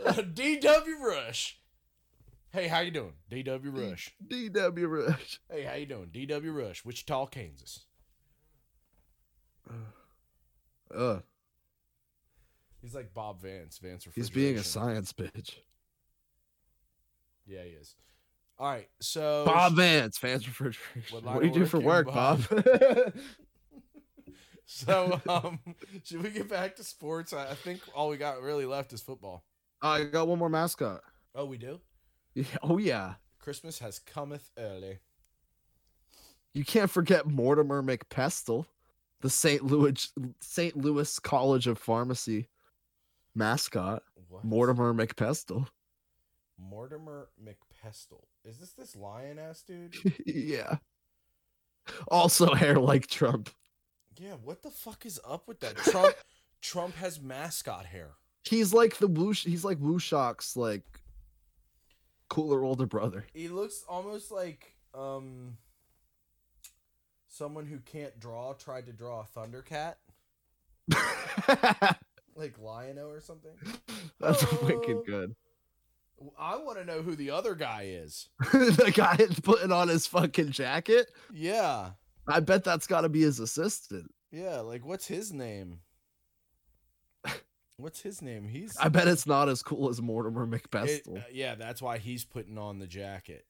[SPEAKER 1] Uh, D.W. Rush. Hey, how you doing, D.W. Rush?
[SPEAKER 2] DW Rush.
[SPEAKER 1] Hey, how you doing, D.W. Rush, Wichita, Kansas?
[SPEAKER 2] Ugh.
[SPEAKER 1] He's like Bob Vance. Vance.
[SPEAKER 2] He's being a
[SPEAKER 1] Refrigeration.
[SPEAKER 2] science bitch.
[SPEAKER 1] Yeah, he is. All right, so
[SPEAKER 2] Bob Vance, fans refrigeration.
[SPEAKER 1] Oh, What
[SPEAKER 2] What,
[SPEAKER 1] line
[SPEAKER 2] do you
[SPEAKER 1] of work
[SPEAKER 2] do for
[SPEAKER 1] you
[SPEAKER 2] work,
[SPEAKER 1] in,
[SPEAKER 2] Bob?
[SPEAKER 1] So, um, should we get back to sports? I, I think all we got really left is football.
[SPEAKER 2] I got one more mascot.
[SPEAKER 1] Oh, we do.
[SPEAKER 2] Yeah, Oh yeah.
[SPEAKER 1] Christmas has cometh early.
[SPEAKER 2] You can't forget Mortimer McPestle, the St. Louis St. Louis College of Pharmacy mascot,
[SPEAKER 1] What?
[SPEAKER 2] Mortimer McPestle.
[SPEAKER 1] Mortimer McPestle. Is this this lion ass dude?
[SPEAKER 2] yeah. Also, hair like Trump.
[SPEAKER 1] yeah. What the fuck is up with that? Trump. Trump has mascot hair.
[SPEAKER 2] He's like the Wu. He's like Wu Shock's like cooler older brother.
[SPEAKER 1] He looks almost like um someone who can't draw tried to draw a Thundercat, like Lion-O or something.
[SPEAKER 2] That's
[SPEAKER 1] Oh.
[SPEAKER 2] wicked good.
[SPEAKER 1] I want to know who the other guy is.
[SPEAKER 2] the guy that's putting on his fucking jacket.
[SPEAKER 1] Yeah.
[SPEAKER 2] I bet that's got to be his assistant.
[SPEAKER 1] Yeah, like what's his name? What's his name? He's
[SPEAKER 2] I bet it's not as cool as Mortimer
[SPEAKER 1] it-
[SPEAKER 2] McBestel.
[SPEAKER 1] uh, yeah, that's why he's putting on the jacket.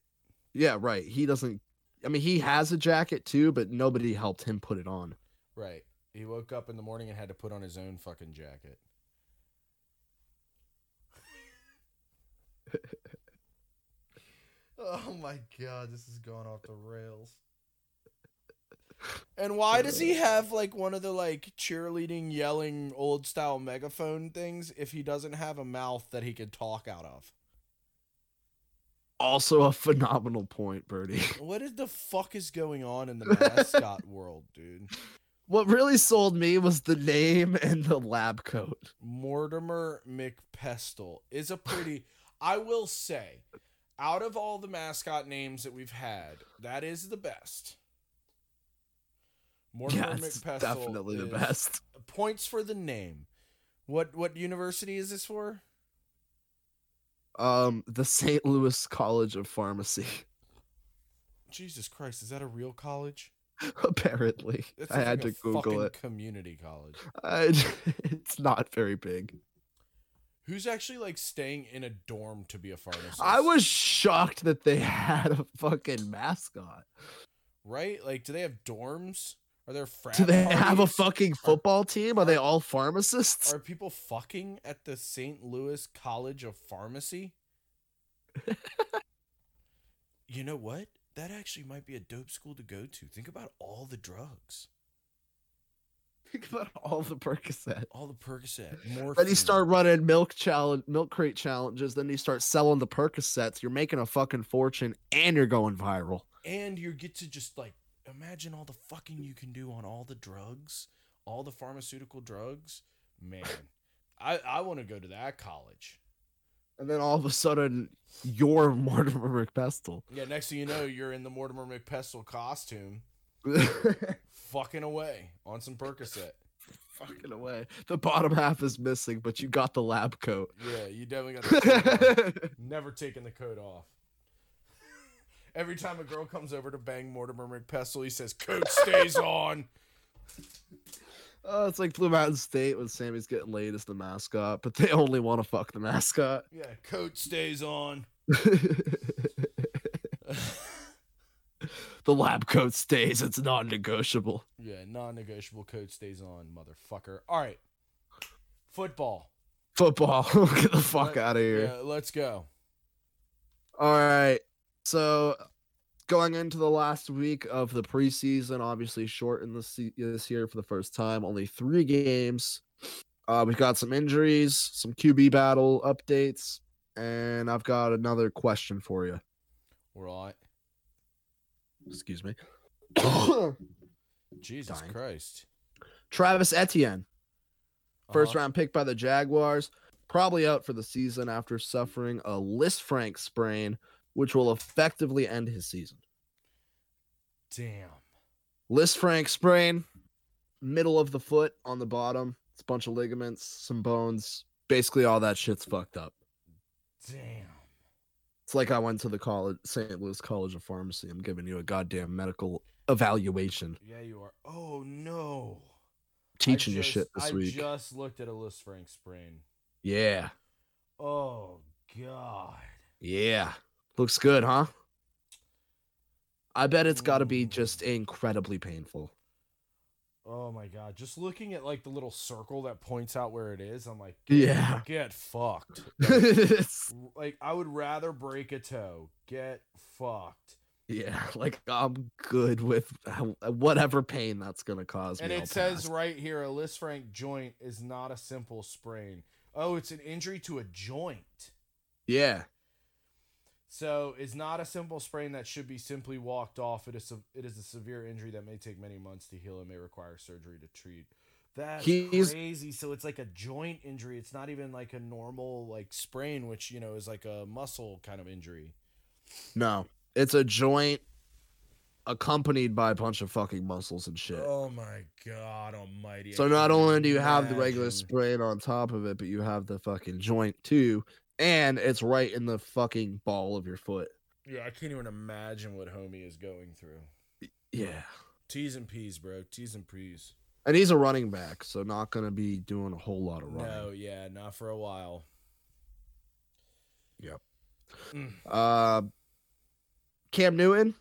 [SPEAKER 2] yeah, right. He doesn't. I mean, he has a jacket too, but nobody helped him put it on.
[SPEAKER 1] Right. He woke up in the morning and had to put on his own fucking jacket. oh my god, this is going off the rails. And why does he have like one of the like cheerleading yelling old style megaphone things if he doesn't have a mouth that he could talk out of?
[SPEAKER 2] Also, a phenomenal point, Birdie.
[SPEAKER 1] What is the fuck is going on in the mascot world, dude?
[SPEAKER 2] What really sold me was the name and the lab coat.
[SPEAKER 1] Mortimer McPestle is a pretty. I will say, out of all the mascot names that we've had, that is the best. Mortimer
[SPEAKER 2] yeah, it's definitely the
[SPEAKER 1] is-
[SPEAKER 2] best.
[SPEAKER 1] Points for the name. What what university is this for?
[SPEAKER 2] Um, the St. Louis College of Pharmacy,
[SPEAKER 1] Jesus Christ, is that a real college?
[SPEAKER 2] apparently.
[SPEAKER 1] That
[SPEAKER 2] I
[SPEAKER 1] sounds
[SPEAKER 2] had
[SPEAKER 1] like
[SPEAKER 2] to
[SPEAKER 1] a
[SPEAKER 2] Google
[SPEAKER 1] fucking
[SPEAKER 2] it.
[SPEAKER 1] Community college.
[SPEAKER 2] I, it's not very big.
[SPEAKER 1] Who's actually like staying in a dorm to be a pharmacist?
[SPEAKER 2] I was shocked that they had a fucking mascot.
[SPEAKER 1] right. Like, do they have dorms? Are there frat?
[SPEAKER 2] Do they have a
[SPEAKER 1] parties?
[SPEAKER 2] fucking football team? Are they all pharmacists?
[SPEAKER 1] Are people fucking at the St. Louis College of Pharmacy? you know what? That actually might be a dope school to go to. Think about all the drugs,
[SPEAKER 2] Think about all the Percocet.
[SPEAKER 1] all the Percocet, morphine.
[SPEAKER 2] Then you start running milk challenge, milk crate challenges. Then you start selling the Percocets. You're making a fucking fortune, and you're going viral.
[SPEAKER 1] and you get to just like imagine all the fucking you can do on all the drugs, all the pharmaceutical drugs. Man, I I want to go to that college.
[SPEAKER 2] And then all of a sudden, you're Mortimer McPestle.
[SPEAKER 1] Yeah, next thing you know, you're in the Mortimer McPestle costume, fucking away on some Percocet.
[SPEAKER 2] Fucking away. The bottom half is missing, but you got the lab coat.
[SPEAKER 1] Yeah, you definitely got the coat off.
[SPEAKER 2] That's
[SPEAKER 1] never taking the coat off. Every time a girl comes over to bang Mortimer McPestle, he says, "Coat stays on."
[SPEAKER 2] oh, it's like Blue Mountain State when Sammy's getting laid as the mascot, but they only want to fuck the mascot.
[SPEAKER 1] Yeah, coat stays on.
[SPEAKER 2] the lab coat stays. It's non-negotiable.
[SPEAKER 1] yeah, non-negotiable coat stays on, motherfucker. All right, football.
[SPEAKER 2] Football. Get the fuck
[SPEAKER 1] Let-
[SPEAKER 2] out of here.
[SPEAKER 1] Yeah, let's go.
[SPEAKER 2] All right. So going into the last week of the preseason, obviously shortened this se- this year for the first time, only three games. Uh, we've got some injuries, some QB battle updates, and I've got another question for you.
[SPEAKER 1] We're all right.
[SPEAKER 2] Excuse me.
[SPEAKER 1] Jesus
[SPEAKER 2] Dying.
[SPEAKER 1] Christ.
[SPEAKER 2] Travis Etienne, 1st
[SPEAKER 1] Uh-huh.
[SPEAKER 2] round pick by the Jaguars, probably out for the season after suffering a Lisfranc sprain, which will effectively end his season.
[SPEAKER 1] Damn.
[SPEAKER 2] List Frank sprain, middle of the foot on the bottom. It's a bunch of ligaments, some bones. Basically, all that shit's fucked up.
[SPEAKER 1] Damn.
[SPEAKER 2] It's like I went to the college, St. Louis College of Pharmacy. I'm giving you a goddamn medical evaluation,
[SPEAKER 1] Yeah, you are. Oh no. I
[SPEAKER 2] teaching you
[SPEAKER 1] just-
[SPEAKER 2] shit this
[SPEAKER 1] I
[SPEAKER 2] week.
[SPEAKER 1] just looked at a list Frank sprain.
[SPEAKER 2] Yeah,
[SPEAKER 1] Oh god.
[SPEAKER 2] yeah. Looks good, huh? I bet it's got to be
[SPEAKER 1] Mm.
[SPEAKER 2] just incredibly painful.
[SPEAKER 1] Oh my god! Just looking at like the little circle that points out where it is, I'm like,
[SPEAKER 2] Yeah.
[SPEAKER 1] get fucked.
[SPEAKER 2] It's-
[SPEAKER 1] like I would rather break a toe. Get fucked.
[SPEAKER 2] yeah, like I'm good with how- whatever pain that's going to cause me.
[SPEAKER 1] And
[SPEAKER 2] I'll
[SPEAKER 1] it says
[SPEAKER 2] pass.
[SPEAKER 1] right here, a Lisfranc joint is not a simple sprain. oh, it's an injury to a joint.
[SPEAKER 2] Yeah.
[SPEAKER 1] So it's not a simple sprain that should be simply walked off. It is a, it is a severe injury that may take many months to heal and may require surgery to treat. That's
[SPEAKER 2] He's-
[SPEAKER 1] crazy. So it's like a joint injury. It's not even like a normal like sprain, which you know is like a muscle kind of injury.
[SPEAKER 2] No. It's a joint accompanied by a bunch of fucking muscles and shit.
[SPEAKER 1] Oh my god, almighty! I
[SPEAKER 2] So not
[SPEAKER 1] can't
[SPEAKER 2] only do you have the regular
[SPEAKER 1] imagine.
[SPEAKER 2] sprain on top of it, but you have the fucking joint too, and it's right in the fucking ball of your foot.
[SPEAKER 1] Yeah, I can't even imagine what homie is going through.
[SPEAKER 2] Yeah.
[SPEAKER 1] T's and P's, bro. T's and P's.
[SPEAKER 2] And he's a running back, so not gonna be doing a whole lot of running.
[SPEAKER 1] No, yeah, not for a while.
[SPEAKER 2] Uh, Cam Newton,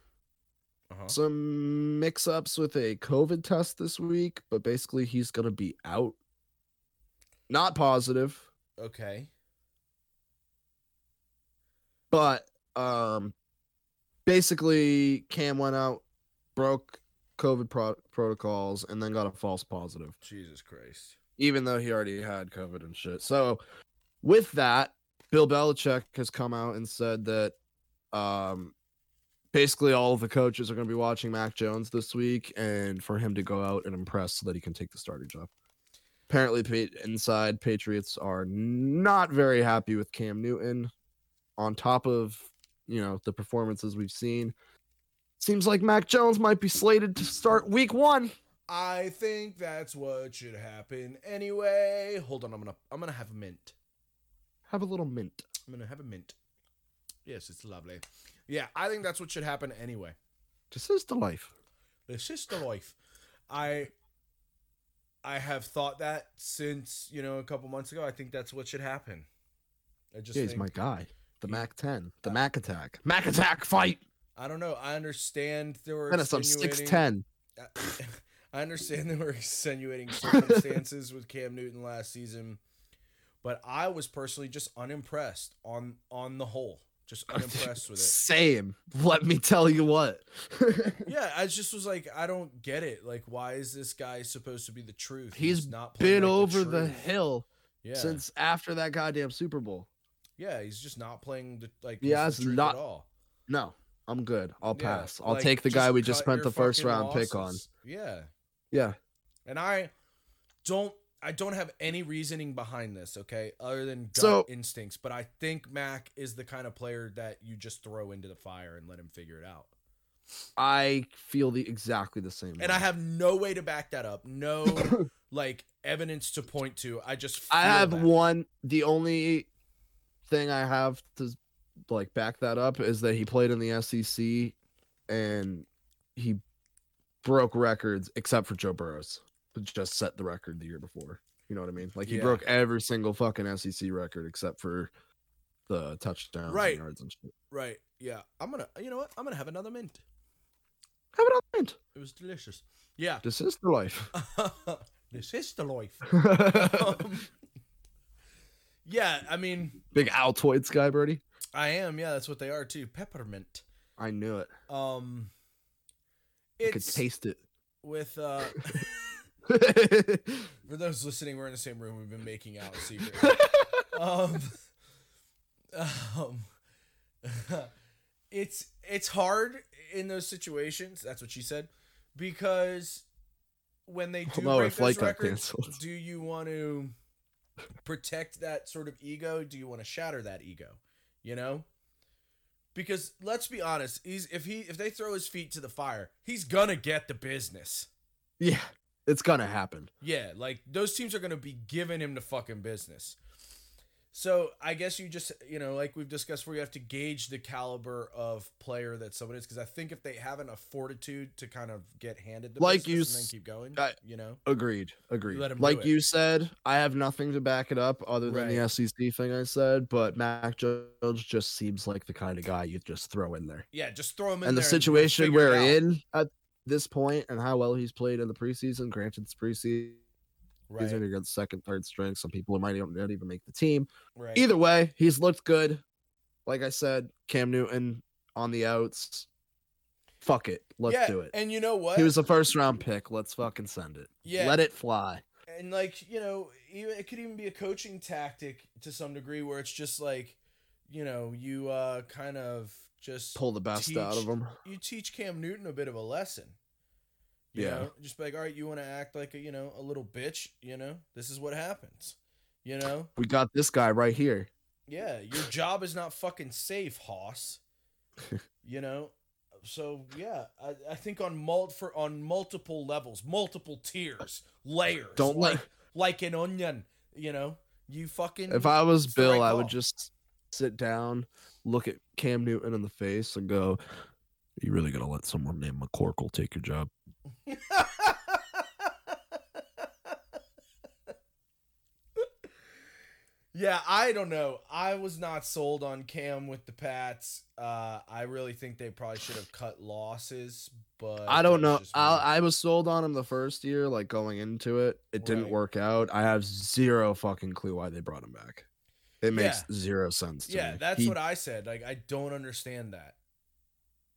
[SPEAKER 1] Uh-huh.
[SPEAKER 2] some mix-ups with a COVID test this week, but basically he's gonna be out. Not positive,
[SPEAKER 1] Okay.
[SPEAKER 2] but um, basically Cam went out, broke COVID pro- protocols, and then got a false positive.
[SPEAKER 1] Jesus Christ.
[SPEAKER 2] even though he already had COVID and shit. So, with that, Bill Belichick has come out and said that um, basically all of the coaches are going to be watching Mac Jones this week and for him to go out and impress so that he can take the starting job. Apparently, pa- inside Patriots are not very happy with Cam Newton. On top of you know the performances we've seen, seems like Mac Jones might be slated to start Week One.
[SPEAKER 1] I think that's what should happen anyway. Hold on, I'm gonna I'm gonna have a mint.
[SPEAKER 2] Have a little mint.
[SPEAKER 1] I'm gonna have a mint. Yes, it's lovely. Yeah, I think that's what should happen anyway.
[SPEAKER 2] This is the life.
[SPEAKER 1] This is the life. I I have thought that since, you know, a couple months ago. I think that's what should happen. I just
[SPEAKER 2] Yeah, he's
[SPEAKER 1] think-
[SPEAKER 2] my guy. The
[SPEAKER 1] he-
[SPEAKER 2] Mac 10, the
[SPEAKER 1] uh,
[SPEAKER 2] Mac attack, Mac attack fight.
[SPEAKER 1] I don't know. I understand there were
[SPEAKER 2] Menace, I'm six
[SPEAKER 1] extenuating-
[SPEAKER 2] ten.
[SPEAKER 1] I- I understand there were extenuating circumstances with Cam Newton last season, but I was personally just unimpressed on on the whole. Just unimpressed with it.
[SPEAKER 2] Same. Let me tell you what.
[SPEAKER 1] Yeah, I just was like, I don't get it. Like, why is this guy supposed to be the truth?
[SPEAKER 2] He's
[SPEAKER 1] not playing
[SPEAKER 2] Been
[SPEAKER 1] like
[SPEAKER 2] over the
[SPEAKER 1] truth.
[SPEAKER 2] hill
[SPEAKER 1] Yeah,
[SPEAKER 2] since after that goddamn Super Bowl.
[SPEAKER 1] yeah, he's just not playing the like.
[SPEAKER 2] Yeah,
[SPEAKER 1] he's the
[SPEAKER 2] it's
[SPEAKER 1] truth
[SPEAKER 2] not-
[SPEAKER 1] at all.
[SPEAKER 2] No, I'm good. I'll
[SPEAKER 1] Yeah,
[SPEAKER 2] pass. I'll
[SPEAKER 1] like,
[SPEAKER 2] take the guy we just
[SPEAKER 1] cut
[SPEAKER 2] spent
[SPEAKER 1] your
[SPEAKER 2] the first
[SPEAKER 1] fucking
[SPEAKER 2] round pick on.
[SPEAKER 1] losses. Yeah,
[SPEAKER 2] Yeah.
[SPEAKER 1] and I don't I don't have any reasoning behind this, okay, other than gut
[SPEAKER 2] So-
[SPEAKER 1] instincts. But I think Mac is the kind of player that you just throw into the fire and let him figure it out.
[SPEAKER 2] I feel the exactly the same.
[SPEAKER 1] And
[SPEAKER 2] way.
[SPEAKER 1] I have no way to back that up, no like evidence to point to. I just
[SPEAKER 2] I
[SPEAKER 1] feel
[SPEAKER 2] have
[SPEAKER 1] that.
[SPEAKER 2] one the only thing I have to like back that up is that he played in the SEC and he broke records except for Joe Burrows, who just set the record the year before. You know what I mean? Like he
[SPEAKER 1] Yeah.
[SPEAKER 2] broke every single fucking SEC record except for the touchdowns
[SPEAKER 1] Right.
[SPEAKER 2] and yards and shit.
[SPEAKER 1] right. Yeah, I'm gonna. You know what? I'm gonna have another mint.
[SPEAKER 2] Have it on mind.
[SPEAKER 1] It was delicious. Yeah,
[SPEAKER 2] This is the life.
[SPEAKER 1] this is the life. Um, yeah, I mean,
[SPEAKER 2] Big Altoid Sky Birdie.
[SPEAKER 1] I am. Yeah, that's what they are too. Peppermint.
[SPEAKER 2] I knew it.
[SPEAKER 1] Um,
[SPEAKER 2] I could
[SPEAKER 1] it's
[SPEAKER 2] taste it.
[SPEAKER 1] with uh. For those listening, we're in the same room. We've been making out secretly. um, um, it's it's hard in those situations. That's what she said, because when they do
[SPEAKER 2] no, our
[SPEAKER 1] break
[SPEAKER 2] flight
[SPEAKER 1] those
[SPEAKER 2] got
[SPEAKER 1] records,
[SPEAKER 2] canceled.
[SPEAKER 1] do you want to protect that sort of ego? Do you want to shatter that ego? You know, because let's be honest, he's if he if they throw his feet to the fire, he's gonna get the business.
[SPEAKER 2] yeah. It's gonna happen.
[SPEAKER 1] Yeah, like those teams are going to be giving him the fucking business. So I guess you just, you know, like we've discussed, where you have to gauge the caliber of player that someone is, because I think if they have enough fortitude to kind of get handed the
[SPEAKER 2] Like
[SPEAKER 1] business
[SPEAKER 2] you
[SPEAKER 1] and then
[SPEAKER 2] s-
[SPEAKER 1] keep going,
[SPEAKER 2] I-
[SPEAKER 1] you know,
[SPEAKER 2] Agreed. Agreed.
[SPEAKER 1] let 'em do
[SPEAKER 2] like
[SPEAKER 1] it.
[SPEAKER 2] you said, I have nothing to back it up other than the
[SPEAKER 1] Right.
[SPEAKER 2] SEC thing I said, but Mac Jones just seems like the kind of guy you just throw in there.
[SPEAKER 1] yeah, just throw him in
[SPEAKER 2] And the
[SPEAKER 1] there
[SPEAKER 2] situation
[SPEAKER 1] figure it
[SPEAKER 2] we're
[SPEAKER 1] out.
[SPEAKER 2] in at this point and how well he's played in the preseason, granted it's preseason
[SPEAKER 1] Right,
[SPEAKER 2] against second, third string, some people who might even- not even make the team.
[SPEAKER 1] right.
[SPEAKER 2] Either way, he's looked good. Like I said, Cam Newton on the outs. Fuck it. Let's
[SPEAKER 1] yeah,
[SPEAKER 2] do it.
[SPEAKER 1] And you know what?
[SPEAKER 2] He was a first round pick. Let's fucking send it.
[SPEAKER 1] yeah,
[SPEAKER 2] Let it fly.
[SPEAKER 1] and like you know even, it could even be a coaching tactic to some degree where it's just like you know you uh kind of just
[SPEAKER 2] Pull the best out of
[SPEAKER 1] Teach-
[SPEAKER 2] them.
[SPEAKER 1] you teach Cam Newton a bit of a lesson. You
[SPEAKER 2] Yeah.
[SPEAKER 1] know, just be like, all right, you want to act like a, you know, a little bitch, you know, this is what happens. You know?
[SPEAKER 2] We got this guy right here.
[SPEAKER 1] Yeah, your job is not fucking safe, Hoss. you know? So yeah, I, I think on mult for on multiple levels, multiple tiers, layers.
[SPEAKER 2] Don't let-
[SPEAKER 1] like like an onion, you know? You fucking
[SPEAKER 2] If I was
[SPEAKER 1] Strike
[SPEAKER 2] Bill, I
[SPEAKER 1] off.
[SPEAKER 2] would just sit down, look at Cam Newton in the face, and go, "Are you really gonna let someone named McCorkle take your job?"
[SPEAKER 1] yeah, I don't know. I was not sold on Cam with the Pats. Uh, I really think they probably should have cut losses, but
[SPEAKER 2] I don't know.
[SPEAKER 1] that's just me.
[SPEAKER 2] I, I was sold on him the first year, like going into it. It didn't
[SPEAKER 1] Right.
[SPEAKER 2] work out. I have zero fucking clue why they brought him back. It makes zero sense. To
[SPEAKER 1] yeah,
[SPEAKER 2] me.
[SPEAKER 1] that's
[SPEAKER 2] He-
[SPEAKER 1] what I said. Like, I don't understand that.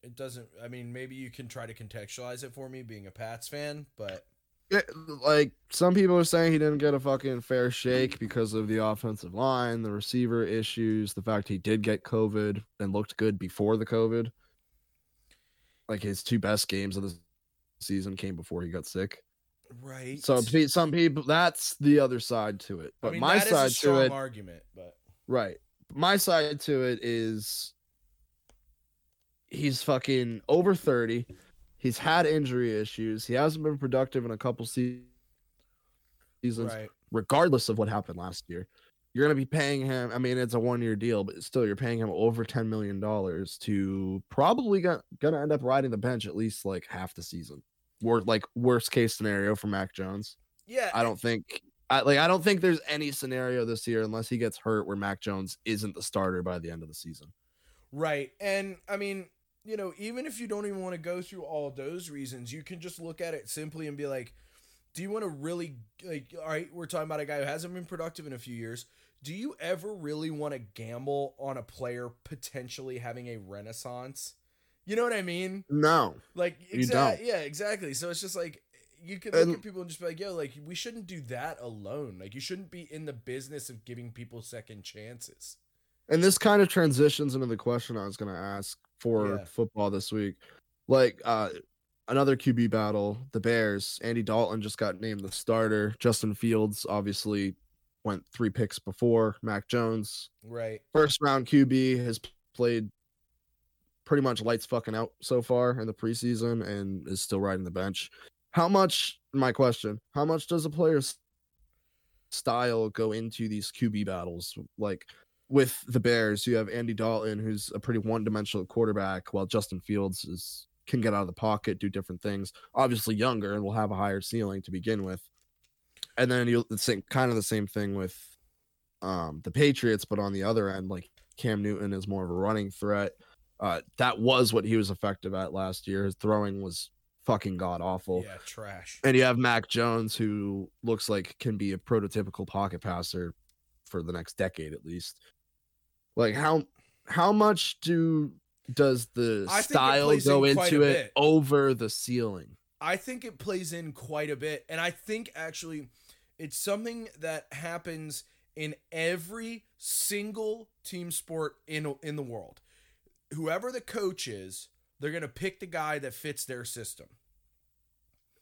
[SPEAKER 1] It doesn't. I mean, maybe you can try to contextualize it for me, being a Pats fan, but
[SPEAKER 2] Yeah, like some people are saying he didn't get a fucking fair shake because of the offensive line, the receiver issues, the fact he did get COVID and looked good before the COVID. Like his two best games of the season came before he got sick.
[SPEAKER 1] right.
[SPEAKER 2] So pe- some people, that's the other side to it. But
[SPEAKER 1] I mean,
[SPEAKER 2] my
[SPEAKER 1] that is
[SPEAKER 2] side
[SPEAKER 1] a strong
[SPEAKER 2] to it,
[SPEAKER 1] argument, but
[SPEAKER 2] right? My side to it is he's fucking over thirty. He's had injury issues. He hasn't been productive in a couple se- seasons
[SPEAKER 1] right.
[SPEAKER 2] regardless of what happened last year. You're going to be paying him. I mean, it's a one year deal, but still, you're paying him over $10 million to probably going to end up riding the bench at least like half the season. Wor- like, worst case scenario for Mac Jones.
[SPEAKER 1] Yeah,
[SPEAKER 2] I don't think. I, like I don't think there's any scenario this year unless he gets hurt where Mac Jones isn't the starter by the end of the season.
[SPEAKER 1] Right. And I mean, you know, even if you don't even want to go through all those reasons, you can just look at it simply and be like, do you want to really like all right, we're talking about a guy who hasn't been productive in a few years. Do you ever really want to gamble on a player potentially having a renaissance? You know what I mean?
[SPEAKER 2] No.
[SPEAKER 1] Like
[SPEAKER 2] You
[SPEAKER 1] exact-
[SPEAKER 2] don't.
[SPEAKER 1] yeah, exactly. So it's just like you could look
[SPEAKER 2] And-
[SPEAKER 1] at people and just be like, yo, like we shouldn't do that alone. Like you shouldn't be in the business of giving people second chances.
[SPEAKER 2] And this kind of transitions into the question I was going to ask for
[SPEAKER 1] Yeah.
[SPEAKER 2] football this week. Like uh another QB battle, the Bears, Andy Dalton just got named the starter. Justin Fields obviously went 3 picks before Mac Jones.
[SPEAKER 1] Right.
[SPEAKER 2] First round QB has p- played pretty much lights fucking out so far in the preseason and is still riding the bench. How much my question, how much does a player's style go into these QB battles? Like with the Bears, you have Andy Dalton, who's a pretty one-dimensional quarterback, while Justin Fields is can get out of the pocket, do different things. Obviously, younger and will have a higher ceiling to begin with. And then you the same kind of the same thing with um, the Patriots, but on the other end, like Cam Newton is more of a running threat. Uh, that was what he was effective at last year. His throwing was fucking god awful.
[SPEAKER 1] Yeah, trash.
[SPEAKER 2] And you have Mac Jones, who looks like can be a prototypical pocket passer for the next decade at least. Like how how much do does the
[SPEAKER 1] I think it
[SPEAKER 2] style
[SPEAKER 1] plays
[SPEAKER 2] go
[SPEAKER 1] in quite
[SPEAKER 2] into
[SPEAKER 1] a
[SPEAKER 2] it
[SPEAKER 1] bit.
[SPEAKER 2] over the ceiling?
[SPEAKER 1] I think it plays in quite a bit. And I think actually it's something that happens in every single team sport in in the world. Whoever the coach is, they're going to pick the guy that fits their system,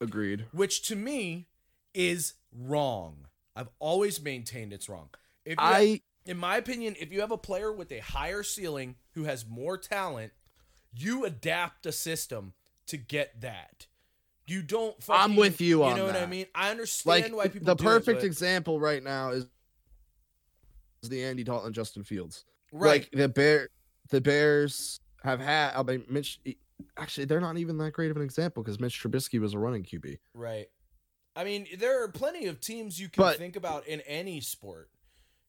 [SPEAKER 2] Agreed.
[SPEAKER 1] which to me is wrong. I've always maintained it's wrong. If you
[SPEAKER 2] I
[SPEAKER 1] in my opinion, if you have a player with a higher ceiling who has more talent, you adapt a system to get that. You don't. Fucking,
[SPEAKER 2] I'm with you on
[SPEAKER 1] know what I
[SPEAKER 2] that.
[SPEAKER 1] mean? I understand
[SPEAKER 2] like
[SPEAKER 1] why people.
[SPEAKER 2] the
[SPEAKER 1] do
[SPEAKER 2] perfect
[SPEAKER 1] it,
[SPEAKER 2] example right now is is the Andy Dalton Justin Fields.
[SPEAKER 1] but, right?
[SPEAKER 2] Like the bear the Bears have had I mean Mitch e, actually they're not even that great of an example because Mitch Trubisky was a running QB.
[SPEAKER 1] right. I mean, there are plenty of teams you can
[SPEAKER 2] But-
[SPEAKER 1] think about in any sport.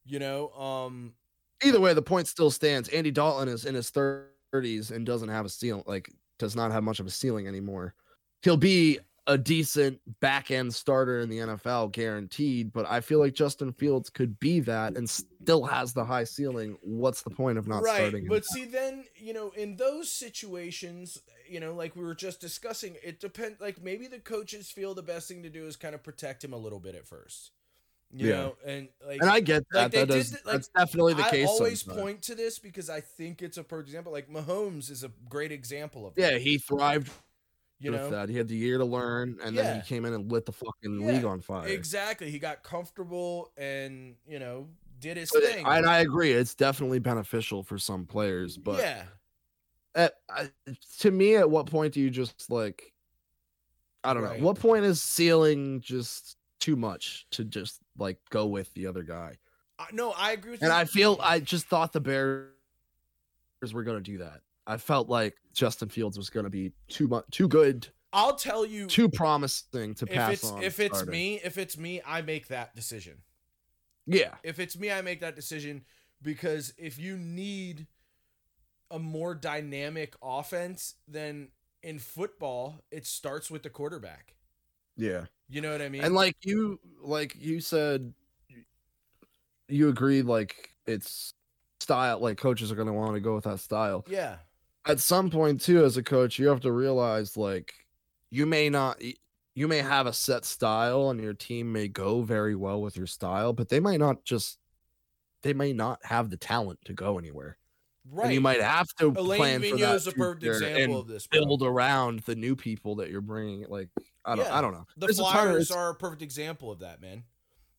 [SPEAKER 1] You know, um,
[SPEAKER 2] either way, the point still stands. Andy Dalton is in his thirties and doesn't have a ceiling, like does not have much of a ceiling anymore. He'll be a decent back end starter in the NFL, guaranteed. But I feel like Justin Fields could be that and still has the high ceiling. What's the point of not
[SPEAKER 1] right.
[SPEAKER 2] starting? him?
[SPEAKER 1] But see, then you know, in those situations, you know, like we were just discussing, it depends. Like maybe the coaches feel the best thing to do is kind of protect him a little bit at first. You
[SPEAKER 2] Yeah.
[SPEAKER 1] know, and like
[SPEAKER 2] And I get
[SPEAKER 1] like
[SPEAKER 2] that.
[SPEAKER 1] they
[SPEAKER 2] that
[SPEAKER 1] did
[SPEAKER 2] does,
[SPEAKER 1] th- like,
[SPEAKER 2] that's definitely the
[SPEAKER 1] I
[SPEAKER 2] case.
[SPEAKER 1] always
[SPEAKER 2] sometimes.
[SPEAKER 1] point to this because I think it's a perfect example. Like Mahomes is a great example of
[SPEAKER 2] Yeah,
[SPEAKER 1] that,
[SPEAKER 2] he thrived
[SPEAKER 1] you
[SPEAKER 2] with
[SPEAKER 1] know
[SPEAKER 2] that. He had the year to learn, and then
[SPEAKER 1] Yeah.
[SPEAKER 2] he came in and lit the fucking
[SPEAKER 1] Yeah,
[SPEAKER 2] league on fire.
[SPEAKER 1] exactly. He got comfortable and you know did his
[SPEAKER 2] But it-
[SPEAKER 1] thing.
[SPEAKER 2] and I agree, it's definitely beneficial for some players, but
[SPEAKER 1] yeah,
[SPEAKER 2] at, I, to me, at what point do you just like? I don't
[SPEAKER 1] Right.
[SPEAKER 2] know. What point is ceiling just too much to just like go with the other guy?
[SPEAKER 1] I, no, I agree with
[SPEAKER 2] And
[SPEAKER 1] you.
[SPEAKER 2] I feel I just thought the Bears were gonna do that. I felt like Justin Fields was gonna be too much, too good,
[SPEAKER 1] I'll tell you
[SPEAKER 2] too promising to
[SPEAKER 1] if
[SPEAKER 2] pass
[SPEAKER 1] it's
[SPEAKER 2] on.
[SPEAKER 1] if it's
[SPEAKER 2] starter.
[SPEAKER 1] me, if it's me, I make that decision.
[SPEAKER 2] yeah,
[SPEAKER 1] if it's me, I make that decision because if you need a more dynamic offense, then in football, it starts with the quarterback.
[SPEAKER 2] yeah.
[SPEAKER 1] You know what I mean?
[SPEAKER 2] And like you like you said you agree like it's style like coaches are going to want to go with that style.
[SPEAKER 1] yeah,
[SPEAKER 2] At some point too as a coach you have to realize like you may not you may have a set style and your team may go very well with your style but they might not just they may not have the talent to go anywhere.
[SPEAKER 1] right.
[SPEAKER 2] And you might have to
[SPEAKER 1] Elaine
[SPEAKER 2] plan for
[SPEAKER 1] Vigneault
[SPEAKER 2] that
[SPEAKER 1] is a perfect
[SPEAKER 2] future and
[SPEAKER 1] example of this. bro.
[SPEAKER 2] build around the new people that you're bringing like I don't
[SPEAKER 1] Yeah.
[SPEAKER 2] I don't know.
[SPEAKER 1] The
[SPEAKER 2] There's a ton of-
[SPEAKER 1] Flyers
[SPEAKER 2] it's-
[SPEAKER 1] are a perfect example of that, man.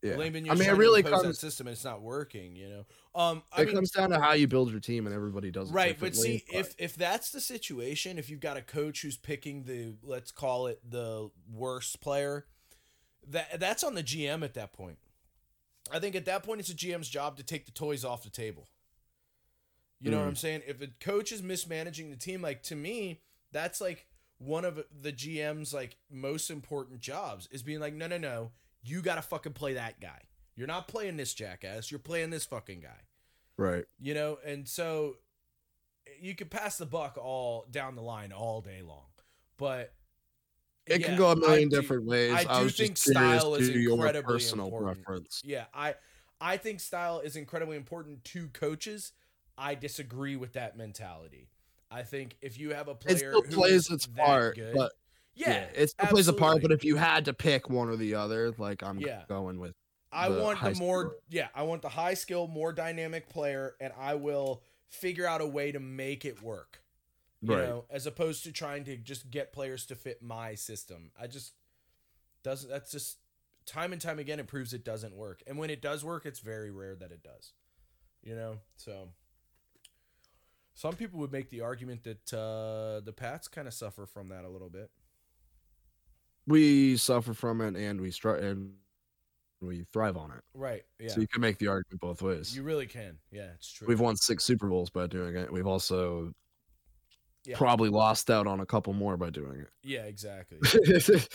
[SPEAKER 2] yeah.
[SPEAKER 1] Elaine
[SPEAKER 2] I
[SPEAKER 1] Vigneault's
[SPEAKER 2] mean, it
[SPEAKER 1] trying to
[SPEAKER 2] really
[SPEAKER 1] impose that
[SPEAKER 2] comes
[SPEAKER 1] system. and It's not working. You know. Um, I
[SPEAKER 2] it
[SPEAKER 1] mean,
[SPEAKER 2] comes down to how you build your team, and everybody does it
[SPEAKER 1] right but
[SPEAKER 2] differently,
[SPEAKER 1] see if if that's the situation if you've got a coach who's picking the let's call it the worst player that that's on the gm at that point i think at that point it's a gm's job to take the toys off the table you know what
[SPEAKER 2] Mm.
[SPEAKER 1] i'm saying if a coach is mismanaging the team like to me that's like one of the gm's like most important jobs is being like no no no you gotta fucking play that guy you're not playing this jackass you're playing this fucking guy
[SPEAKER 2] right?
[SPEAKER 1] you know and so you could pass the buck all down the line all day long but
[SPEAKER 2] It
[SPEAKER 1] yeah,
[SPEAKER 2] can go a million
[SPEAKER 1] I do-
[SPEAKER 2] different ways.
[SPEAKER 1] I
[SPEAKER 2] I,
[SPEAKER 1] do
[SPEAKER 2] was
[SPEAKER 1] think
[SPEAKER 2] just curious
[SPEAKER 1] style
[SPEAKER 2] to
[SPEAKER 1] is
[SPEAKER 2] your
[SPEAKER 1] incredibly
[SPEAKER 2] personal
[SPEAKER 1] important.
[SPEAKER 2] preference.
[SPEAKER 1] yeah i i think style is incredibly important to coaches i disagree with that mentality i think if you have a player
[SPEAKER 2] It still
[SPEAKER 1] who
[SPEAKER 2] plays
[SPEAKER 1] is
[SPEAKER 2] its
[SPEAKER 1] that
[SPEAKER 2] part,
[SPEAKER 1] good-
[SPEAKER 2] but yeah,
[SPEAKER 1] yeah,
[SPEAKER 2] it still plays a part. But
[SPEAKER 1] absolutely.
[SPEAKER 2] if you had to pick one or the other, like I'm
[SPEAKER 1] Yeah.
[SPEAKER 2] going with
[SPEAKER 1] I
[SPEAKER 2] the
[SPEAKER 1] want the
[SPEAKER 2] high
[SPEAKER 1] more
[SPEAKER 2] skill.
[SPEAKER 1] yeah, I want the high skill, more dynamic player, and I will figure out a way to make it work. You
[SPEAKER 2] Right.
[SPEAKER 1] know, as opposed to trying to just get players to fit my system. I just doesn't that's just time and time again it proves it doesn't work. And when it does work, it's very rare that it does. You know? So some people would make the argument that uh, the Pats kind of suffer from that a little bit.
[SPEAKER 2] we suffer from it and we strive and we thrive on it.
[SPEAKER 1] Right. Yeah.
[SPEAKER 2] So you can make the argument both ways.
[SPEAKER 1] you really can. Yeah, it's true.
[SPEAKER 2] We've won six Super Bowls by doing it. We've also
[SPEAKER 1] Yeah.
[SPEAKER 2] probably lost out on a couple more by doing
[SPEAKER 1] yeah, exactly.
[SPEAKER 2] it.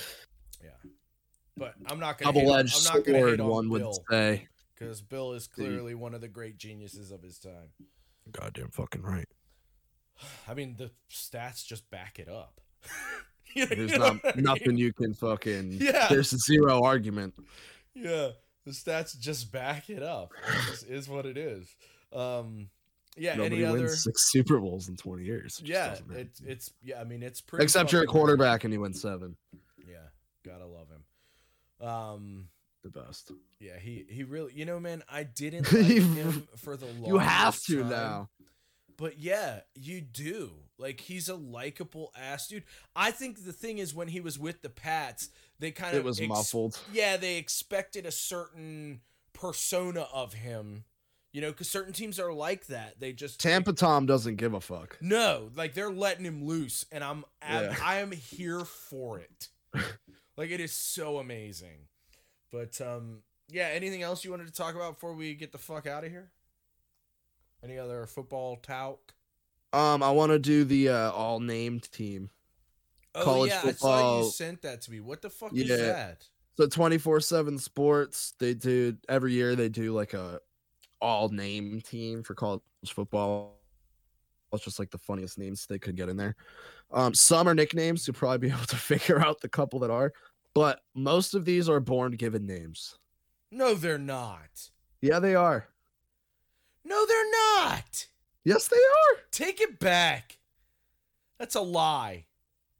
[SPEAKER 1] But I'm not going to
[SPEAKER 2] Double edged
[SPEAKER 1] I'm not gonna hate
[SPEAKER 2] sword,
[SPEAKER 1] on
[SPEAKER 2] one would
[SPEAKER 1] Bill
[SPEAKER 2] say.
[SPEAKER 1] because Bill is clearly one of the great geniuses of his time.
[SPEAKER 2] Goddamn fucking right.
[SPEAKER 1] I mean, the stats just back it up. You
[SPEAKER 2] There's
[SPEAKER 1] know
[SPEAKER 2] not
[SPEAKER 1] what I mean?
[SPEAKER 2] nothing you can fucking.
[SPEAKER 1] Yeah.
[SPEAKER 2] There's zero argument.
[SPEAKER 1] Yeah, the stats just back it up. It just is what it is. Um, yeah.
[SPEAKER 2] Nobody
[SPEAKER 1] any
[SPEAKER 2] wins
[SPEAKER 1] other?
[SPEAKER 2] six Super Bowls in 20 years. It just
[SPEAKER 1] Yeah,
[SPEAKER 2] doesn't happen.
[SPEAKER 1] it's it's yeah. I mean, it's pretty.
[SPEAKER 2] except you're a
[SPEAKER 1] fucking rare.
[SPEAKER 2] quarterback and you win seven.
[SPEAKER 1] Yeah, gotta love him. Um,
[SPEAKER 2] The best.
[SPEAKER 1] yeah, he he really. You know, man, I didn't like him for the longest
[SPEAKER 2] you have to
[SPEAKER 1] time.
[SPEAKER 2] now.
[SPEAKER 1] But yeah, you do. Like he's a likable ass dude. I think the thing is when he was with the Pats, they kind of
[SPEAKER 2] It was
[SPEAKER 1] ex-
[SPEAKER 2] muffled.
[SPEAKER 1] Yeah, they expected a certain persona of him. You know, because certain teams are like that. They just
[SPEAKER 2] Tampa Tom doesn't give a fuck.
[SPEAKER 1] No, like they're letting him loose, and I'm I'm-
[SPEAKER 2] Yeah.
[SPEAKER 1] I am here for it. like it is so amazing. But um, yeah. Anything else you wanted to talk about before we get the fuck out of here? Any other football talk?
[SPEAKER 2] Um, I want to do the uh, all named team. college
[SPEAKER 1] Oh, I saw you
[SPEAKER 2] football.
[SPEAKER 1] sent that to me. What the fuck is
[SPEAKER 2] Yeah.
[SPEAKER 1] that?
[SPEAKER 2] So 24 7 sports, they do every year they do like a all name team for college football. It's just like the funniest names they could get in there. Um, some are nicknames. You'll probably be able to figure out the couple that are, but most of these are born given names.
[SPEAKER 1] No, they're not.
[SPEAKER 2] Yeah, they are.
[SPEAKER 1] No, they're not.
[SPEAKER 2] Yes, they are.
[SPEAKER 1] Take it back. That's a lie.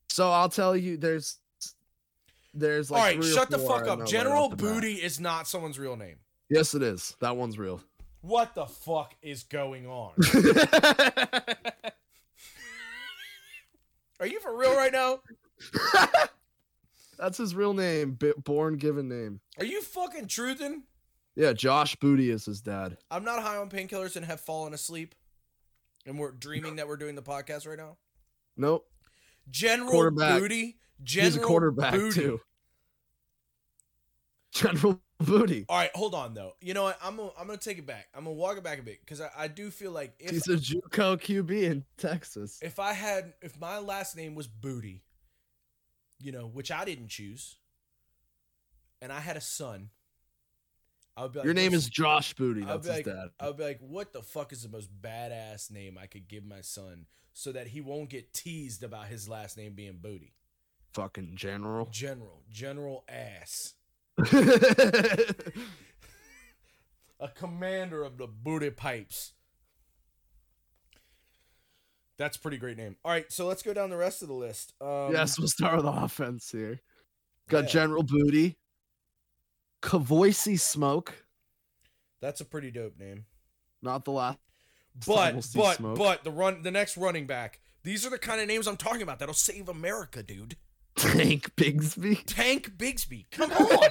[SPEAKER 2] So I'll tell you, there's there's like
[SPEAKER 1] All right,
[SPEAKER 2] three or
[SPEAKER 1] shut the
[SPEAKER 2] four I
[SPEAKER 1] fuck
[SPEAKER 2] know
[SPEAKER 1] up.
[SPEAKER 2] right
[SPEAKER 1] General
[SPEAKER 2] off the bat.
[SPEAKER 1] Booty is not someone's real name.
[SPEAKER 2] Yes, it is. That one's real.
[SPEAKER 1] What the fuck is going on? Are you for real right now?
[SPEAKER 2] That's his real name, bi- born given name.
[SPEAKER 1] Are you fucking truthing?
[SPEAKER 2] Yeah, Josh Booty is his dad.
[SPEAKER 1] I'm not high on painkillers and have fallen asleep. And we're dreaming that we're doing the podcast right now.
[SPEAKER 2] Nope,
[SPEAKER 1] General
[SPEAKER 2] Quarterback.
[SPEAKER 1] Booty. General
[SPEAKER 2] he's a quarterback
[SPEAKER 1] Booty.
[SPEAKER 2] too. General Booty.
[SPEAKER 1] All right, hold on though. You know what? I'm gonna, I'm gonna take it back. I'm gonna walk it back a bit because I, I do feel like if
[SPEAKER 2] He's a JUCO QB in Texas.
[SPEAKER 1] if I had if my last name was Booty, you know, which I didn't choose, and I had a son, I would be like,
[SPEAKER 2] Your name
[SPEAKER 1] "What's-
[SPEAKER 2] is Josh Booty.
[SPEAKER 1] I'll
[SPEAKER 2] That's
[SPEAKER 1] be
[SPEAKER 2] his
[SPEAKER 1] like,
[SPEAKER 2] dad.
[SPEAKER 1] I'll be like, what the fuck is the most badass name I could give my son so that he won't get teased about his last name being Booty?
[SPEAKER 2] Fucking general.
[SPEAKER 1] General, General Ass, Um, a commander of the Booty Pipes. That's a pretty great name. All right, so let's go down the rest of the list. Um,
[SPEAKER 2] yes, we'll start with offense here. Got
[SPEAKER 1] yeah,
[SPEAKER 2] General Booty, Kavoisi Smoke,
[SPEAKER 1] That's a pretty dope name.
[SPEAKER 2] not the last.
[SPEAKER 1] But
[SPEAKER 2] We'll see
[SPEAKER 1] but
[SPEAKER 2] smoke.
[SPEAKER 1] but the run the next running back. These are the kind of names I'm talking about that'll save America, dude.
[SPEAKER 2] Tank Bigsby.
[SPEAKER 1] Tank Bigsby. Come on.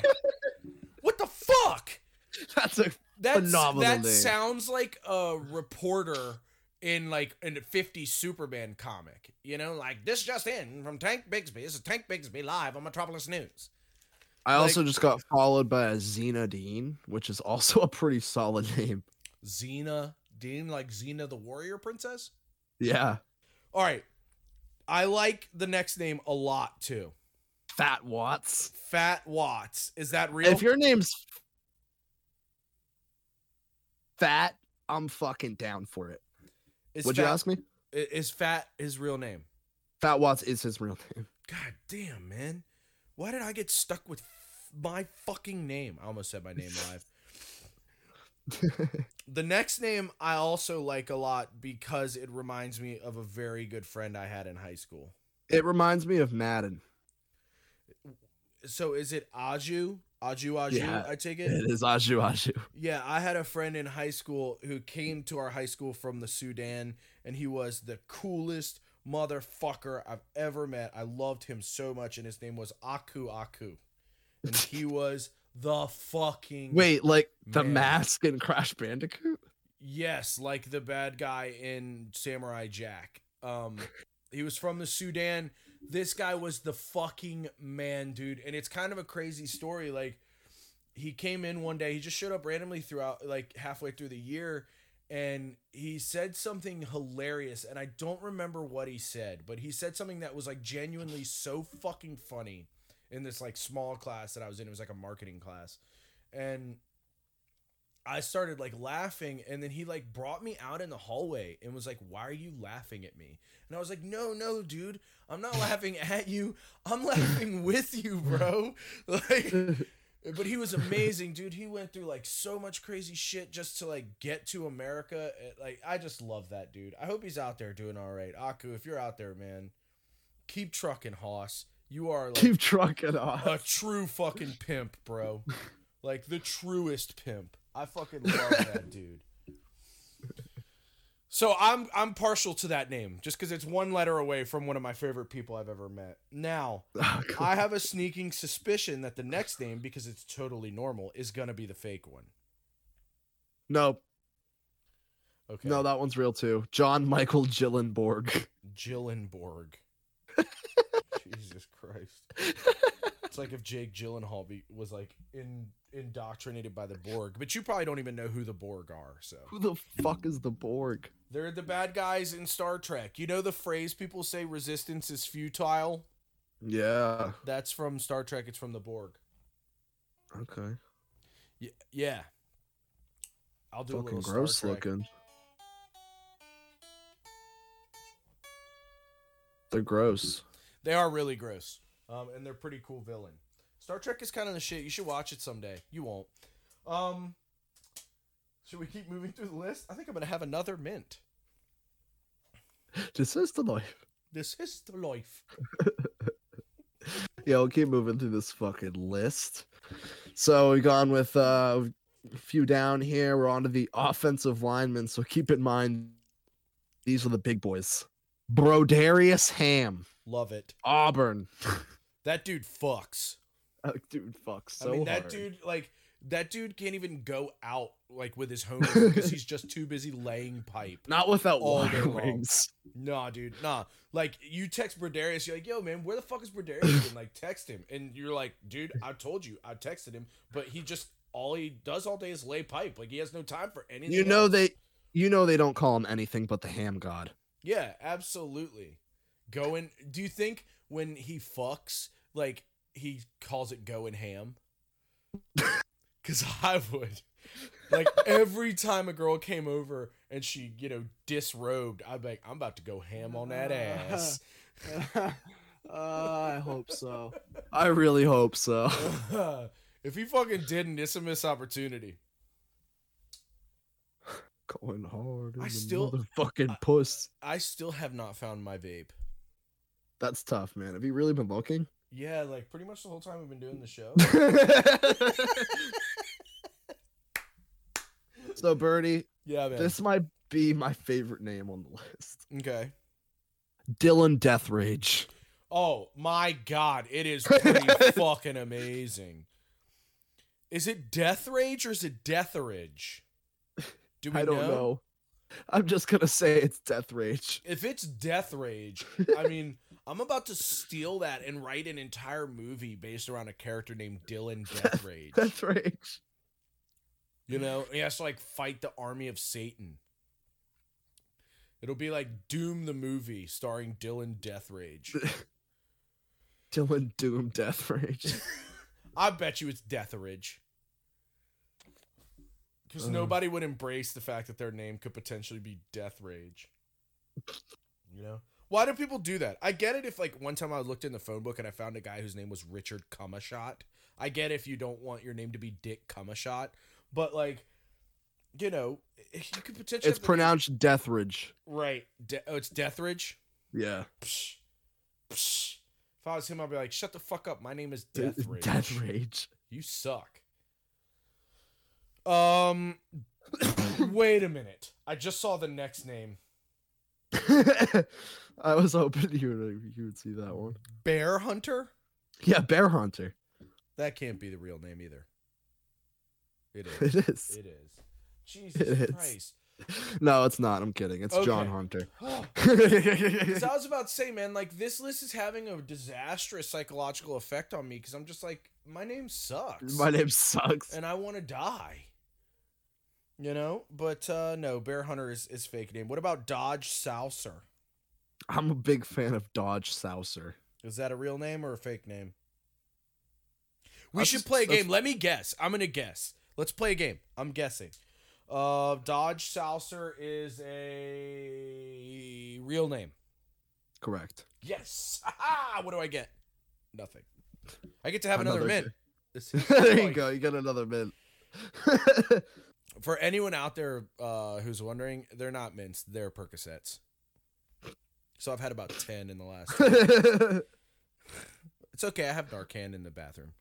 [SPEAKER 1] what the fuck?
[SPEAKER 2] That's a
[SPEAKER 1] That's
[SPEAKER 2] Phenomenal
[SPEAKER 1] that
[SPEAKER 2] name.
[SPEAKER 1] sounds like a reporter in like in a 50 Superman comic. You know, like this just in from Tank Bigsby. This is Tank Bigsby live on Metropolis News.
[SPEAKER 2] I
[SPEAKER 1] Like-
[SPEAKER 2] also just got followed by a Xena Dean, which is also a pretty solid name.
[SPEAKER 1] Xena Dean like Xena the warrior princess?
[SPEAKER 2] Yeah.
[SPEAKER 1] All right. I like the next name a lot too.
[SPEAKER 2] Fat Watts.
[SPEAKER 1] Fat Watts. Is that real?
[SPEAKER 2] If your name's Fat, I'm fucking down for it.
[SPEAKER 1] Is
[SPEAKER 2] Would
[SPEAKER 1] fat,
[SPEAKER 2] you ask me?
[SPEAKER 1] i- Is fat his real name?
[SPEAKER 2] Fat Watts is his real name.
[SPEAKER 1] God damn, man. Why did I get stuck with f- my fucking name? I almost said my name live. the next name I also like a lot because it reminds me of a very good friend I had in high school.
[SPEAKER 2] It reminds me of Madden.
[SPEAKER 1] So is it Aju? Aju Aju,
[SPEAKER 2] Yeah,
[SPEAKER 1] I take it?
[SPEAKER 2] It is Aju Aju.
[SPEAKER 1] Yeah, I had a friend in high school who came to our high school from the Sudan, and he was the coolest motherfucker I've ever met. I loved him so much, and his name was Aku Aku. And he was the fucking.
[SPEAKER 2] Wait, like the
[SPEAKER 1] Man.
[SPEAKER 2] mask in Crash Bandicoot?
[SPEAKER 1] Yes, like the bad guy in Samurai Jack. Um, he was from the Sudan. This guy was the fucking man, dude. And it's kind of a crazy story. Like, he came in one day. He just showed up randomly throughout, like halfway through the year, and he said something hilarious. And I don't remember what he said, but he said something that was like genuinely so fucking funny in this like small class that I was in. It was like a marketing class, and I started like laughing and then he like brought me out in the hallway and was like, "Why are you laughing at me?" And I was like, "No, no, dude. I'm not laughing at you. I'm laughing with you, bro." Like but he was amazing, dude. He went through like so much crazy shit just to like get to America. It- Like I just love that dude. I hope he's out there doing all right. Aku, if you're out there, man, keep trucking, Hoss. You are like
[SPEAKER 2] Keep trucking off.
[SPEAKER 1] a true fucking pimp, bro. Like the truest pimp. I fucking love that dude. So I'm I'm partial to that name just because it's one letter away from one of my favorite people I've ever met. Now
[SPEAKER 2] Oh, cool.
[SPEAKER 1] I have a sneaking suspicion that the next name, because it's totally normal, is gonna be the fake one.
[SPEAKER 2] no,
[SPEAKER 1] Okay.
[SPEAKER 2] no, that one's real too. John Michael Gillenborg.
[SPEAKER 1] Gillenborg. Jesus Christ. It's like if Jake Gyllenhaal be, was like in, indoctrinated by the Borg, but you probably don't even know who the Borg are. So
[SPEAKER 2] Who the fuck is the Borg?
[SPEAKER 1] they're the bad guys in Star Trek. You know the phrase people say resistance is futile.
[SPEAKER 2] Yeah.
[SPEAKER 1] That's from Star Trek. It's from the Borg.
[SPEAKER 2] Okay.
[SPEAKER 1] Y- yeah. I'll do a
[SPEAKER 2] Fucking
[SPEAKER 1] little Star
[SPEAKER 2] gross
[SPEAKER 1] Trek.
[SPEAKER 2] looking. They're gross.
[SPEAKER 1] They are really gross. Um, and they're pretty cool villain. Star Trek is kind of the shit. You should watch it someday. You won't. Um, should we keep moving through the list? I think I'm gonna have another mint.
[SPEAKER 2] Just says the life.
[SPEAKER 1] This is the life.
[SPEAKER 2] Yeah, we'll keep moving through this fucking list. So we've gone with uh, a few down here. We're on to the offensive linemen. So keep in mind, these are the big boys. Broderius Ham,
[SPEAKER 1] Love it.
[SPEAKER 2] Auburn.
[SPEAKER 1] That dude fucks.
[SPEAKER 2] Oh, dude, fuck so
[SPEAKER 1] I mean, that
[SPEAKER 2] hard.
[SPEAKER 1] dude like that dude can't even go out like with his homies because he's just too busy laying pipe.
[SPEAKER 2] Not without
[SPEAKER 1] all day
[SPEAKER 2] water
[SPEAKER 1] long.
[SPEAKER 2] wings.
[SPEAKER 1] Nah, dude, nah. Like you text Bradarius, you're like, "Yo, man, where the fuck is Bradarius?" And like text him, and you're like, "Dude, I told you, I texted him, but he just all he does all day is lay pipe. Like he has no time for anything."
[SPEAKER 2] You know
[SPEAKER 1] else.
[SPEAKER 2] they, you know they don't call him anything but the Ham God.
[SPEAKER 1] Yeah, absolutely. Going. Do you think when he fucks, like he calls it going ham? Because I would. Like every time a girl came over and she, you know, disrobed, I'd be like, I'm about to go ham on that ass. Uh,
[SPEAKER 2] I hope so. I really hope so.
[SPEAKER 1] if he fucking didn't, it's a missed opportunity.
[SPEAKER 2] Going hard.
[SPEAKER 1] I
[SPEAKER 2] in the
[SPEAKER 1] still-
[SPEAKER 2] motherfucking
[SPEAKER 1] I-
[SPEAKER 2] puss.
[SPEAKER 1] I still have not found my vape.
[SPEAKER 2] That's tough, man. Have you really been looking?
[SPEAKER 1] Yeah, like pretty much the whole time I've been doing the show.
[SPEAKER 2] so, Birdie,
[SPEAKER 1] yeah, man.
[SPEAKER 2] this might be my favorite name on the list.
[SPEAKER 1] okay.
[SPEAKER 2] Dylan Death Rage.
[SPEAKER 1] Oh my god, it is pretty fucking amazing. Is it Death Rage or is it Deatherage? Do we
[SPEAKER 2] I don't know? I'm just gonna say it's Death Rage.
[SPEAKER 1] If it's Death Rage, I mean, I'm about to steal that and write an entire movie based around a character named Dylan Death Rage.
[SPEAKER 2] Death Rage.
[SPEAKER 1] You know, he has to like fight the army of Satan. It'll be like Doom the movie starring Dylan Death Rage.
[SPEAKER 2] Dylan Doom Death Rage.
[SPEAKER 1] I bet you it's Deatherage. Because
[SPEAKER 2] Uh.
[SPEAKER 1] nobody would embrace the fact that their name could potentially be Death Rage. You know? Why do people do that? I get it if, like, one time I looked in the phone book and I found a guy whose name was Richard Cumashot. I get if you don't want your name to be Dick Cumashot. But, like, you know, you could potentially.
[SPEAKER 2] it's
[SPEAKER 1] have the name-
[SPEAKER 2] pronounced Death Rage.
[SPEAKER 1] Right. De- oh, it's Deathrage?
[SPEAKER 2] Yeah.
[SPEAKER 1] Psh, psh. If I was him, I'd be like, shut the fuck up. My name is
[SPEAKER 2] D-
[SPEAKER 1] Death Rage.
[SPEAKER 2] Death Rage.
[SPEAKER 1] You suck. Um, wait a minute. I just saw the next name.
[SPEAKER 2] I was hoping you would you would see that one.
[SPEAKER 1] Bear Hunter?
[SPEAKER 2] Yeah, Bear Hunter.
[SPEAKER 1] That can't be the real name either. It is.
[SPEAKER 2] It is.
[SPEAKER 1] it is. Jesus
[SPEAKER 2] is.
[SPEAKER 1] Christ.
[SPEAKER 2] No, it's not. I'm kidding. It's John
[SPEAKER 1] Okay.
[SPEAKER 2] Hunter.
[SPEAKER 1] Because I was about to say, man, like this list is having a disastrous psychological effect on me because I'm just like, my name sucks.
[SPEAKER 2] My name sucks.
[SPEAKER 1] and I want to die. You know? But uh no, Bear Hunter is, is fake name. What about Dodge Souser?
[SPEAKER 2] I'm a big fan of Dodge Souser.
[SPEAKER 1] Is that a real name or a fake name? We
[SPEAKER 2] That's-
[SPEAKER 1] should play a
[SPEAKER 2] that's-
[SPEAKER 1] game. Let me guess. I'm gonna guess. Let's play a game. I'm guessing. Uh, Dodge Souser is a real name.
[SPEAKER 2] Correct.
[SPEAKER 1] Yes. Ah, what do I get? Nothing. I get to have another,
[SPEAKER 2] Another
[SPEAKER 1] mint.
[SPEAKER 2] thing.
[SPEAKER 1] This is
[SPEAKER 2] there you
[SPEAKER 1] like-
[SPEAKER 2] go. You got another mint.
[SPEAKER 1] For anyone out there uh, who's wondering, they're not mints. They're Percocets. So I've had about ten in the last. it's okay. I have Narcan in the bathroom.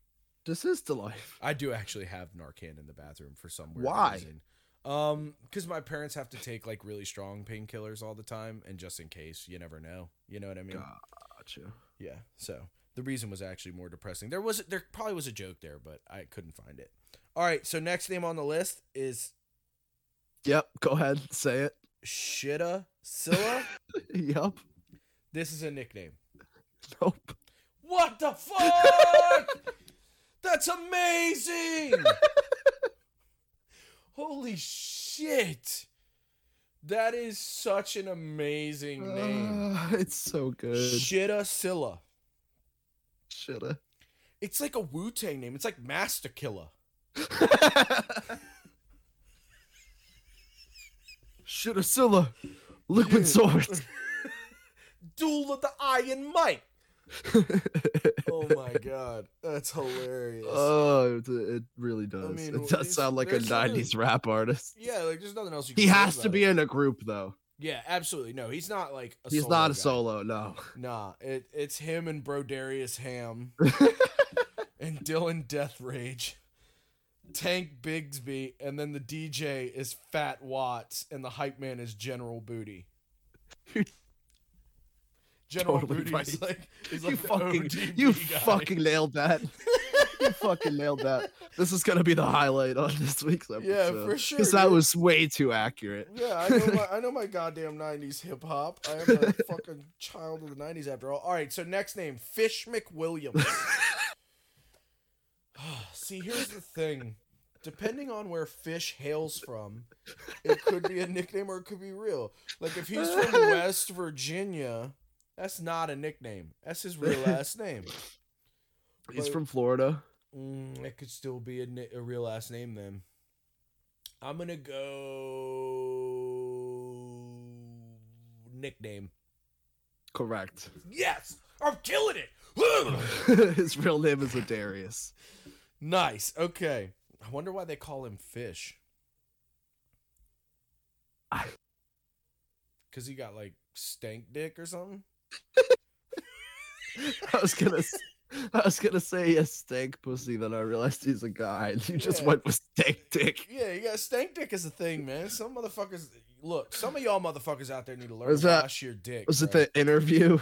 [SPEAKER 2] this is the life.
[SPEAKER 1] I do actually have Narcan in the bathroom for some weird
[SPEAKER 2] Why?
[SPEAKER 1] reason. Um, because my parents have to take like really strong painkillers all the time, and just in case, you never know. You know what I mean?
[SPEAKER 2] Gotcha.
[SPEAKER 1] Yeah. So the reason was actually more depressing. There was there probably was a joke there, but I couldn't find it. All right. So next name on the list is
[SPEAKER 2] Yep. Go ahead. Say it.
[SPEAKER 1] Shitta Silla.
[SPEAKER 2] Yep.
[SPEAKER 1] this is a nickname.
[SPEAKER 2] Nope.
[SPEAKER 1] What the fuck? That's amazing! Holy shit! That is such an amazing name.
[SPEAKER 2] Ah, it's so good.
[SPEAKER 1] Shitta Silla.
[SPEAKER 2] Shoulda.
[SPEAKER 1] It's like a Wu Tang name. It's like Master Killer.
[SPEAKER 2] Shoulda Scylla. Liquid swords.
[SPEAKER 1] Duel of the Iron Mike. Oh my god, that's hilarious.
[SPEAKER 2] oh, it, it really does.
[SPEAKER 1] mean,
[SPEAKER 2] it
[SPEAKER 1] it's-
[SPEAKER 2] does sound like a
[SPEAKER 1] there's literally-
[SPEAKER 2] '90s rap artist.
[SPEAKER 1] yeah, like there's nothing else you.
[SPEAKER 2] He
[SPEAKER 1] can
[SPEAKER 2] has to be in a group though.
[SPEAKER 1] Yeah, absolutely. No, he's not like a
[SPEAKER 2] He's
[SPEAKER 1] solo
[SPEAKER 2] not a
[SPEAKER 1] guy.
[SPEAKER 2] solo, no.
[SPEAKER 1] Nah, it, it's him and Broderius Ham and Dylan Death Rage, Tank Bigsby, and then the DJ is Fat Watts, and the hype man is General Booty. General
[SPEAKER 2] Totally
[SPEAKER 1] Booty is
[SPEAKER 2] right.
[SPEAKER 1] like, is
[SPEAKER 2] you
[SPEAKER 1] like the
[SPEAKER 2] fucking,
[SPEAKER 1] ODB
[SPEAKER 2] you
[SPEAKER 1] guy.
[SPEAKER 2] fucking nailed that. you fucking nailed that. This is gonna be the highlight on this week's episode.
[SPEAKER 1] for sure,
[SPEAKER 2] Because that
[SPEAKER 1] dude.
[SPEAKER 2] was way too accurate.
[SPEAKER 1] Yeah, I know my I know my goddamn '90s hip hop. I am a fucking child of the '90s after all. All right, so next name Fish McWilliams. Ah, See, here's the thing. Depending on where Fish hails from, it could be a nickname or it could be real. Like if he's from West Virginia, that's not a nickname. That's his real last name.
[SPEAKER 2] He's
[SPEAKER 1] But-
[SPEAKER 2] from Florida.
[SPEAKER 1] Mm, it could still be a, ni- a real last name then. I'm gonna go nickname.
[SPEAKER 2] Correct.
[SPEAKER 1] Yes, I'm killing it.
[SPEAKER 2] His real name is Adarius.
[SPEAKER 1] nice. Okay. I wonder why they call him Fish.
[SPEAKER 2] I-
[SPEAKER 1] Cause he got like stank dick or something.
[SPEAKER 2] I was gonna s- I was gonna say yes, stank pussy, then I realized he's a guy. and You just
[SPEAKER 1] Yeah.
[SPEAKER 2] went with stank dick.
[SPEAKER 1] Yeah, you got stank dick is a thing, man. Some motherfuckers look. Some of y'all motherfuckers out there need to learn
[SPEAKER 2] Was
[SPEAKER 1] to
[SPEAKER 2] that-
[SPEAKER 1] wash your dick.
[SPEAKER 2] Was it
[SPEAKER 1] bro.
[SPEAKER 2] the interview?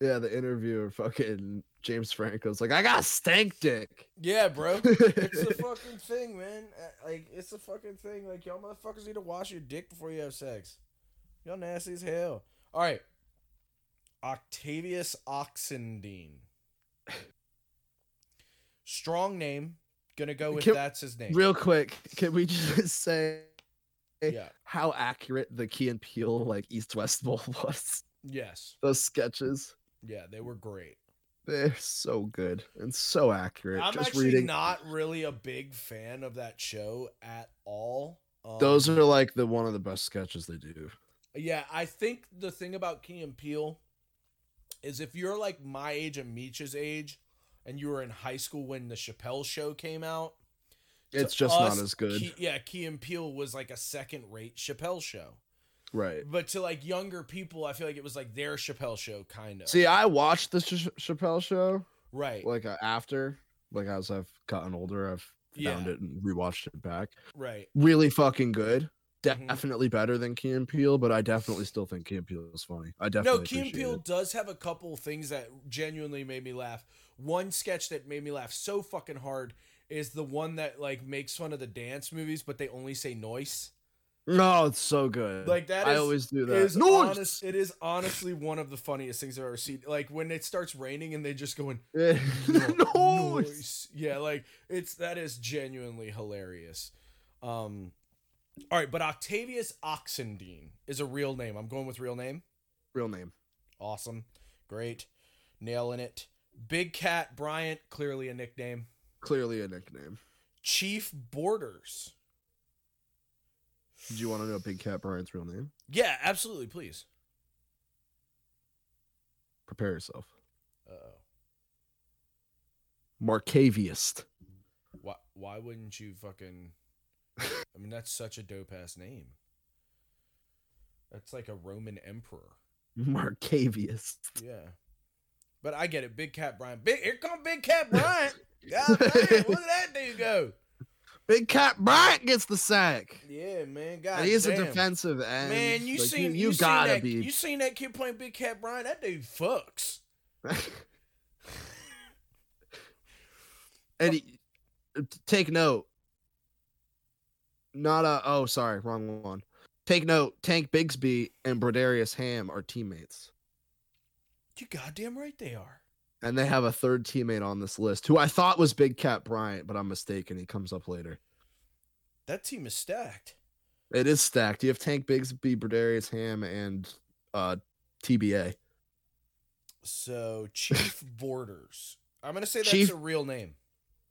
[SPEAKER 2] Yeah, the interviewer fucking James Franco's like, I got stank dick.
[SPEAKER 1] Yeah, bro. it's the fucking thing, man. Uh, Like, it's the fucking thing. Like, y'all motherfuckers need to wash your dick before you have sex. Y'all nasty as hell. All right. Octavius Oxendine. Strong name. Gonna go with
[SPEAKER 2] Can-
[SPEAKER 1] that's his name.
[SPEAKER 2] Real quick, can we just say
[SPEAKER 1] Yeah.
[SPEAKER 2] how accurate the Key and Peel like East West Bowl was?
[SPEAKER 1] Yes.
[SPEAKER 2] Those sketches.
[SPEAKER 1] Yeah, they were great.
[SPEAKER 2] They're so good and so accurate.
[SPEAKER 1] I'm
[SPEAKER 2] just
[SPEAKER 1] actually
[SPEAKER 2] reading
[SPEAKER 1] not really a big fan of that show at all. Um,
[SPEAKER 2] those are like the one of the best sketches they do.
[SPEAKER 1] Yeah, I think the thing about Key and Peele is if you're like my age and Meech's age, and you were in high school when the Chappelle show came out, to
[SPEAKER 2] It's just
[SPEAKER 1] us,
[SPEAKER 2] not as good.
[SPEAKER 1] Key- yeah, Key and Peele was like a second rate Chappelle show.
[SPEAKER 2] right.
[SPEAKER 1] But to like younger people, I feel like it was like their Chappelle show kind of.
[SPEAKER 2] See, I watched the Ch- Chappelle show
[SPEAKER 1] right.
[SPEAKER 2] like uh, after, like as I've gotten older, I've found
[SPEAKER 1] Yeah.
[SPEAKER 2] it and rewatched it back.
[SPEAKER 1] Right.
[SPEAKER 2] Really fucking good.
[SPEAKER 1] Mhm.
[SPEAKER 2] Definitely better than Key and Peele, but I definitely still think Key and Peele is funny. I definitely
[SPEAKER 1] No, Key and
[SPEAKER 2] appreciate
[SPEAKER 1] Peele
[SPEAKER 2] it.
[SPEAKER 1] does have a couple things that genuinely made me laugh. One sketch that made me laugh so fucking hard is the one that like makes fun of the dance movies, but they only say noise.
[SPEAKER 2] No, it's so good.
[SPEAKER 1] Like, that
[SPEAKER 2] I
[SPEAKER 1] is-
[SPEAKER 2] always do that.
[SPEAKER 1] is
[SPEAKER 2] Noise!
[SPEAKER 1] honest- it is honestly one of the funniest things I've ever seen. Like when it starts raining and they just going
[SPEAKER 2] Yeah.
[SPEAKER 1] "No-
[SPEAKER 2] Noise!
[SPEAKER 1] noise. Yeah, like it's that is genuinely hilarious. Um all right, but Octavius Oxendine is a real name. I'm going with real name.
[SPEAKER 2] Real name.
[SPEAKER 1] Awesome. Great. Nailing it. Big Cat Bryant, clearly a nickname.
[SPEAKER 2] Clearly a nickname.
[SPEAKER 1] Chief Borders.
[SPEAKER 2] Do you want to know Big Cat Bryant's real name?
[SPEAKER 1] Yeah, absolutely, please.
[SPEAKER 2] Prepare yourself.
[SPEAKER 1] Uh-oh.
[SPEAKER 2] Marcaviest.
[SPEAKER 1] Why why wouldn't you fucking I mean that's such a dope ass name. That's like a Roman emperor.
[SPEAKER 2] Marcaviest.
[SPEAKER 1] Yeah. But I get it. Big Cat Bryant. Big here come Big Cat Bryant. God damn, look at that dude go.
[SPEAKER 2] Big Cat Bryant gets the sack.
[SPEAKER 1] Yeah, man. God
[SPEAKER 2] And he's
[SPEAKER 1] damn.
[SPEAKER 2] a defensive end.
[SPEAKER 1] Man, you
[SPEAKER 2] Like,
[SPEAKER 1] seen
[SPEAKER 2] you,
[SPEAKER 1] seen
[SPEAKER 2] gotta
[SPEAKER 1] that,
[SPEAKER 2] be.
[SPEAKER 1] you seen that kid playing Big Cat Bryant? That dude fucks.
[SPEAKER 2] and he- uh, t- take note. Not a. Oh, sorry, wrong one. Take note. Tank Bigsby and Broderius Ham are teammates,
[SPEAKER 1] You goddamn right they are.
[SPEAKER 2] and they have a third teammate on this list who I thought was Big Cat Bryant, but I'm mistaken. He comes up later.
[SPEAKER 1] That team is stacked.
[SPEAKER 2] It is stacked. You have Tank Bigsby, Broderius Ham, and uh, TBA.
[SPEAKER 1] So Chief Borders. I'm gonna say that's
[SPEAKER 2] Chief-
[SPEAKER 1] a real name.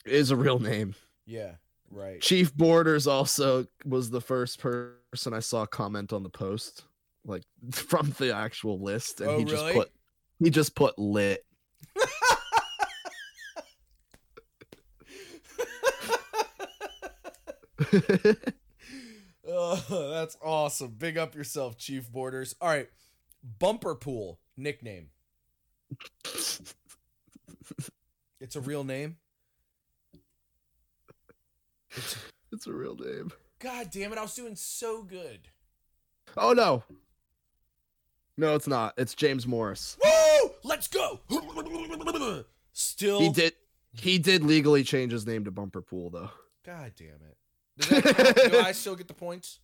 [SPEAKER 2] It Is a real name.
[SPEAKER 1] Yeah. Right.
[SPEAKER 2] Chief Borders also was the first person I saw comment on the post, like from the actual list, and
[SPEAKER 1] Oh,
[SPEAKER 2] he just
[SPEAKER 1] really?
[SPEAKER 2] put he just put lit.
[SPEAKER 1] oh, Oh, that's awesome. Big up yourself, Chief Borders. All right. Bumper Pool nickname. It's a real name.
[SPEAKER 2] It's a real name.
[SPEAKER 1] God damn it. I was doing so good.
[SPEAKER 2] Oh no. No, it's not. It's James Morris.
[SPEAKER 1] Woo! Let's go. Still.
[SPEAKER 2] He did he did legally change his name to Bumper Pool though.
[SPEAKER 1] God damn it. Does that count? Do I still get the points?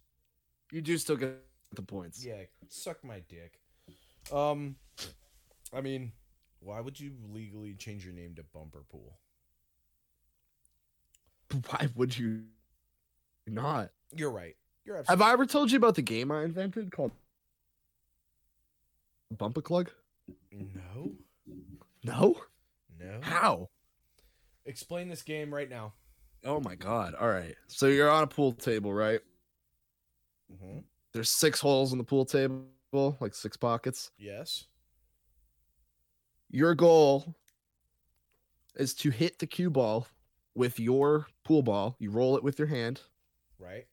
[SPEAKER 2] You do still get the points.
[SPEAKER 1] Yeah, suck my dick. Um, I mean, why would you legally change your name to Bumper Pool?
[SPEAKER 2] Why would you not?
[SPEAKER 1] You're right. You're absolutely.
[SPEAKER 2] Have I ever told you about the game I invented called Bump a Clug?
[SPEAKER 1] No,
[SPEAKER 2] No.
[SPEAKER 1] no.
[SPEAKER 2] How?
[SPEAKER 1] Explain this game right now.
[SPEAKER 2] Oh my god. All right. So you're on a pool table, right?
[SPEAKER 1] Mm-hmm.
[SPEAKER 2] There's six holes in the pool table, like six pockets.
[SPEAKER 1] Yes.
[SPEAKER 2] Your goal is to hit the cue ball with your pool ball. You roll it with your hand.
[SPEAKER 1] Right.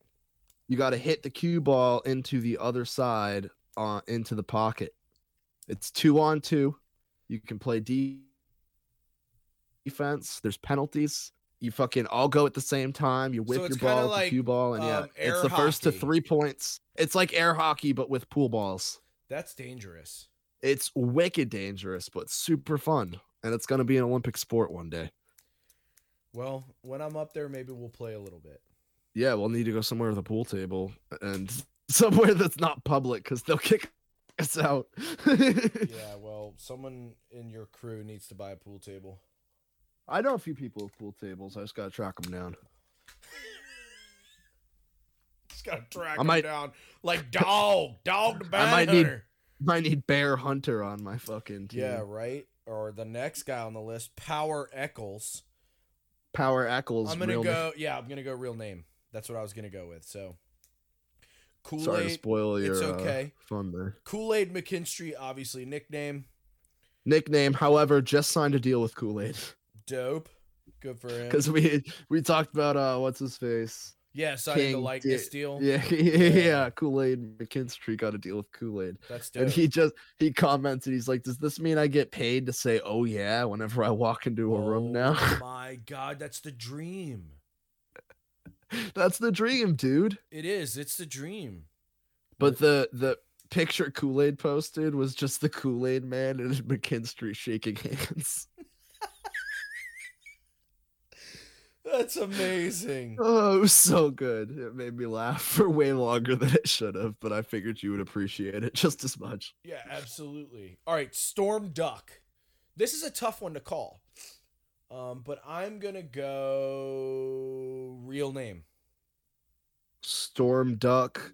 [SPEAKER 2] You got to hit the cue ball into the other side uh, into the pocket. It's two on two. You can play de- defense. There's penalties. You fucking all go at the same time. You whip
[SPEAKER 1] it's
[SPEAKER 2] your
[SPEAKER 1] kinda
[SPEAKER 2] ball, with
[SPEAKER 1] like,
[SPEAKER 2] the cue ball, and yeah,
[SPEAKER 1] um, air
[SPEAKER 2] it's the first to
[SPEAKER 1] hockey.
[SPEAKER 2] three points. It's like air hockey, but with pool balls.
[SPEAKER 1] That's dangerous.
[SPEAKER 2] It's wicked dangerous, but super fun. And it's gonna be an Olympic sport one day.
[SPEAKER 1] Well, when I'm up there, maybe we'll play a little bit.
[SPEAKER 2] Yeah, we'll need to go somewhere with a pool table and somewhere that's not public because they'll kick us out.
[SPEAKER 1] yeah. Well, someone in your crew needs to buy a pool table.
[SPEAKER 2] I know a few people with pool tables. I just gotta track them down.
[SPEAKER 1] Just gotta track
[SPEAKER 2] I
[SPEAKER 1] him
[SPEAKER 2] might-
[SPEAKER 1] down like dog, dog the bad
[SPEAKER 2] I might need-
[SPEAKER 1] hunter.
[SPEAKER 2] I need Bear Hunter on my fucking team.
[SPEAKER 1] Yeah, right. Or the next guy on the list, Power Eccles.
[SPEAKER 2] Power Eccles.
[SPEAKER 1] I'm gonna
[SPEAKER 2] real
[SPEAKER 1] go. Yeah, I'm gonna go real name. That's what I was gonna go with. So,
[SPEAKER 2] name-
[SPEAKER 1] Kool
[SPEAKER 2] Sorry to
[SPEAKER 1] Aid.
[SPEAKER 2] spoil your uh,
[SPEAKER 1] It's
[SPEAKER 2] okay.
[SPEAKER 1] okay.
[SPEAKER 2] fun there.
[SPEAKER 1] Kool Aid McKinstry, obviously nickname.
[SPEAKER 2] Nickname, however, just signed a deal with Kool Aid
[SPEAKER 1] Dope. Good for him.
[SPEAKER 2] because we we talked about uh what's his face.
[SPEAKER 1] Yeah, signing the
[SPEAKER 2] King
[SPEAKER 1] likeness
[SPEAKER 2] did-
[SPEAKER 1] deal.
[SPEAKER 2] Oh. Yeah, yeah. Kool Aid McKinstry got a deal with Kool Aid,
[SPEAKER 1] That's dope.
[SPEAKER 2] and he just he commented, he's like, "Does this mean I get paid to say oh yeah whenever I walk into a room now?"
[SPEAKER 1] Oh my God, that's the dream.
[SPEAKER 2] That's the dream, dude.
[SPEAKER 1] It is. It's the dream.
[SPEAKER 2] But the the picture Kool Aid posted was just the Kool Aid man and McKinstry shaking hands.
[SPEAKER 1] That's amazing.
[SPEAKER 2] Oh, it was so good. It made me laugh for way longer than it should have, but I figured you would appreciate it just as much.
[SPEAKER 1] Yeah, absolutely. All right, Storm Duck. This is a tough one to call. Um, but I'm gonna go real name.
[SPEAKER 2] Storm Duck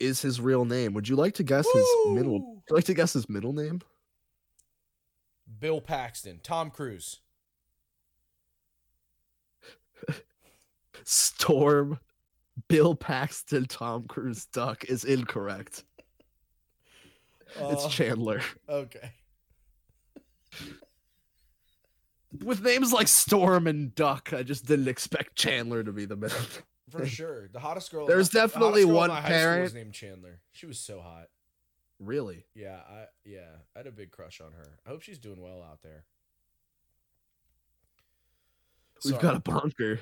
[SPEAKER 2] is his real name. Would you like to guess his middle?
[SPEAKER 1] Woo!
[SPEAKER 2] Would you like to guess his middle name?
[SPEAKER 1] Bill Paxton, Tom Cruise.
[SPEAKER 2] Storm Bill Paxton Tom Cruise Duck is incorrect. it's
[SPEAKER 1] Uh,
[SPEAKER 2] Chandler.
[SPEAKER 1] okay.
[SPEAKER 2] With names like Storm and Duck, I just didn't expect Chandler to be the middle.
[SPEAKER 1] For sure. The hottest girl. in
[SPEAKER 2] There's
[SPEAKER 1] my- the
[SPEAKER 2] definitely
[SPEAKER 1] hottest girl in
[SPEAKER 2] one
[SPEAKER 1] my high school
[SPEAKER 2] parent-
[SPEAKER 1] was named Chandler. She was so hot.
[SPEAKER 2] Really?
[SPEAKER 1] Yeah, I yeah, I had a big crush on her. I hope she's doing well out there.
[SPEAKER 2] We've
[SPEAKER 1] Sorry.
[SPEAKER 2] got a bonker.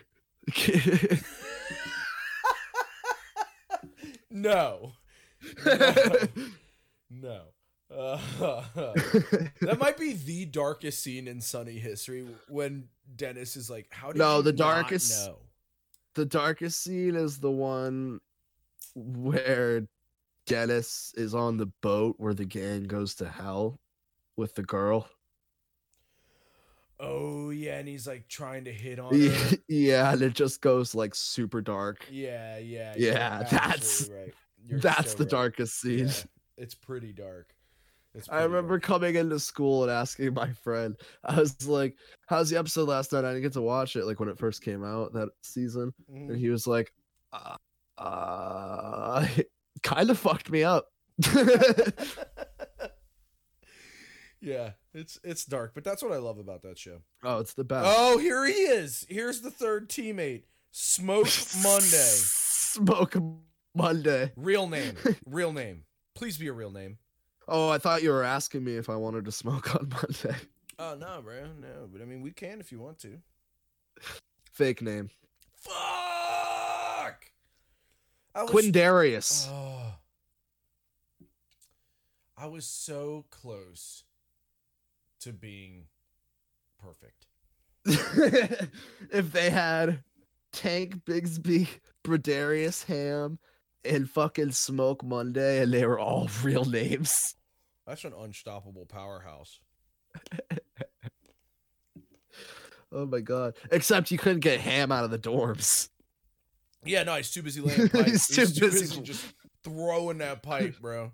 [SPEAKER 1] no. No. No. Uh, that might be the darkest scene in Sunny history when Dennis is like, "How did
[SPEAKER 2] No,
[SPEAKER 1] you
[SPEAKER 2] the
[SPEAKER 1] not
[SPEAKER 2] darkest-
[SPEAKER 1] know?
[SPEAKER 2] the darkest scene is the one where Dennis is on the boat where the gang goes to hell with the girl.
[SPEAKER 1] Oh yeah, and he's like trying to hit on
[SPEAKER 2] Yeah,
[SPEAKER 1] her.
[SPEAKER 2] and it just goes like super dark.
[SPEAKER 1] Yeah, yeah,
[SPEAKER 2] Yeah,
[SPEAKER 1] you're
[SPEAKER 2] that's-
[SPEAKER 1] absolutely right. You're
[SPEAKER 2] That's
[SPEAKER 1] so
[SPEAKER 2] the
[SPEAKER 1] right.
[SPEAKER 2] darkest scene.
[SPEAKER 1] Yeah, it's pretty dark. It's
[SPEAKER 2] I
[SPEAKER 1] pretty
[SPEAKER 2] remember
[SPEAKER 1] dark.
[SPEAKER 2] coming into school and asking my friend, I was like, How's the episode last night? I didn't get to watch it like when it first came out that season.
[SPEAKER 1] Mhm.
[SPEAKER 2] and he was like, uh, uh kind of fucked me up. Oh,
[SPEAKER 1] yeah, it's it's dark, but that's what I love about that show.
[SPEAKER 2] oh, it's the best.
[SPEAKER 1] Oh, here he Oh, is. Here's the third teammate, Smoke Monday.
[SPEAKER 2] Smoke Monday.
[SPEAKER 1] Real name. Real name. Please be a real name.
[SPEAKER 2] Oh, I thought you were asking me if I wanted to smoke on Monday.
[SPEAKER 1] Oh no, bro. No, but I mean we can if you want to.
[SPEAKER 2] Fake name.
[SPEAKER 1] Fuck. I was
[SPEAKER 2] Quindarius.
[SPEAKER 1] Oh. I was so close to being perfect.
[SPEAKER 2] if they had Tank Bigsby, Bradarius Ham, and fucking Smoke Monday, and they were all real names.
[SPEAKER 1] That's an unstoppable powerhouse.
[SPEAKER 2] Oh my god. Except you couldn't get Ham out of the dorms.
[SPEAKER 1] Yeah, no, he's too busy laying pipe.
[SPEAKER 2] He's
[SPEAKER 1] he's,
[SPEAKER 2] too
[SPEAKER 1] too
[SPEAKER 2] busy-
[SPEAKER 1] busy. just throwing that pipe, bro.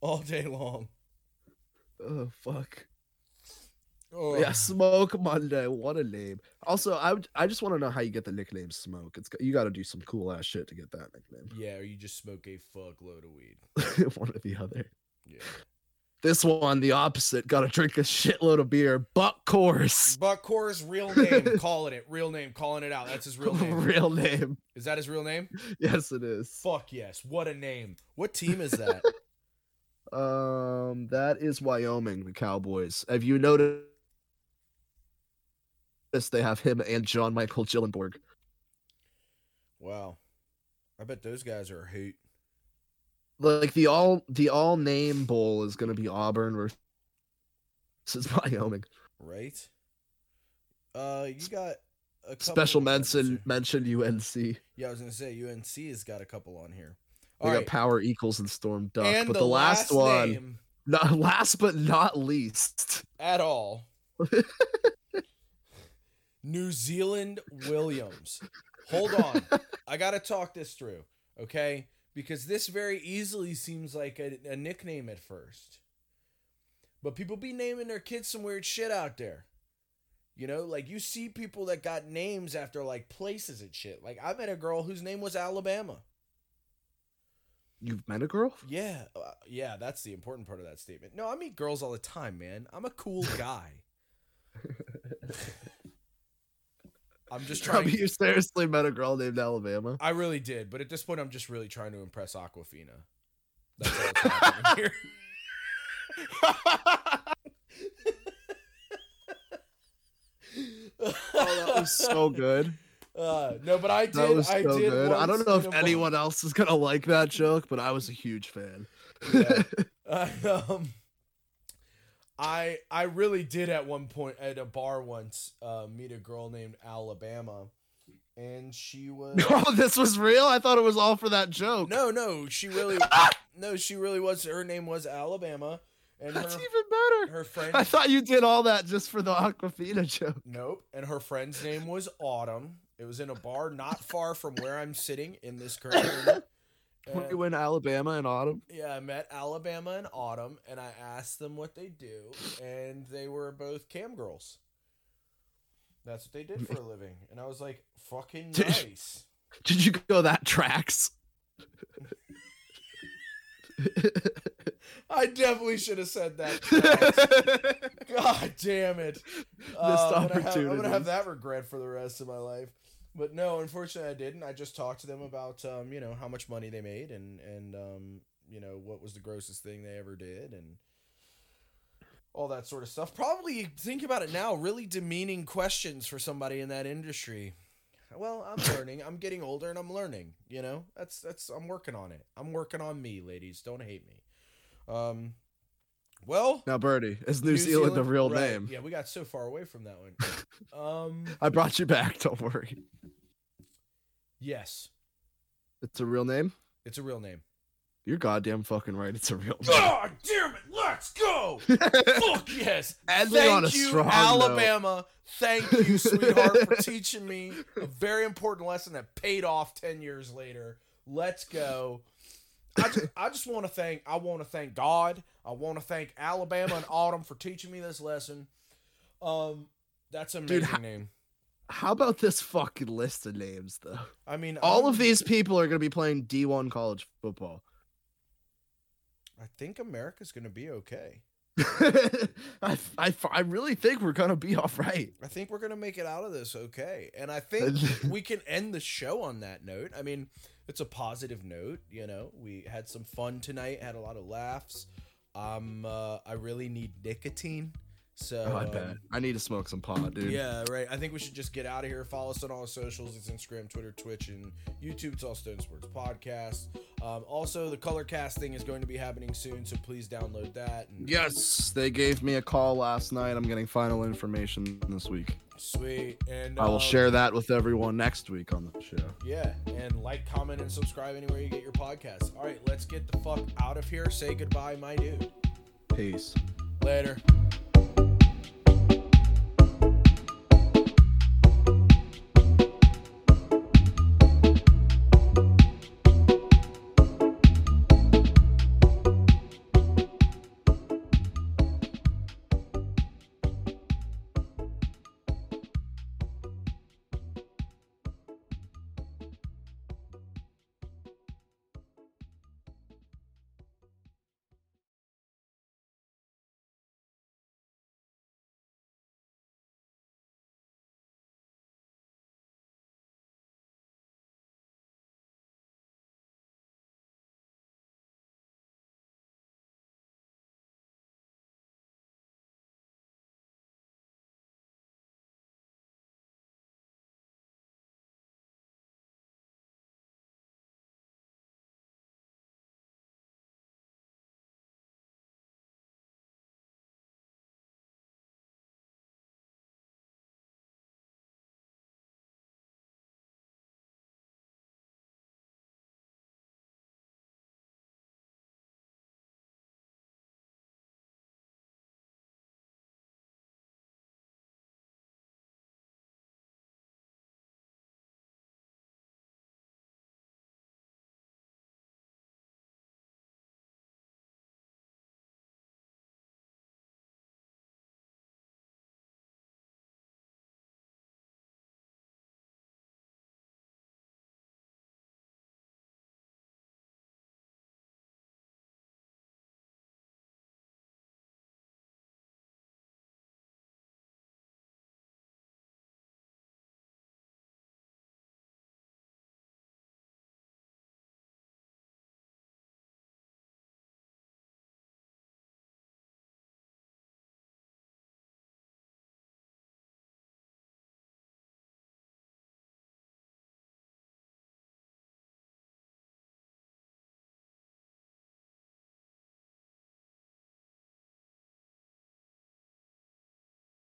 [SPEAKER 1] All day long.
[SPEAKER 2] Oh fuck.
[SPEAKER 1] Oh.
[SPEAKER 2] Yeah, Smoke Monday. What a name. Also, I would, I just want to know how you get the nickname Smoke. It's you got to do some cool ass shit to get that nickname.
[SPEAKER 1] Yeah, or you just smoke a fuckload of weed.
[SPEAKER 2] One or the other.
[SPEAKER 1] Yeah.
[SPEAKER 2] This one, the opposite. Got to drink a shitload of beer. Buck Coors.
[SPEAKER 1] Buck Core's real name, calling it. Real name, calling it out. That's his real name.
[SPEAKER 2] Real name.
[SPEAKER 1] Is that his real name?
[SPEAKER 2] Yes, it is.
[SPEAKER 1] Fuck yes. What a name. What team is that?
[SPEAKER 2] Um, that is Wyoming, the Cowboys. Have you noticed they have him and John Michael Gillenborg?
[SPEAKER 1] wow. I bet those guys are hoot.
[SPEAKER 2] Like the all the all name bowl is gonna be Auburn versus Wyoming.
[SPEAKER 1] Right? Uh, you got a couple
[SPEAKER 2] Special
[SPEAKER 1] of weapons
[SPEAKER 2] mention
[SPEAKER 1] there.
[SPEAKER 2] mentioned UNC. They
[SPEAKER 1] Yeah, I was gonna say UNC has got a couple on here. All
[SPEAKER 2] got
[SPEAKER 1] right,
[SPEAKER 2] power equals and storm duck.
[SPEAKER 1] and
[SPEAKER 2] but the, last, one,
[SPEAKER 1] name
[SPEAKER 2] not, last but not least,
[SPEAKER 1] at all, New Zealand Williams. Hold on, I gotta talk this through, okay? Because this very easily seems like a, a nickname at first, but people be naming their kids some weird shit out there. You know, like you see people that got names after like places and shit. Like I met a girl whose name was Alabama.
[SPEAKER 2] you've met a girl.
[SPEAKER 1] Yeah, uh, yeah, that's the important part of that statement. No, I meet girls all the time, man. I'm a cool guy. I'm just
[SPEAKER 2] Probably
[SPEAKER 1] trying.
[SPEAKER 2] you seriously met a girl named Alabama.
[SPEAKER 1] I really did, but at this point, I'm just really trying to impress Aquafina. That's what's happening here. oh,
[SPEAKER 2] Oh, that was so good.
[SPEAKER 1] Uh, no, but I did.
[SPEAKER 2] That was so
[SPEAKER 1] I did
[SPEAKER 2] good. I
[SPEAKER 1] once
[SPEAKER 2] don't know
[SPEAKER 1] meet
[SPEAKER 2] if
[SPEAKER 1] a mo-
[SPEAKER 2] anyone else is gonna like that joke, but I was a huge fan.
[SPEAKER 1] Yeah. I, um, I I really did at one point at a bar once uh, meet a girl named Alabama, and she was
[SPEAKER 2] oh, this was real. I thought it was all for that joke.
[SPEAKER 1] no no she really no she really was her name was Alabama and
[SPEAKER 2] That's
[SPEAKER 1] her
[SPEAKER 2] even better.
[SPEAKER 1] her friend
[SPEAKER 2] I thought you did all that just for the Aquafina joke.
[SPEAKER 1] nope and her friend's name was Autumn. It was in a bar not far from where I'm sitting in this current room.
[SPEAKER 2] Were
[SPEAKER 1] And-
[SPEAKER 2] you in Alabama in autumn?
[SPEAKER 1] Yeah, I met Alabama in autumn, and I asked them what they do, and they were both cam girls. That's what they did for a living, and I was like, "Fucking
[SPEAKER 2] Did-
[SPEAKER 1] nice."
[SPEAKER 2] Did you go that tracks?
[SPEAKER 1] I definitely should have said that. twice.
[SPEAKER 2] Missed
[SPEAKER 1] God damn it! Uh, I'm, gonna have, I'm gonna have
[SPEAKER 2] opportunity.
[SPEAKER 1] that regret for the rest of my life. But no, unfortunately, I didn't. I just talked to them about um, you know how much money they made and and um, you know what was the grossest thing they ever did and all that sort of stuff. Probably think about it now, really demeaning questions for somebody in that industry. Well, I'm learning. I'm getting older and I'm learning. You know, that's that's I'm working on it. I'm working on me, ladies. Don't hate me. Um, well,
[SPEAKER 2] Now, Birdie, is New, Zealand, the real
[SPEAKER 1] right.
[SPEAKER 2] name?
[SPEAKER 1] Yeah, we got so far away from that one. um,
[SPEAKER 2] I brought you back. Don't worry.
[SPEAKER 1] yes,
[SPEAKER 2] It's a real name.
[SPEAKER 1] it's a real name.
[SPEAKER 2] You're goddamn fucking right. It's a real name.
[SPEAKER 1] God damn it! Let's go! Fuck yes!
[SPEAKER 2] Ended
[SPEAKER 1] Thank
[SPEAKER 2] on a
[SPEAKER 1] you,
[SPEAKER 2] strong note.
[SPEAKER 1] Alabama. Thank you, sweetheart, for teaching me a very important lesson that paid off ten years later. Let's go. I just, I just want to thank I want to thank God. I want to thank Alabama and Autumn for teaching me this lesson. Um, that's an
[SPEAKER 2] Dude,
[SPEAKER 1] amazing
[SPEAKER 2] how-
[SPEAKER 1] name.
[SPEAKER 2] How about this fucking list of names, though?
[SPEAKER 1] I mean,
[SPEAKER 2] All
[SPEAKER 1] I'm-
[SPEAKER 2] of these people are going to be playing D1 college football.
[SPEAKER 1] I think America's gonna be okay.
[SPEAKER 2] I, I, I really think we're gonna be all right.
[SPEAKER 1] I think we're gonna make it out of this okay, and I think we can end the show on that note. I mean, it's a positive note. You know, we had some fun tonight, had a lot of laughs. Um, uh, I really need nicotine, so
[SPEAKER 2] Oh, I
[SPEAKER 1] um,
[SPEAKER 2] bet. I need to smoke some pot, dude.
[SPEAKER 1] Yeah, right. I think we should just get out of here. Follow us on all our socials. It's Instagram, Twitter, Twitch, and YouTube. It's all Stone Sports Podcast. Um, also, the color casting is going to be happening soon, so please download that. And
[SPEAKER 2] Yes, they gave me a call last night. I'm getting final information this week.
[SPEAKER 1] Sweet. And
[SPEAKER 2] I will
[SPEAKER 1] um,
[SPEAKER 2] share that with everyone next week on the show.
[SPEAKER 1] Yeah, and like, comment, and subscribe anywhere you get your podcast. All right, let's get the fuck out of here. Say goodbye, my dude.
[SPEAKER 2] Peace.
[SPEAKER 1] Later.